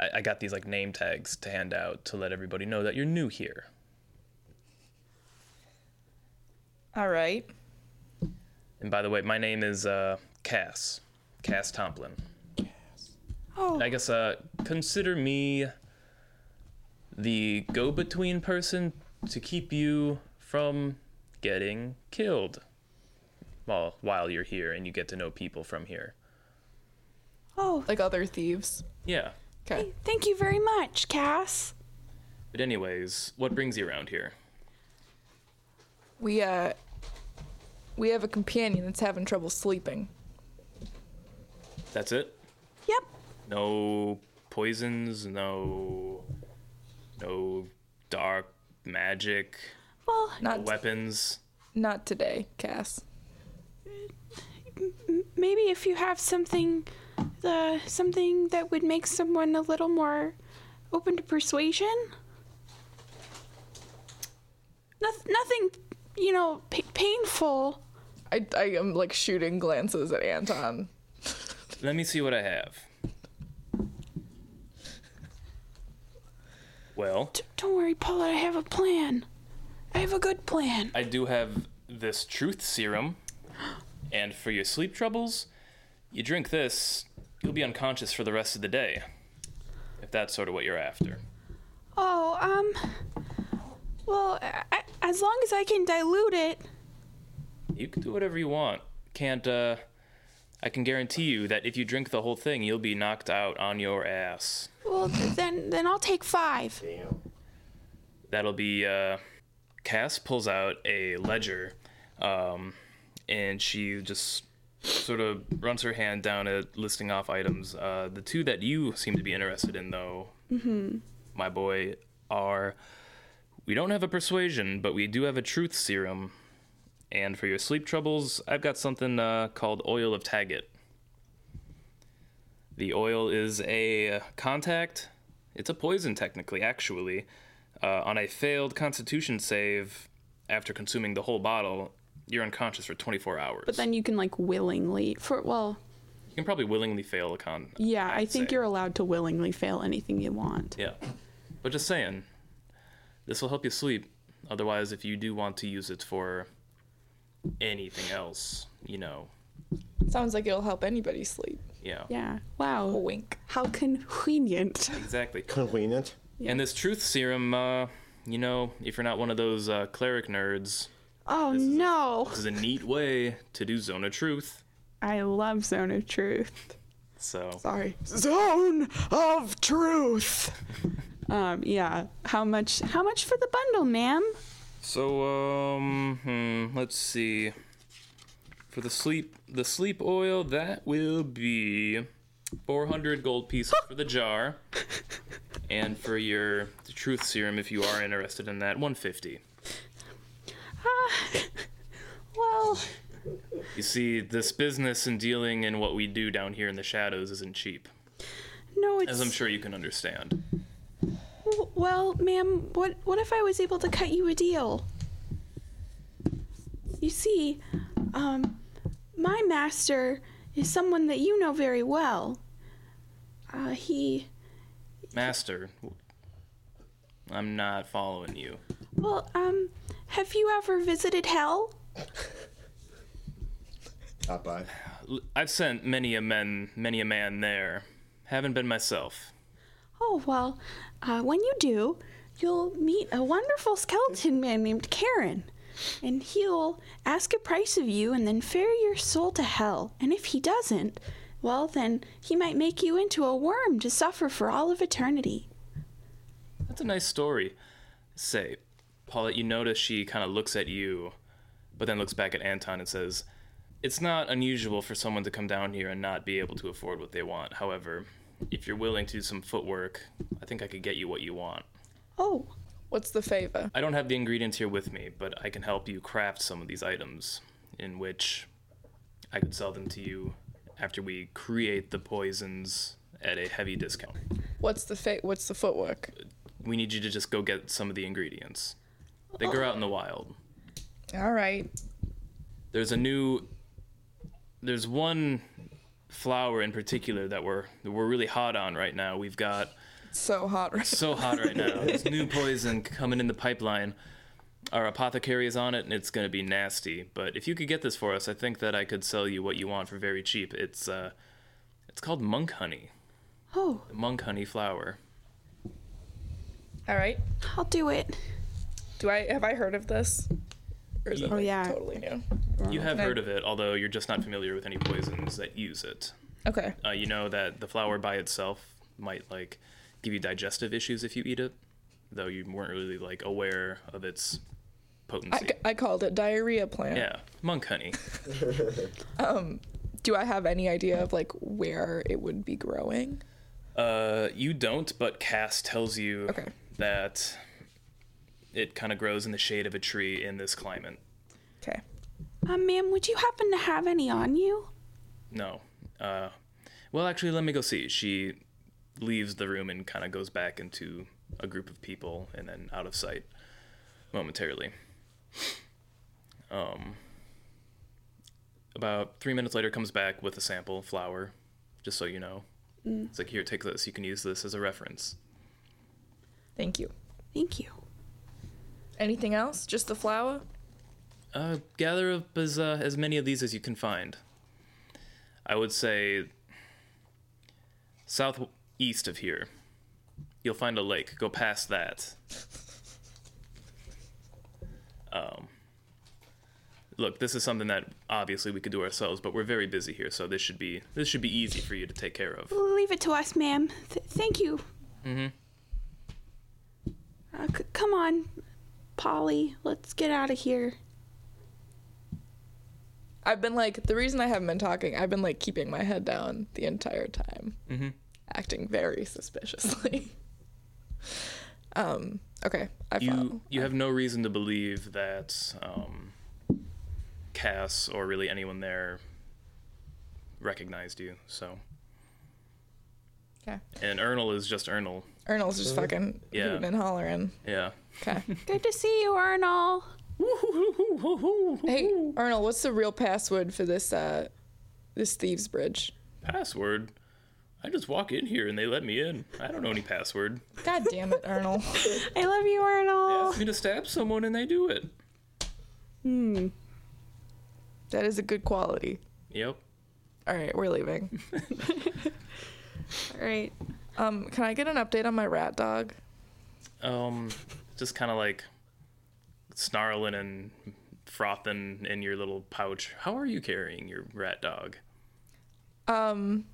S2: I, I got these like name tags to hand out to let everybody know that you're new here.
S5: All right.
S2: And by the way, my name is uh, Cass. Cass Tomplin. Oh. I guess uh, consider me the go-between person to keep you from getting killed. Well, while you're here and you get to know people from here.
S5: Oh, like other thieves.
S2: Yeah.
S5: Okay.
S7: Thank you very much, Cass.
S2: But anyways, what brings you around here?
S5: We uh we have a companion that's having trouble sleeping.
S2: That's it?
S5: Yep.
S2: No poisons, no no dark magic,
S5: Well,
S2: no
S5: not
S2: weapons.
S5: not today, Cass.
S7: Maybe if you have something, the something that would make someone a little more open to persuasion. Noth- nothing, you know, pa- painful.
S5: I I am like shooting glances at Anton.
S2: Let me see what I have. Well,
S7: Don't worry, Paula. I have a plan. I have a good plan.
S2: I do have this truth serum. And for your sleep troubles, you drink this, you'll be unconscious for the rest of the day. If that's sort of what you're after.
S7: Oh, um. Well, I, I- as long as I can dilute it.
S2: You can do whatever you want. Can't, uh. I can guarantee you that if you drink the whole thing, you'll be knocked out on your ass.
S7: Well, th- then then I'll take five.
S2: That'll be uh Cass pulls out a ledger um and she just sort of runs her hand down at listing off items. Uh the two that you seem to be interested in though,
S14: Mm-hmm.
S2: my boy, are we don't have a persuasion, but we do have a truth serum. And for your sleep troubles, I've got something uh, called Oil of Taggett. The oil is a contact. It's a poison, technically, actually. Uh, on a failed constitution save, after consuming the whole bottle, you're unconscious for 24 hours.
S9: But then you can like willingly for well,
S2: you can probably willingly fail a con.
S9: yeah, I think
S2: say.
S9: you're allowed to willingly fail anything you want.
S2: Yeah. But just saying, this will help you sleep. Otherwise, if you do want to use it for anything else, you know,
S5: Sounds like it'll help anybody sleep.
S2: yeah.
S9: Yeah. Wow.
S5: A wink.
S9: How convenient.
S2: Exactly.
S6: Convenient.
S2: And this truth serum, uh, you know, if you're not one of those uh, cleric nerds,
S9: Oh no.
S2: this is a neat way to do Zone of Truth.
S9: I love Zone of Truth.
S2: So,
S9: Sorry. Zone of Truth. um yeah, how much how much for the bundle, ma'am?
S2: so um, hmm, let's see. For the sleep, the sleep oil, that will be 400 gold pieces for the jar, and for your truth serum, if you are interested in that, 150.
S7: Ah,
S9: Well,
S2: You see, this business and dealing in what we do down here in the shadows isn't cheap,
S7: No, it's.
S2: as I'm sure you can understand.
S7: W- Well, ma'am, what what if I was able to cut you a deal? You see, um, my master is someone that you know very well. Uh, he
S2: Master, I'm not following you.
S7: well, um, have you ever visited hell?
S6: Not by.
S2: L- I've sent many a men, many a man there. Haven't been myself.
S9: Oh, well, uh, when you do, you'll meet a wonderful skeleton man named Karen. And he'll ask a price of you and then fare your soul to hell. And if he doesn't, well, then he might make you into a worm to suffer for all of eternity.
S2: That's a nice story. Say, Paulette, you notice she kind of looks at you, but then looks back at Anton and says, It's not unusual for someone to come down here and not be able to afford what they want. However, if you're willing to do some footwork, I think I could get you what you want.
S9: Oh,
S5: what's the favor?
S2: I don't have the ingredients here with me, but I can help you craft some of these items, in which I could sell them to you after we create the poisons at a heavy discount.
S5: What's the fa- what's the footwork?
S2: We need you to just go get some of the ingredients. They grow out in the wild.
S5: All right.
S2: There's a new there's one flower in particular that we're that we're really hot on right now. We've got
S5: So hot right
S2: so hot right now. This new poison coming in the pipeline. Our apothecary is on it, and it's going to be nasty. But if you could get this for us, I think that I could sell you what you want for very cheap. It's uh, it's called monk honey.
S9: Oh.
S2: The monk honey flower.
S5: All right.
S9: I'll do it.
S5: Do I have I heard of this? Or is it
S2: Oh,
S5: like,
S2: yeah.
S5: totally new?
S2: You have
S5: Can I-
S2: heard of it, although you're just not familiar with any poisons that use it.
S5: Okay.
S2: Uh, you know that the flower by itself might like give you digestive issues if you eat it, though you weren't really like aware of its
S5: I,
S2: potency.
S5: ca- I called it diarrhea plant.
S2: yeah, monk honey.
S5: Um, do I have any idea of like where it would be growing?
S2: Uh, you don't, but Cass tells you that it kind of grows in the shade of a tree in this climate.
S5: Okay.
S9: Um, ma'am, would you happen to have any on you?
S2: No. Uh, well, actually, let me go see. She leaves the room and kind of goes back into a group of people and then out of sight momentarily. Um, about three minutes later, comes back with a sample flower, just so you know.
S9: Mm.
S2: It's like, here, take this. You can use this as a reference.
S5: Thank you.
S9: Thank you.
S5: Anything else? Just the flower?
S2: Uh, gather up as uh, as many of these as you can find. I would say southeast of here. You'll find a lake. Go past that. Um, look, this is something that obviously we could do ourselves, but we're very busy here, so this should be this should be easy for you to take care of.
S9: Leave it to us, ma'am. Th- thank you.
S2: Mm-hmm.
S9: Uh, c- come on, Polly. Let's get out of here.
S5: I've been like the reason I haven't been talking, I've been like keeping my head down the entire time,
S2: Mm-hmm.
S5: acting very suspiciously. um, okay. I follow.
S2: you you have no reason to believe that um, Cass or really anyone there recognized you. So.
S5: Okay.
S2: And Ernal is just Ernal.
S5: Ernal's just fucking
S2: Yeah.
S5: hooting and hollering.
S2: Yeah.
S5: Okay.
S9: Good to see you, Arnold.
S5: hey, Arnold, what's the real password for this uh this thieves bridge?
S2: Password. I just walk in here and they let me in. I don't know any password.
S5: God damn it, Arnold.
S9: I love you, Arnold.
S2: Ask me to stab someone and they do it.
S5: Hmm. That is a good quality.
S2: Yep.
S5: All right, we're leaving.
S9: All right.
S5: Um, can I get an update on my rat dog?
S2: Um, just kind of like snarling and frothing in your little pouch. How are you carrying your rat dog?
S5: Um,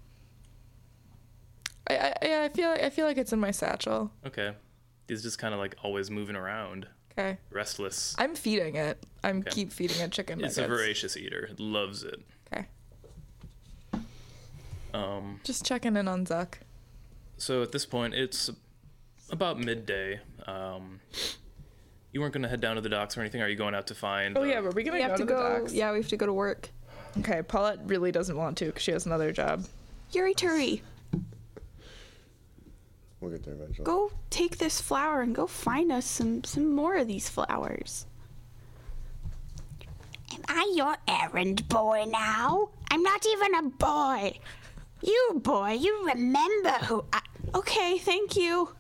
S5: I, I yeah, I feel like I feel like it's in my satchel.
S2: Okay. He's just kind of like always moving around,
S5: Okay.
S2: restless.
S5: I'm feeding it. I'm
S2: Okay.
S5: keep feeding it chicken
S2: It's
S5: nuggets.
S2: a voracious eater. It loves it.
S5: Okay.
S2: Um,
S5: Just checking in on Zuck.
S2: so at this point it's about midday um you weren't going to head down to the docks or anything are you going out to find uh,
S5: Oh
S2: the-
S5: yeah, were we gonna
S9: We
S5: go
S9: have to
S5: the
S9: go.
S5: docks?
S9: Yeah, we have to go to work.
S5: Okay, Paulette really doesn't want to because she has another job.
S9: Yuri Turi,
S6: We'll get there eventually.
S9: go take this flower and go find us some some more of these flowers.
S13: Am I your errand boy now? I'm not even a boy. You boy, you remember who I.
S9: Okay, thank you.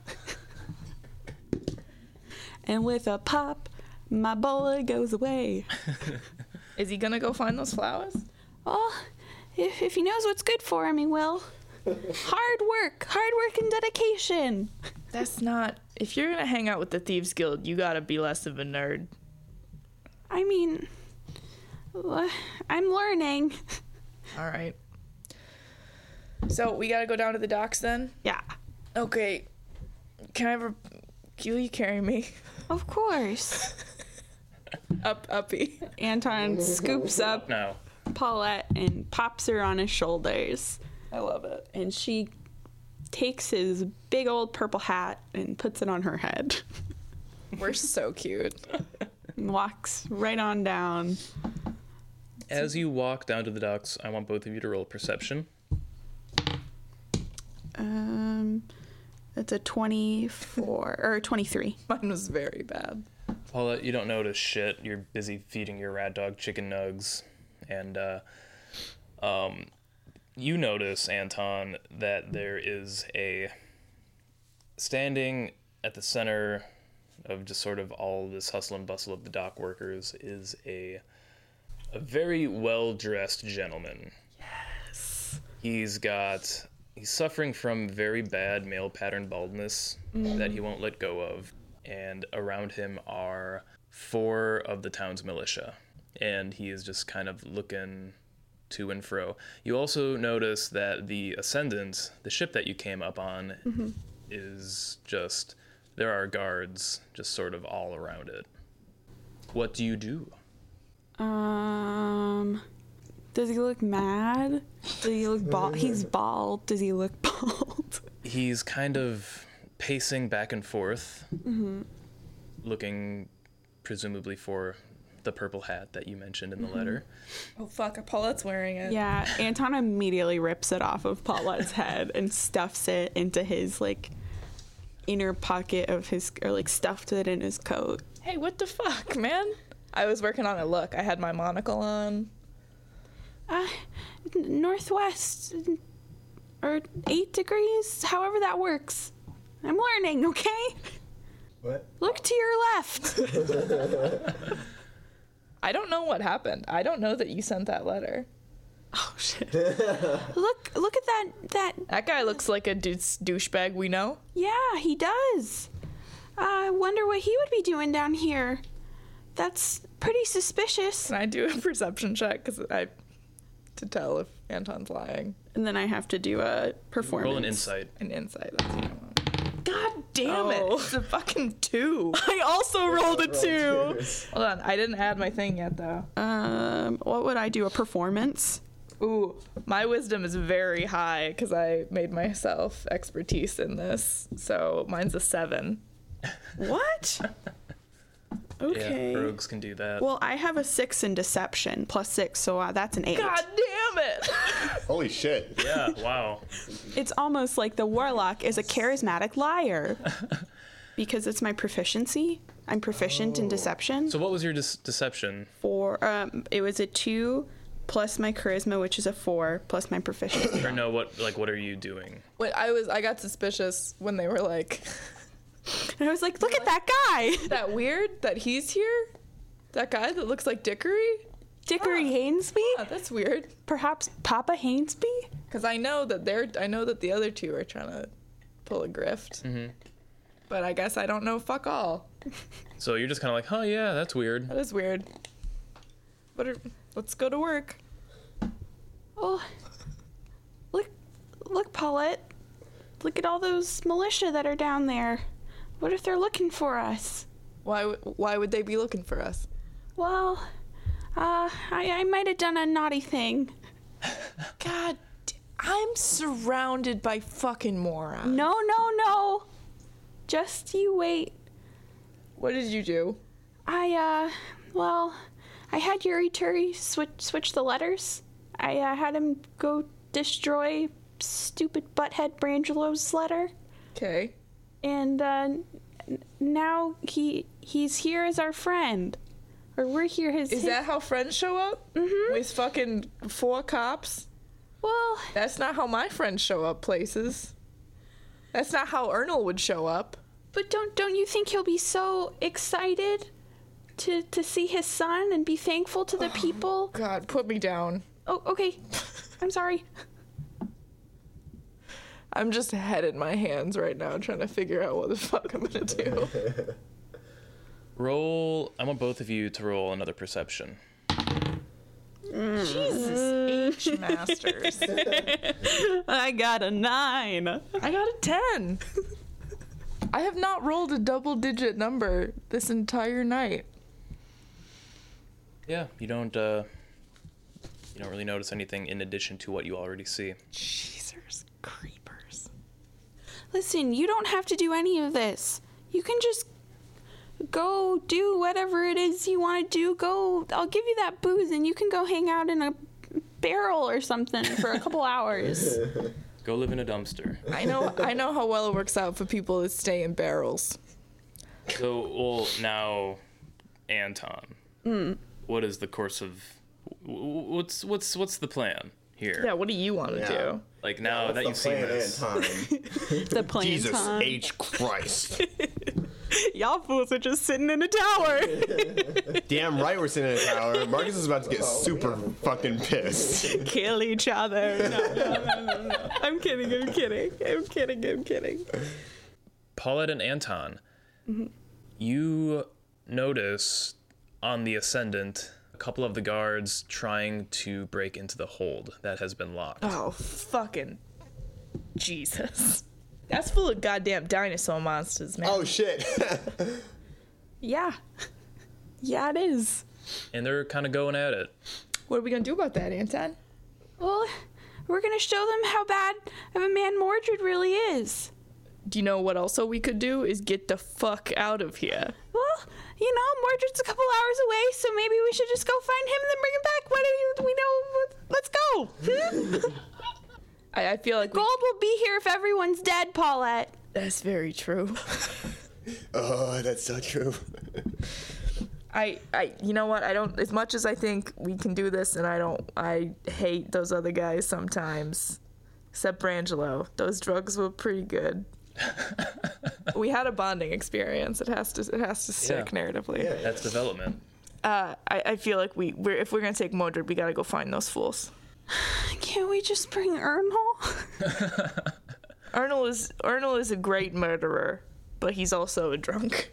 S9: and with a pop, my bola goes away.
S5: Is he gonna go find those flowers?
S9: Well, if, if he knows what's good for him, he will.
S5: hard work, hard work and dedication. That's not. If you're gonna hang out with the Thieves Guild, you gotta be less of a nerd.
S7: I mean, l- I'm learning.
S5: All right. So we gotta go down to the docks then.
S7: Yeah.
S5: Okay. Can I have a? Will you carry me?
S7: Of course.
S5: Up, uppy.
S9: Anton scoops up
S2: No.
S9: Paulette and pops her on his shoulders.
S5: I love it.
S9: And she takes his big old purple hat and puts it on her head.
S5: We're so cute.
S9: and walks right on down.
S2: As you walk down to the docks, I want both of you to roll perception.
S9: Um, that's a 24 or 23.
S5: Mine was very bad.
S2: Paula, you don't notice shit. You're busy feeding your rat dog chicken nugs, and uh, um, you notice Anton that there is a standing at the center of just sort of all this hustle and bustle of the dock workers is a a very well dressed gentleman. Yes. He's got he's suffering from very bad male pattern baldness
S16: Mm.
S2: that he won't let go of. And around him are four of the town's militia. And he is just kind of looking to and fro. You also notice that the Ascendant, the ship that you came up on,
S16: Mhm.
S2: is just there are guards just sort of all around it. What do you do?
S9: Um, does he look mad? Does he look bald? He's bald. Does he look bald?
S2: He's kind of pacing back and forth,
S9: hmm
S2: looking presumably for the purple hat that you mentioned in the
S9: Mhm.
S2: letter.
S5: Oh fuck, Apollo's wearing it.
S9: Yeah, Anton immediately rips it off of Paulette's head and stuffs it into his like inner pocket of his or like stuffed it in his coat.
S5: Hey, what the fuck, man? I was working on a look. I had my monocle on.
S7: Uh, n- northwest n- or eight degrees, however that works. I'm learning, okay?
S6: What?
S7: Look to your left.
S5: I don't know what happened. I don't know that you sent that letter.
S9: Oh shit.
S5: look look at that that That guy looks like a douche douchebag we know.
S7: yeah, he does. I wonder what he would be doing down here. That's pretty suspicious.
S5: Can I do a perception check cuz I to tell if Anton's lying.
S9: And then I have to do a performance.
S2: Roll an insight.
S5: An insight. That's what I want. God damn
S13: Oh.
S5: it. It's a fucking 2.
S9: I also rolled a two.
S5: Hold on, I didn't add my thing yet though.
S9: Um, what would I do? A performance?
S5: Ooh, my wisdom is very high because I made myself expertise in this. So mine's a seven.
S9: What? Okay.
S2: Yeah, rogues can do that.
S9: Well, I have a six in deception plus six, so uh, that's an eight.
S5: God damn it!
S6: Holy shit.
S2: Yeah, wow.
S9: It's almost like the warlock is a charismatic liar because it's my proficiency. I'm proficient in deception.
S2: So what was your dis- deception?
S9: Four. Um, it was a two plus my charisma, which is a four plus my proficiency.
S2: or no, what like what are you doing?
S5: Wait, I was I got suspicious when they were like,
S9: and I was like, look at that guy.
S5: that weird that he's here, that guy that looks like Dickory.
S9: Dickory Hainsby?
S5: Yeah, that's weird.
S9: Perhaps Papa Hainsby?
S5: Cause I know that they're I know that the other two are trying to pull a grift,
S2: Mm-hmm.
S5: but I guess I don't know fuck all.
S2: So you're just kind of like, oh yeah, that's weird.
S5: That is weird. But er, let's go to work.
S7: Oh, look, look, Paulette. Look at all those militia that are down there. What if they're looking for us?
S5: Why w- why would they be looking for us?
S7: Well, uh, I, I might have done a naughty thing.
S5: God, d- I'm surrounded by fucking morons.
S7: No, no, no. Just you wait.
S5: What did you do?
S7: I, uh, well, I had Yuri Turi switch, switch the letters. I uh, had him go destroy stupid butthead Brangelo's letter.
S5: Okay.
S7: and uh, n- now he he's here as our friend, or we're here as
S5: Is
S7: his.
S5: that how friends show up? Mm-hmm. With fucking four cops?
S7: well,
S5: That's not how my friends show up places. That's not how Ernal would show up.
S7: but don't don't you think he'll be so excited to to see his son and be thankful to the
S13: Oh.
S7: people?
S5: God, put me down.
S7: Oh, okay. I'm sorry.
S5: I'm just head in my hands right now, trying to figure out what the fuck I'm gonna do.
S2: Roll. I want both of you to roll another perception.
S5: Jesus H Masters.
S9: I got a nine.
S5: I got a 10. I have not rolled a double digit number this entire night.
S2: Yeah, you don't. Uh, you don't really notice anything in addition to what you already see.
S5: Jesus creepers.
S13: Listen, you don't have to do any of this. You can just go do whatever it is you want to do. Go, I'll give you that booze and you can go hang out in a barrel or something for a couple hours.
S2: Go live in a dumpster.
S5: I know I know how well it works out for people that stay in barrels.
S2: So, well, now, Anton,
S5: Mm.
S2: what is the course of? wh- wh- What's what's what's the plan here?
S5: Yeah, what do you want to do?
S2: Like now that you've
S6: what's the
S2: seen
S6: plan,
S2: this,
S9: the plan
S6: Jesus
S9: time.
S6: H. Christ.
S9: Y'all fools are just sitting in a tower.
S6: Damn right we're sitting in a tower. Marcus is about to get super fucking pissed.
S9: Kill each other. No, no, no, no, no. I'm kidding. I'm kidding. I'm kidding. I'm kidding.
S2: Paulette and Anton,
S5: Mm-hmm.
S9: Mhm.
S2: you notice on the ascendant a couple of the guards trying to break into the hold that has been locked.
S5: Oh, fucking Jesus. That's full of goddamn dinosaur monsters, man.
S6: Oh shit.
S9: yeah. Yeah, it is.
S2: And they're kind of going at it.
S5: What are we gonna do about that, Anton?
S13: well, we're going to show them how bad of a man Mordred really is.
S5: Do you know what also we could do is get the fuck out of here.
S13: Well, you know, Mordred's a couple hours away, so maybe we should just go find him and then bring him back. Why don't you, we know? Let's go.
S5: I, I feel like we-
S13: Gold will be here if everyone's dead, Paulette.
S5: that's very true.
S6: oh, that's so true.
S5: I, I, you know what? I don't. As much as I think we can do this, and I don't. I hate those other guys sometimes, except Brangelo. Those drugs were pretty good. we had a bonding experience. It has to. It has to stick narratively.
S2: That's development.
S5: Uh, I, I feel like we. We're, if we're gonna take Modred, we gotta go find those fools.
S13: Can't we just bring Ernol?
S5: Arnold is Arnold is a great murderer, but he's also a drunk.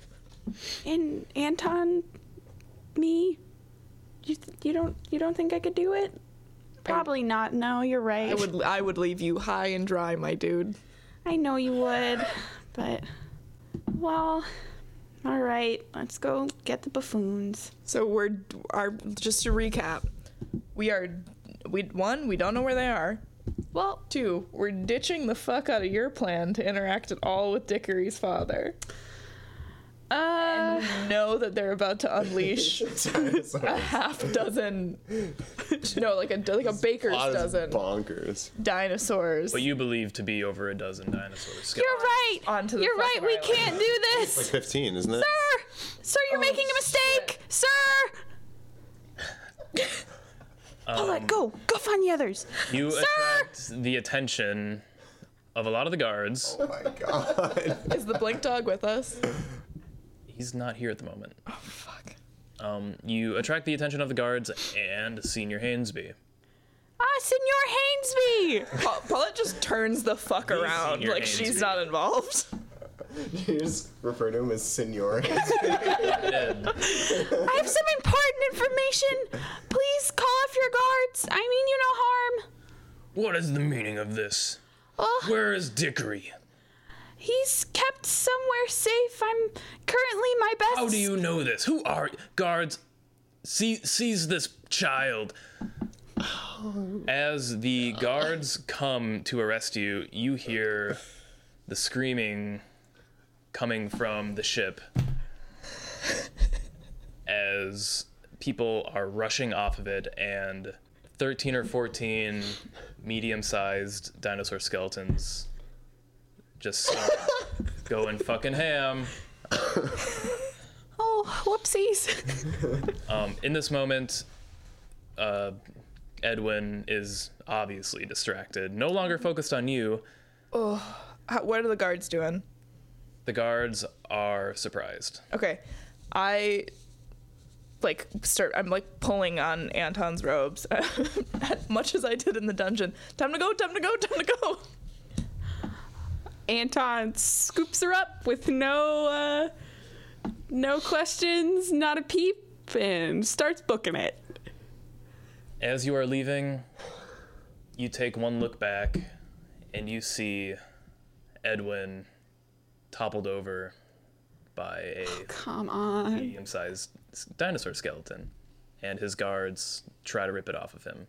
S13: And Anton, me, you, th- you don't you don't think I could do it? Probably not. No, you're right.
S5: I would. I would leave you high and dry, my dude.
S13: I know you would, but well, all right. Let's go get the buffoons.
S5: So we're are just to recap, we are we one we don't know where they are.
S13: Well,
S5: two we're ditching the fuck out of your plan to interact at all with Dickory's father.
S13: Uh,
S5: We know that they're about to unleash a half dozen, no, like a like a baker's
S6: Plot is
S5: dozen
S6: bonkers.
S5: dinosaurs
S2: What you believe to be over a dozen dinosaurs.
S13: you're right.
S5: onto the
S13: You're right.
S5: fucking
S13: We
S5: island.
S13: can't do
S6: Like
S13: this,
S6: 15, isn't it?
S13: sir. Sir, you're making a mistake, sir. Paulette, go, go find the others.
S2: You attract the attention of a lot of the guards.
S6: Oh my god.
S5: Is the blink dog with us?
S2: He's not here at the moment. Oh fuck. Um, you attract the attention of the guards and Senior Hainsby.
S13: Ah, Senor Hainsby.
S5: Pa- Paulette just turns the fuck around
S2: your
S5: like
S2: hands,
S5: she's
S2: dude.
S5: not involved.
S6: You just refer to him as Senor.
S13: I have some important information. Please call off your guards. I mean you no harm.
S2: What is the meaning of this?
S13: Well,
S2: Where is Dickory?
S13: he's kept somewhere safe. I'm currently my best.
S2: How do you know this? Who are guards? See, seize this child. As the guards come to arrest you, you hear the screaming coming from the ship as people are rushing off of it and 13 or 14 medium-sized dinosaur skeletons just going fucking ham.
S13: Oh, whoopsies.
S2: Um, in this moment, uh, Edwin is obviously distracted, no longer focused on you.
S5: How, what are the guards doing?
S2: The guards are surprised.
S5: Okay. I like start I'm like pulling on Anton's robes as much as I did in the dungeon. Time to go, time to go, time to go.
S9: Anton scoops her up with no uh, no questions, not a peep, and starts booking it.
S2: As you are leaving, you take one look back and you see Edwin toppled over by a
S9: Come on.
S2: medium-sized dinosaur skeleton, and his guards try to rip it off of him.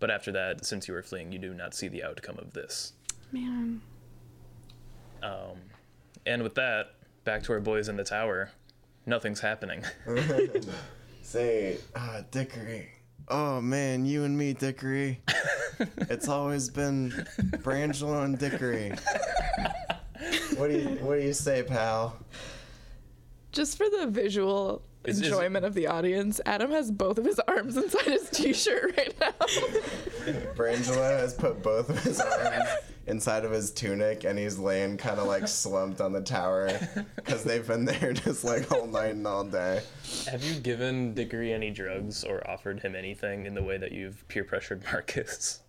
S2: But after that, since you were fleeing, you do not see the outcome of this.
S14: Man.
S2: Um, and with that, back to our boys in the tower. Nothing's happening.
S3: Say, ah, Dickory. Oh man, you and me, Dickory. it's always been Brangelo and Dickory. What do you What do you say, pal?
S5: Just for the visual
S3: Is- is-
S5: enjoyment of the audience, Adam has both of his arms inside his t-shirt right now.
S3: Brangelo has put both of his arms inside of his tunic, and he's laying kind of like slumped on the tower because they've been there just like all night and all day.
S2: Have you given Dickory any drugs or offered him anything in the way that you've peer pressured Marcus?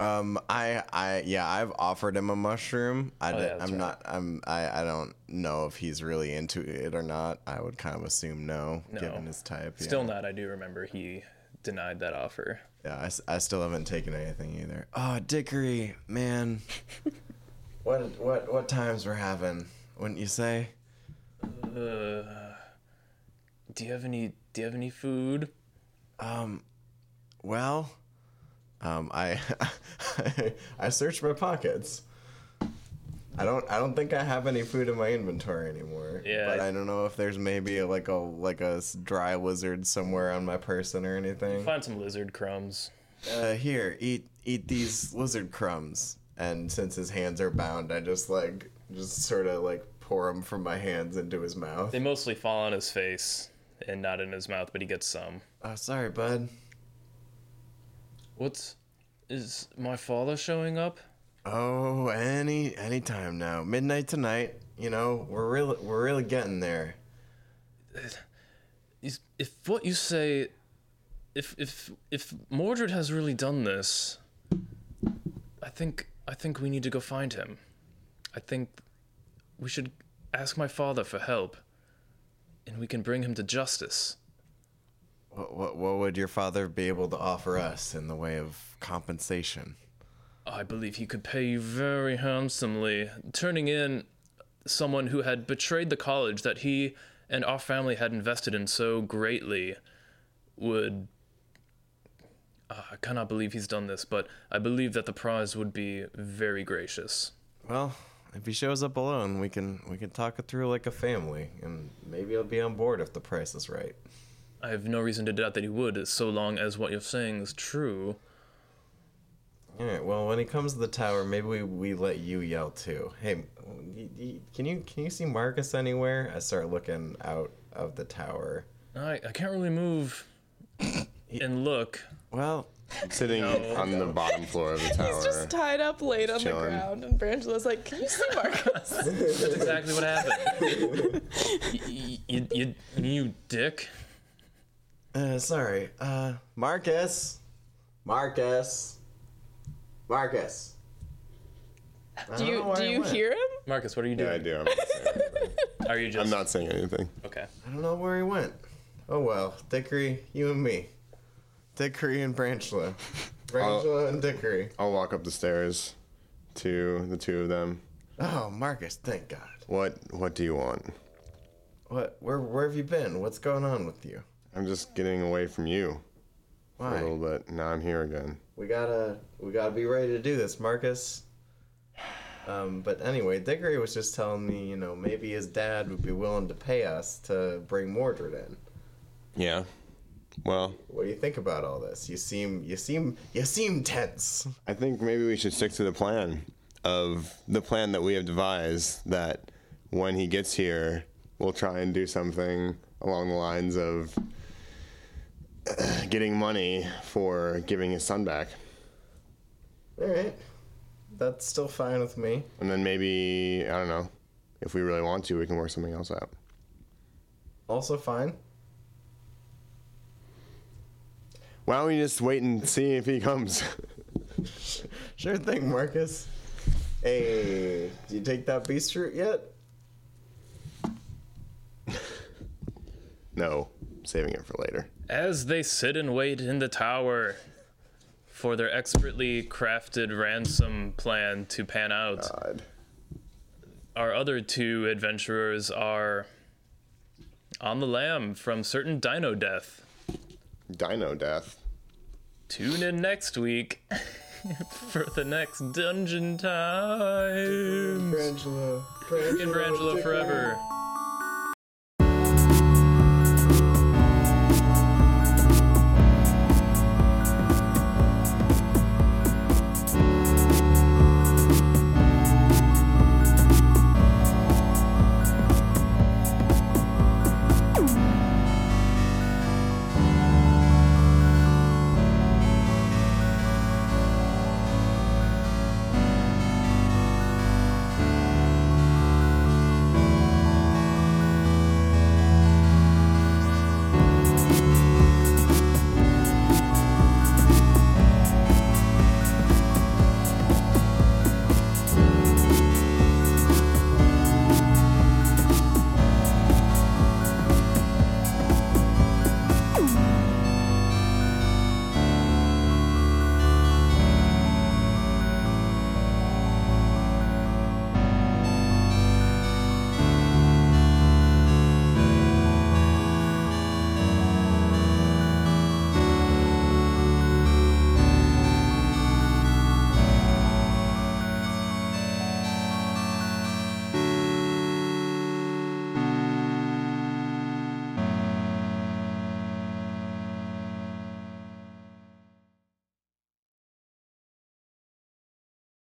S3: Um, I, I, yeah, I've offered him a mushroom. I,
S2: Oh,
S3: di-
S2: yeah, that's
S3: I'm
S2: right.
S3: not, I'm, I, I don't know if he's really into it or not. I would kind of assume no,
S2: No.
S3: given his type. yeah.
S2: Still not. I do remember he denied that offer.
S3: Yeah, I s- I, still haven't taken anything either. Oh, Dickory, man, what, what, what times we're having? Wouldn't you say?
S2: Uh, do you have any? Do you have any food?
S3: Um, well, um, I, I, searched my pockets. I don't, I don't think I have any food in my inventory anymore.
S2: Yeah,
S3: But
S2: I-
S3: I don't know if there's maybe like a like a s- dry lizard somewhere on my person or anything.
S2: Find some lizard crumbs.
S3: Uh, here, eat, eat these lizard crumbs. And since his hands are bound, I just like, just sort of like pour them from my hands into his mouth.
S2: They mostly fall on his face and not in his mouth, but he gets some.
S3: Oh, sorry, bud.
S2: What's is my father showing up?
S3: Oh, any any time now. Midnight tonight. You know, we're really we're really getting there.
S2: Is- If what you say, if if if Mordred has really done this, I think I think we need to go find him. I think we should ask my father for help, and we can bring him to justice.
S3: What what, what would your father be able to offer us in the way of compensation?
S2: I believe he could pay you very handsomely, turning in someone who had betrayed the college that he and our family had invested in so greatly would Ah, I cannot believe he's done this, but I believe that the prize would be very gracious.
S3: Well, if he shows up alone, we can we can talk it through like a family, and maybe I'll be on board if the price is right.
S2: I have no reason to doubt that he would, so long as what you're saying is true.
S3: All right. Well, when he comes to the tower, maybe we, we let you yell too. Hey, y- y- can you can you see Marcus anywhere? I start looking out of the tower.
S2: I, I can't really move and look.
S3: Well,
S6: sitting
S2: No.
S6: on the bottom floor of the tower.
S5: He's just tied up, laid on the
S6: Chilling.
S5: ground, and Brangelo's like, "Can you see Marcus?"
S2: That's exactly what happened. you, you, you, you dick.
S3: Uh, sorry. Uh, Marcus. Marcus. Marcus. I
S5: do
S3: don't know
S5: you
S3: where
S5: do
S3: he
S5: you
S3: went.
S5: hear him?
S2: Marcus, what are you doing?
S6: Yeah, I do. I'm not saying anything.
S2: Are you just
S6: I'm not saying anything.
S2: okay?
S3: I don't know where he went. Oh well, Dickory, you and me. Dickory and Branchla. Branchla and Dickory.
S6: I'll walk up the stairs to the two of them.
S3: Oh, Marcus, thank God.
S6: What What do you want?
S3: What? Where? Where have you been? What's going on with you?
S6: I'm just getting away from you for
S3: Why?
S6: a little bit. Now I'm here again.
S3: We gotta. We gotta be ready to do this, Marcus. Um, but anyway, Dickory was just telling me, you know, maybe his dad would be willing to pay us to bring Mordred in.
S6: Yeah. Well,
S3: What do you think about all this? You seem you seem you seem tense.
S6: I think maybe we should stick to the plan of the plan that we have devised that when he gets here, we'll try and do something along the lines of uh, getting money for giving his son back.
S3: All right. That's still fine with me.
S6: And then maybe, I don't know, if we really want to, we can work something else out.
S3: Also fine.
S6: Why don't we just wait and see if he comes?
S3: Sure thing, Marcus.
S6: Hey, do you take that beast root yet? no, saving it for later.
S2: As they sit and wait in the tower for their expertly crafted ransom plan to pan out, God. our other two adventurers are on the lam from certain dino death.
S6: Dino death.
S2: Tune in next week for the next dungeon time.
S6: Frangela.
S2: Frangela forever.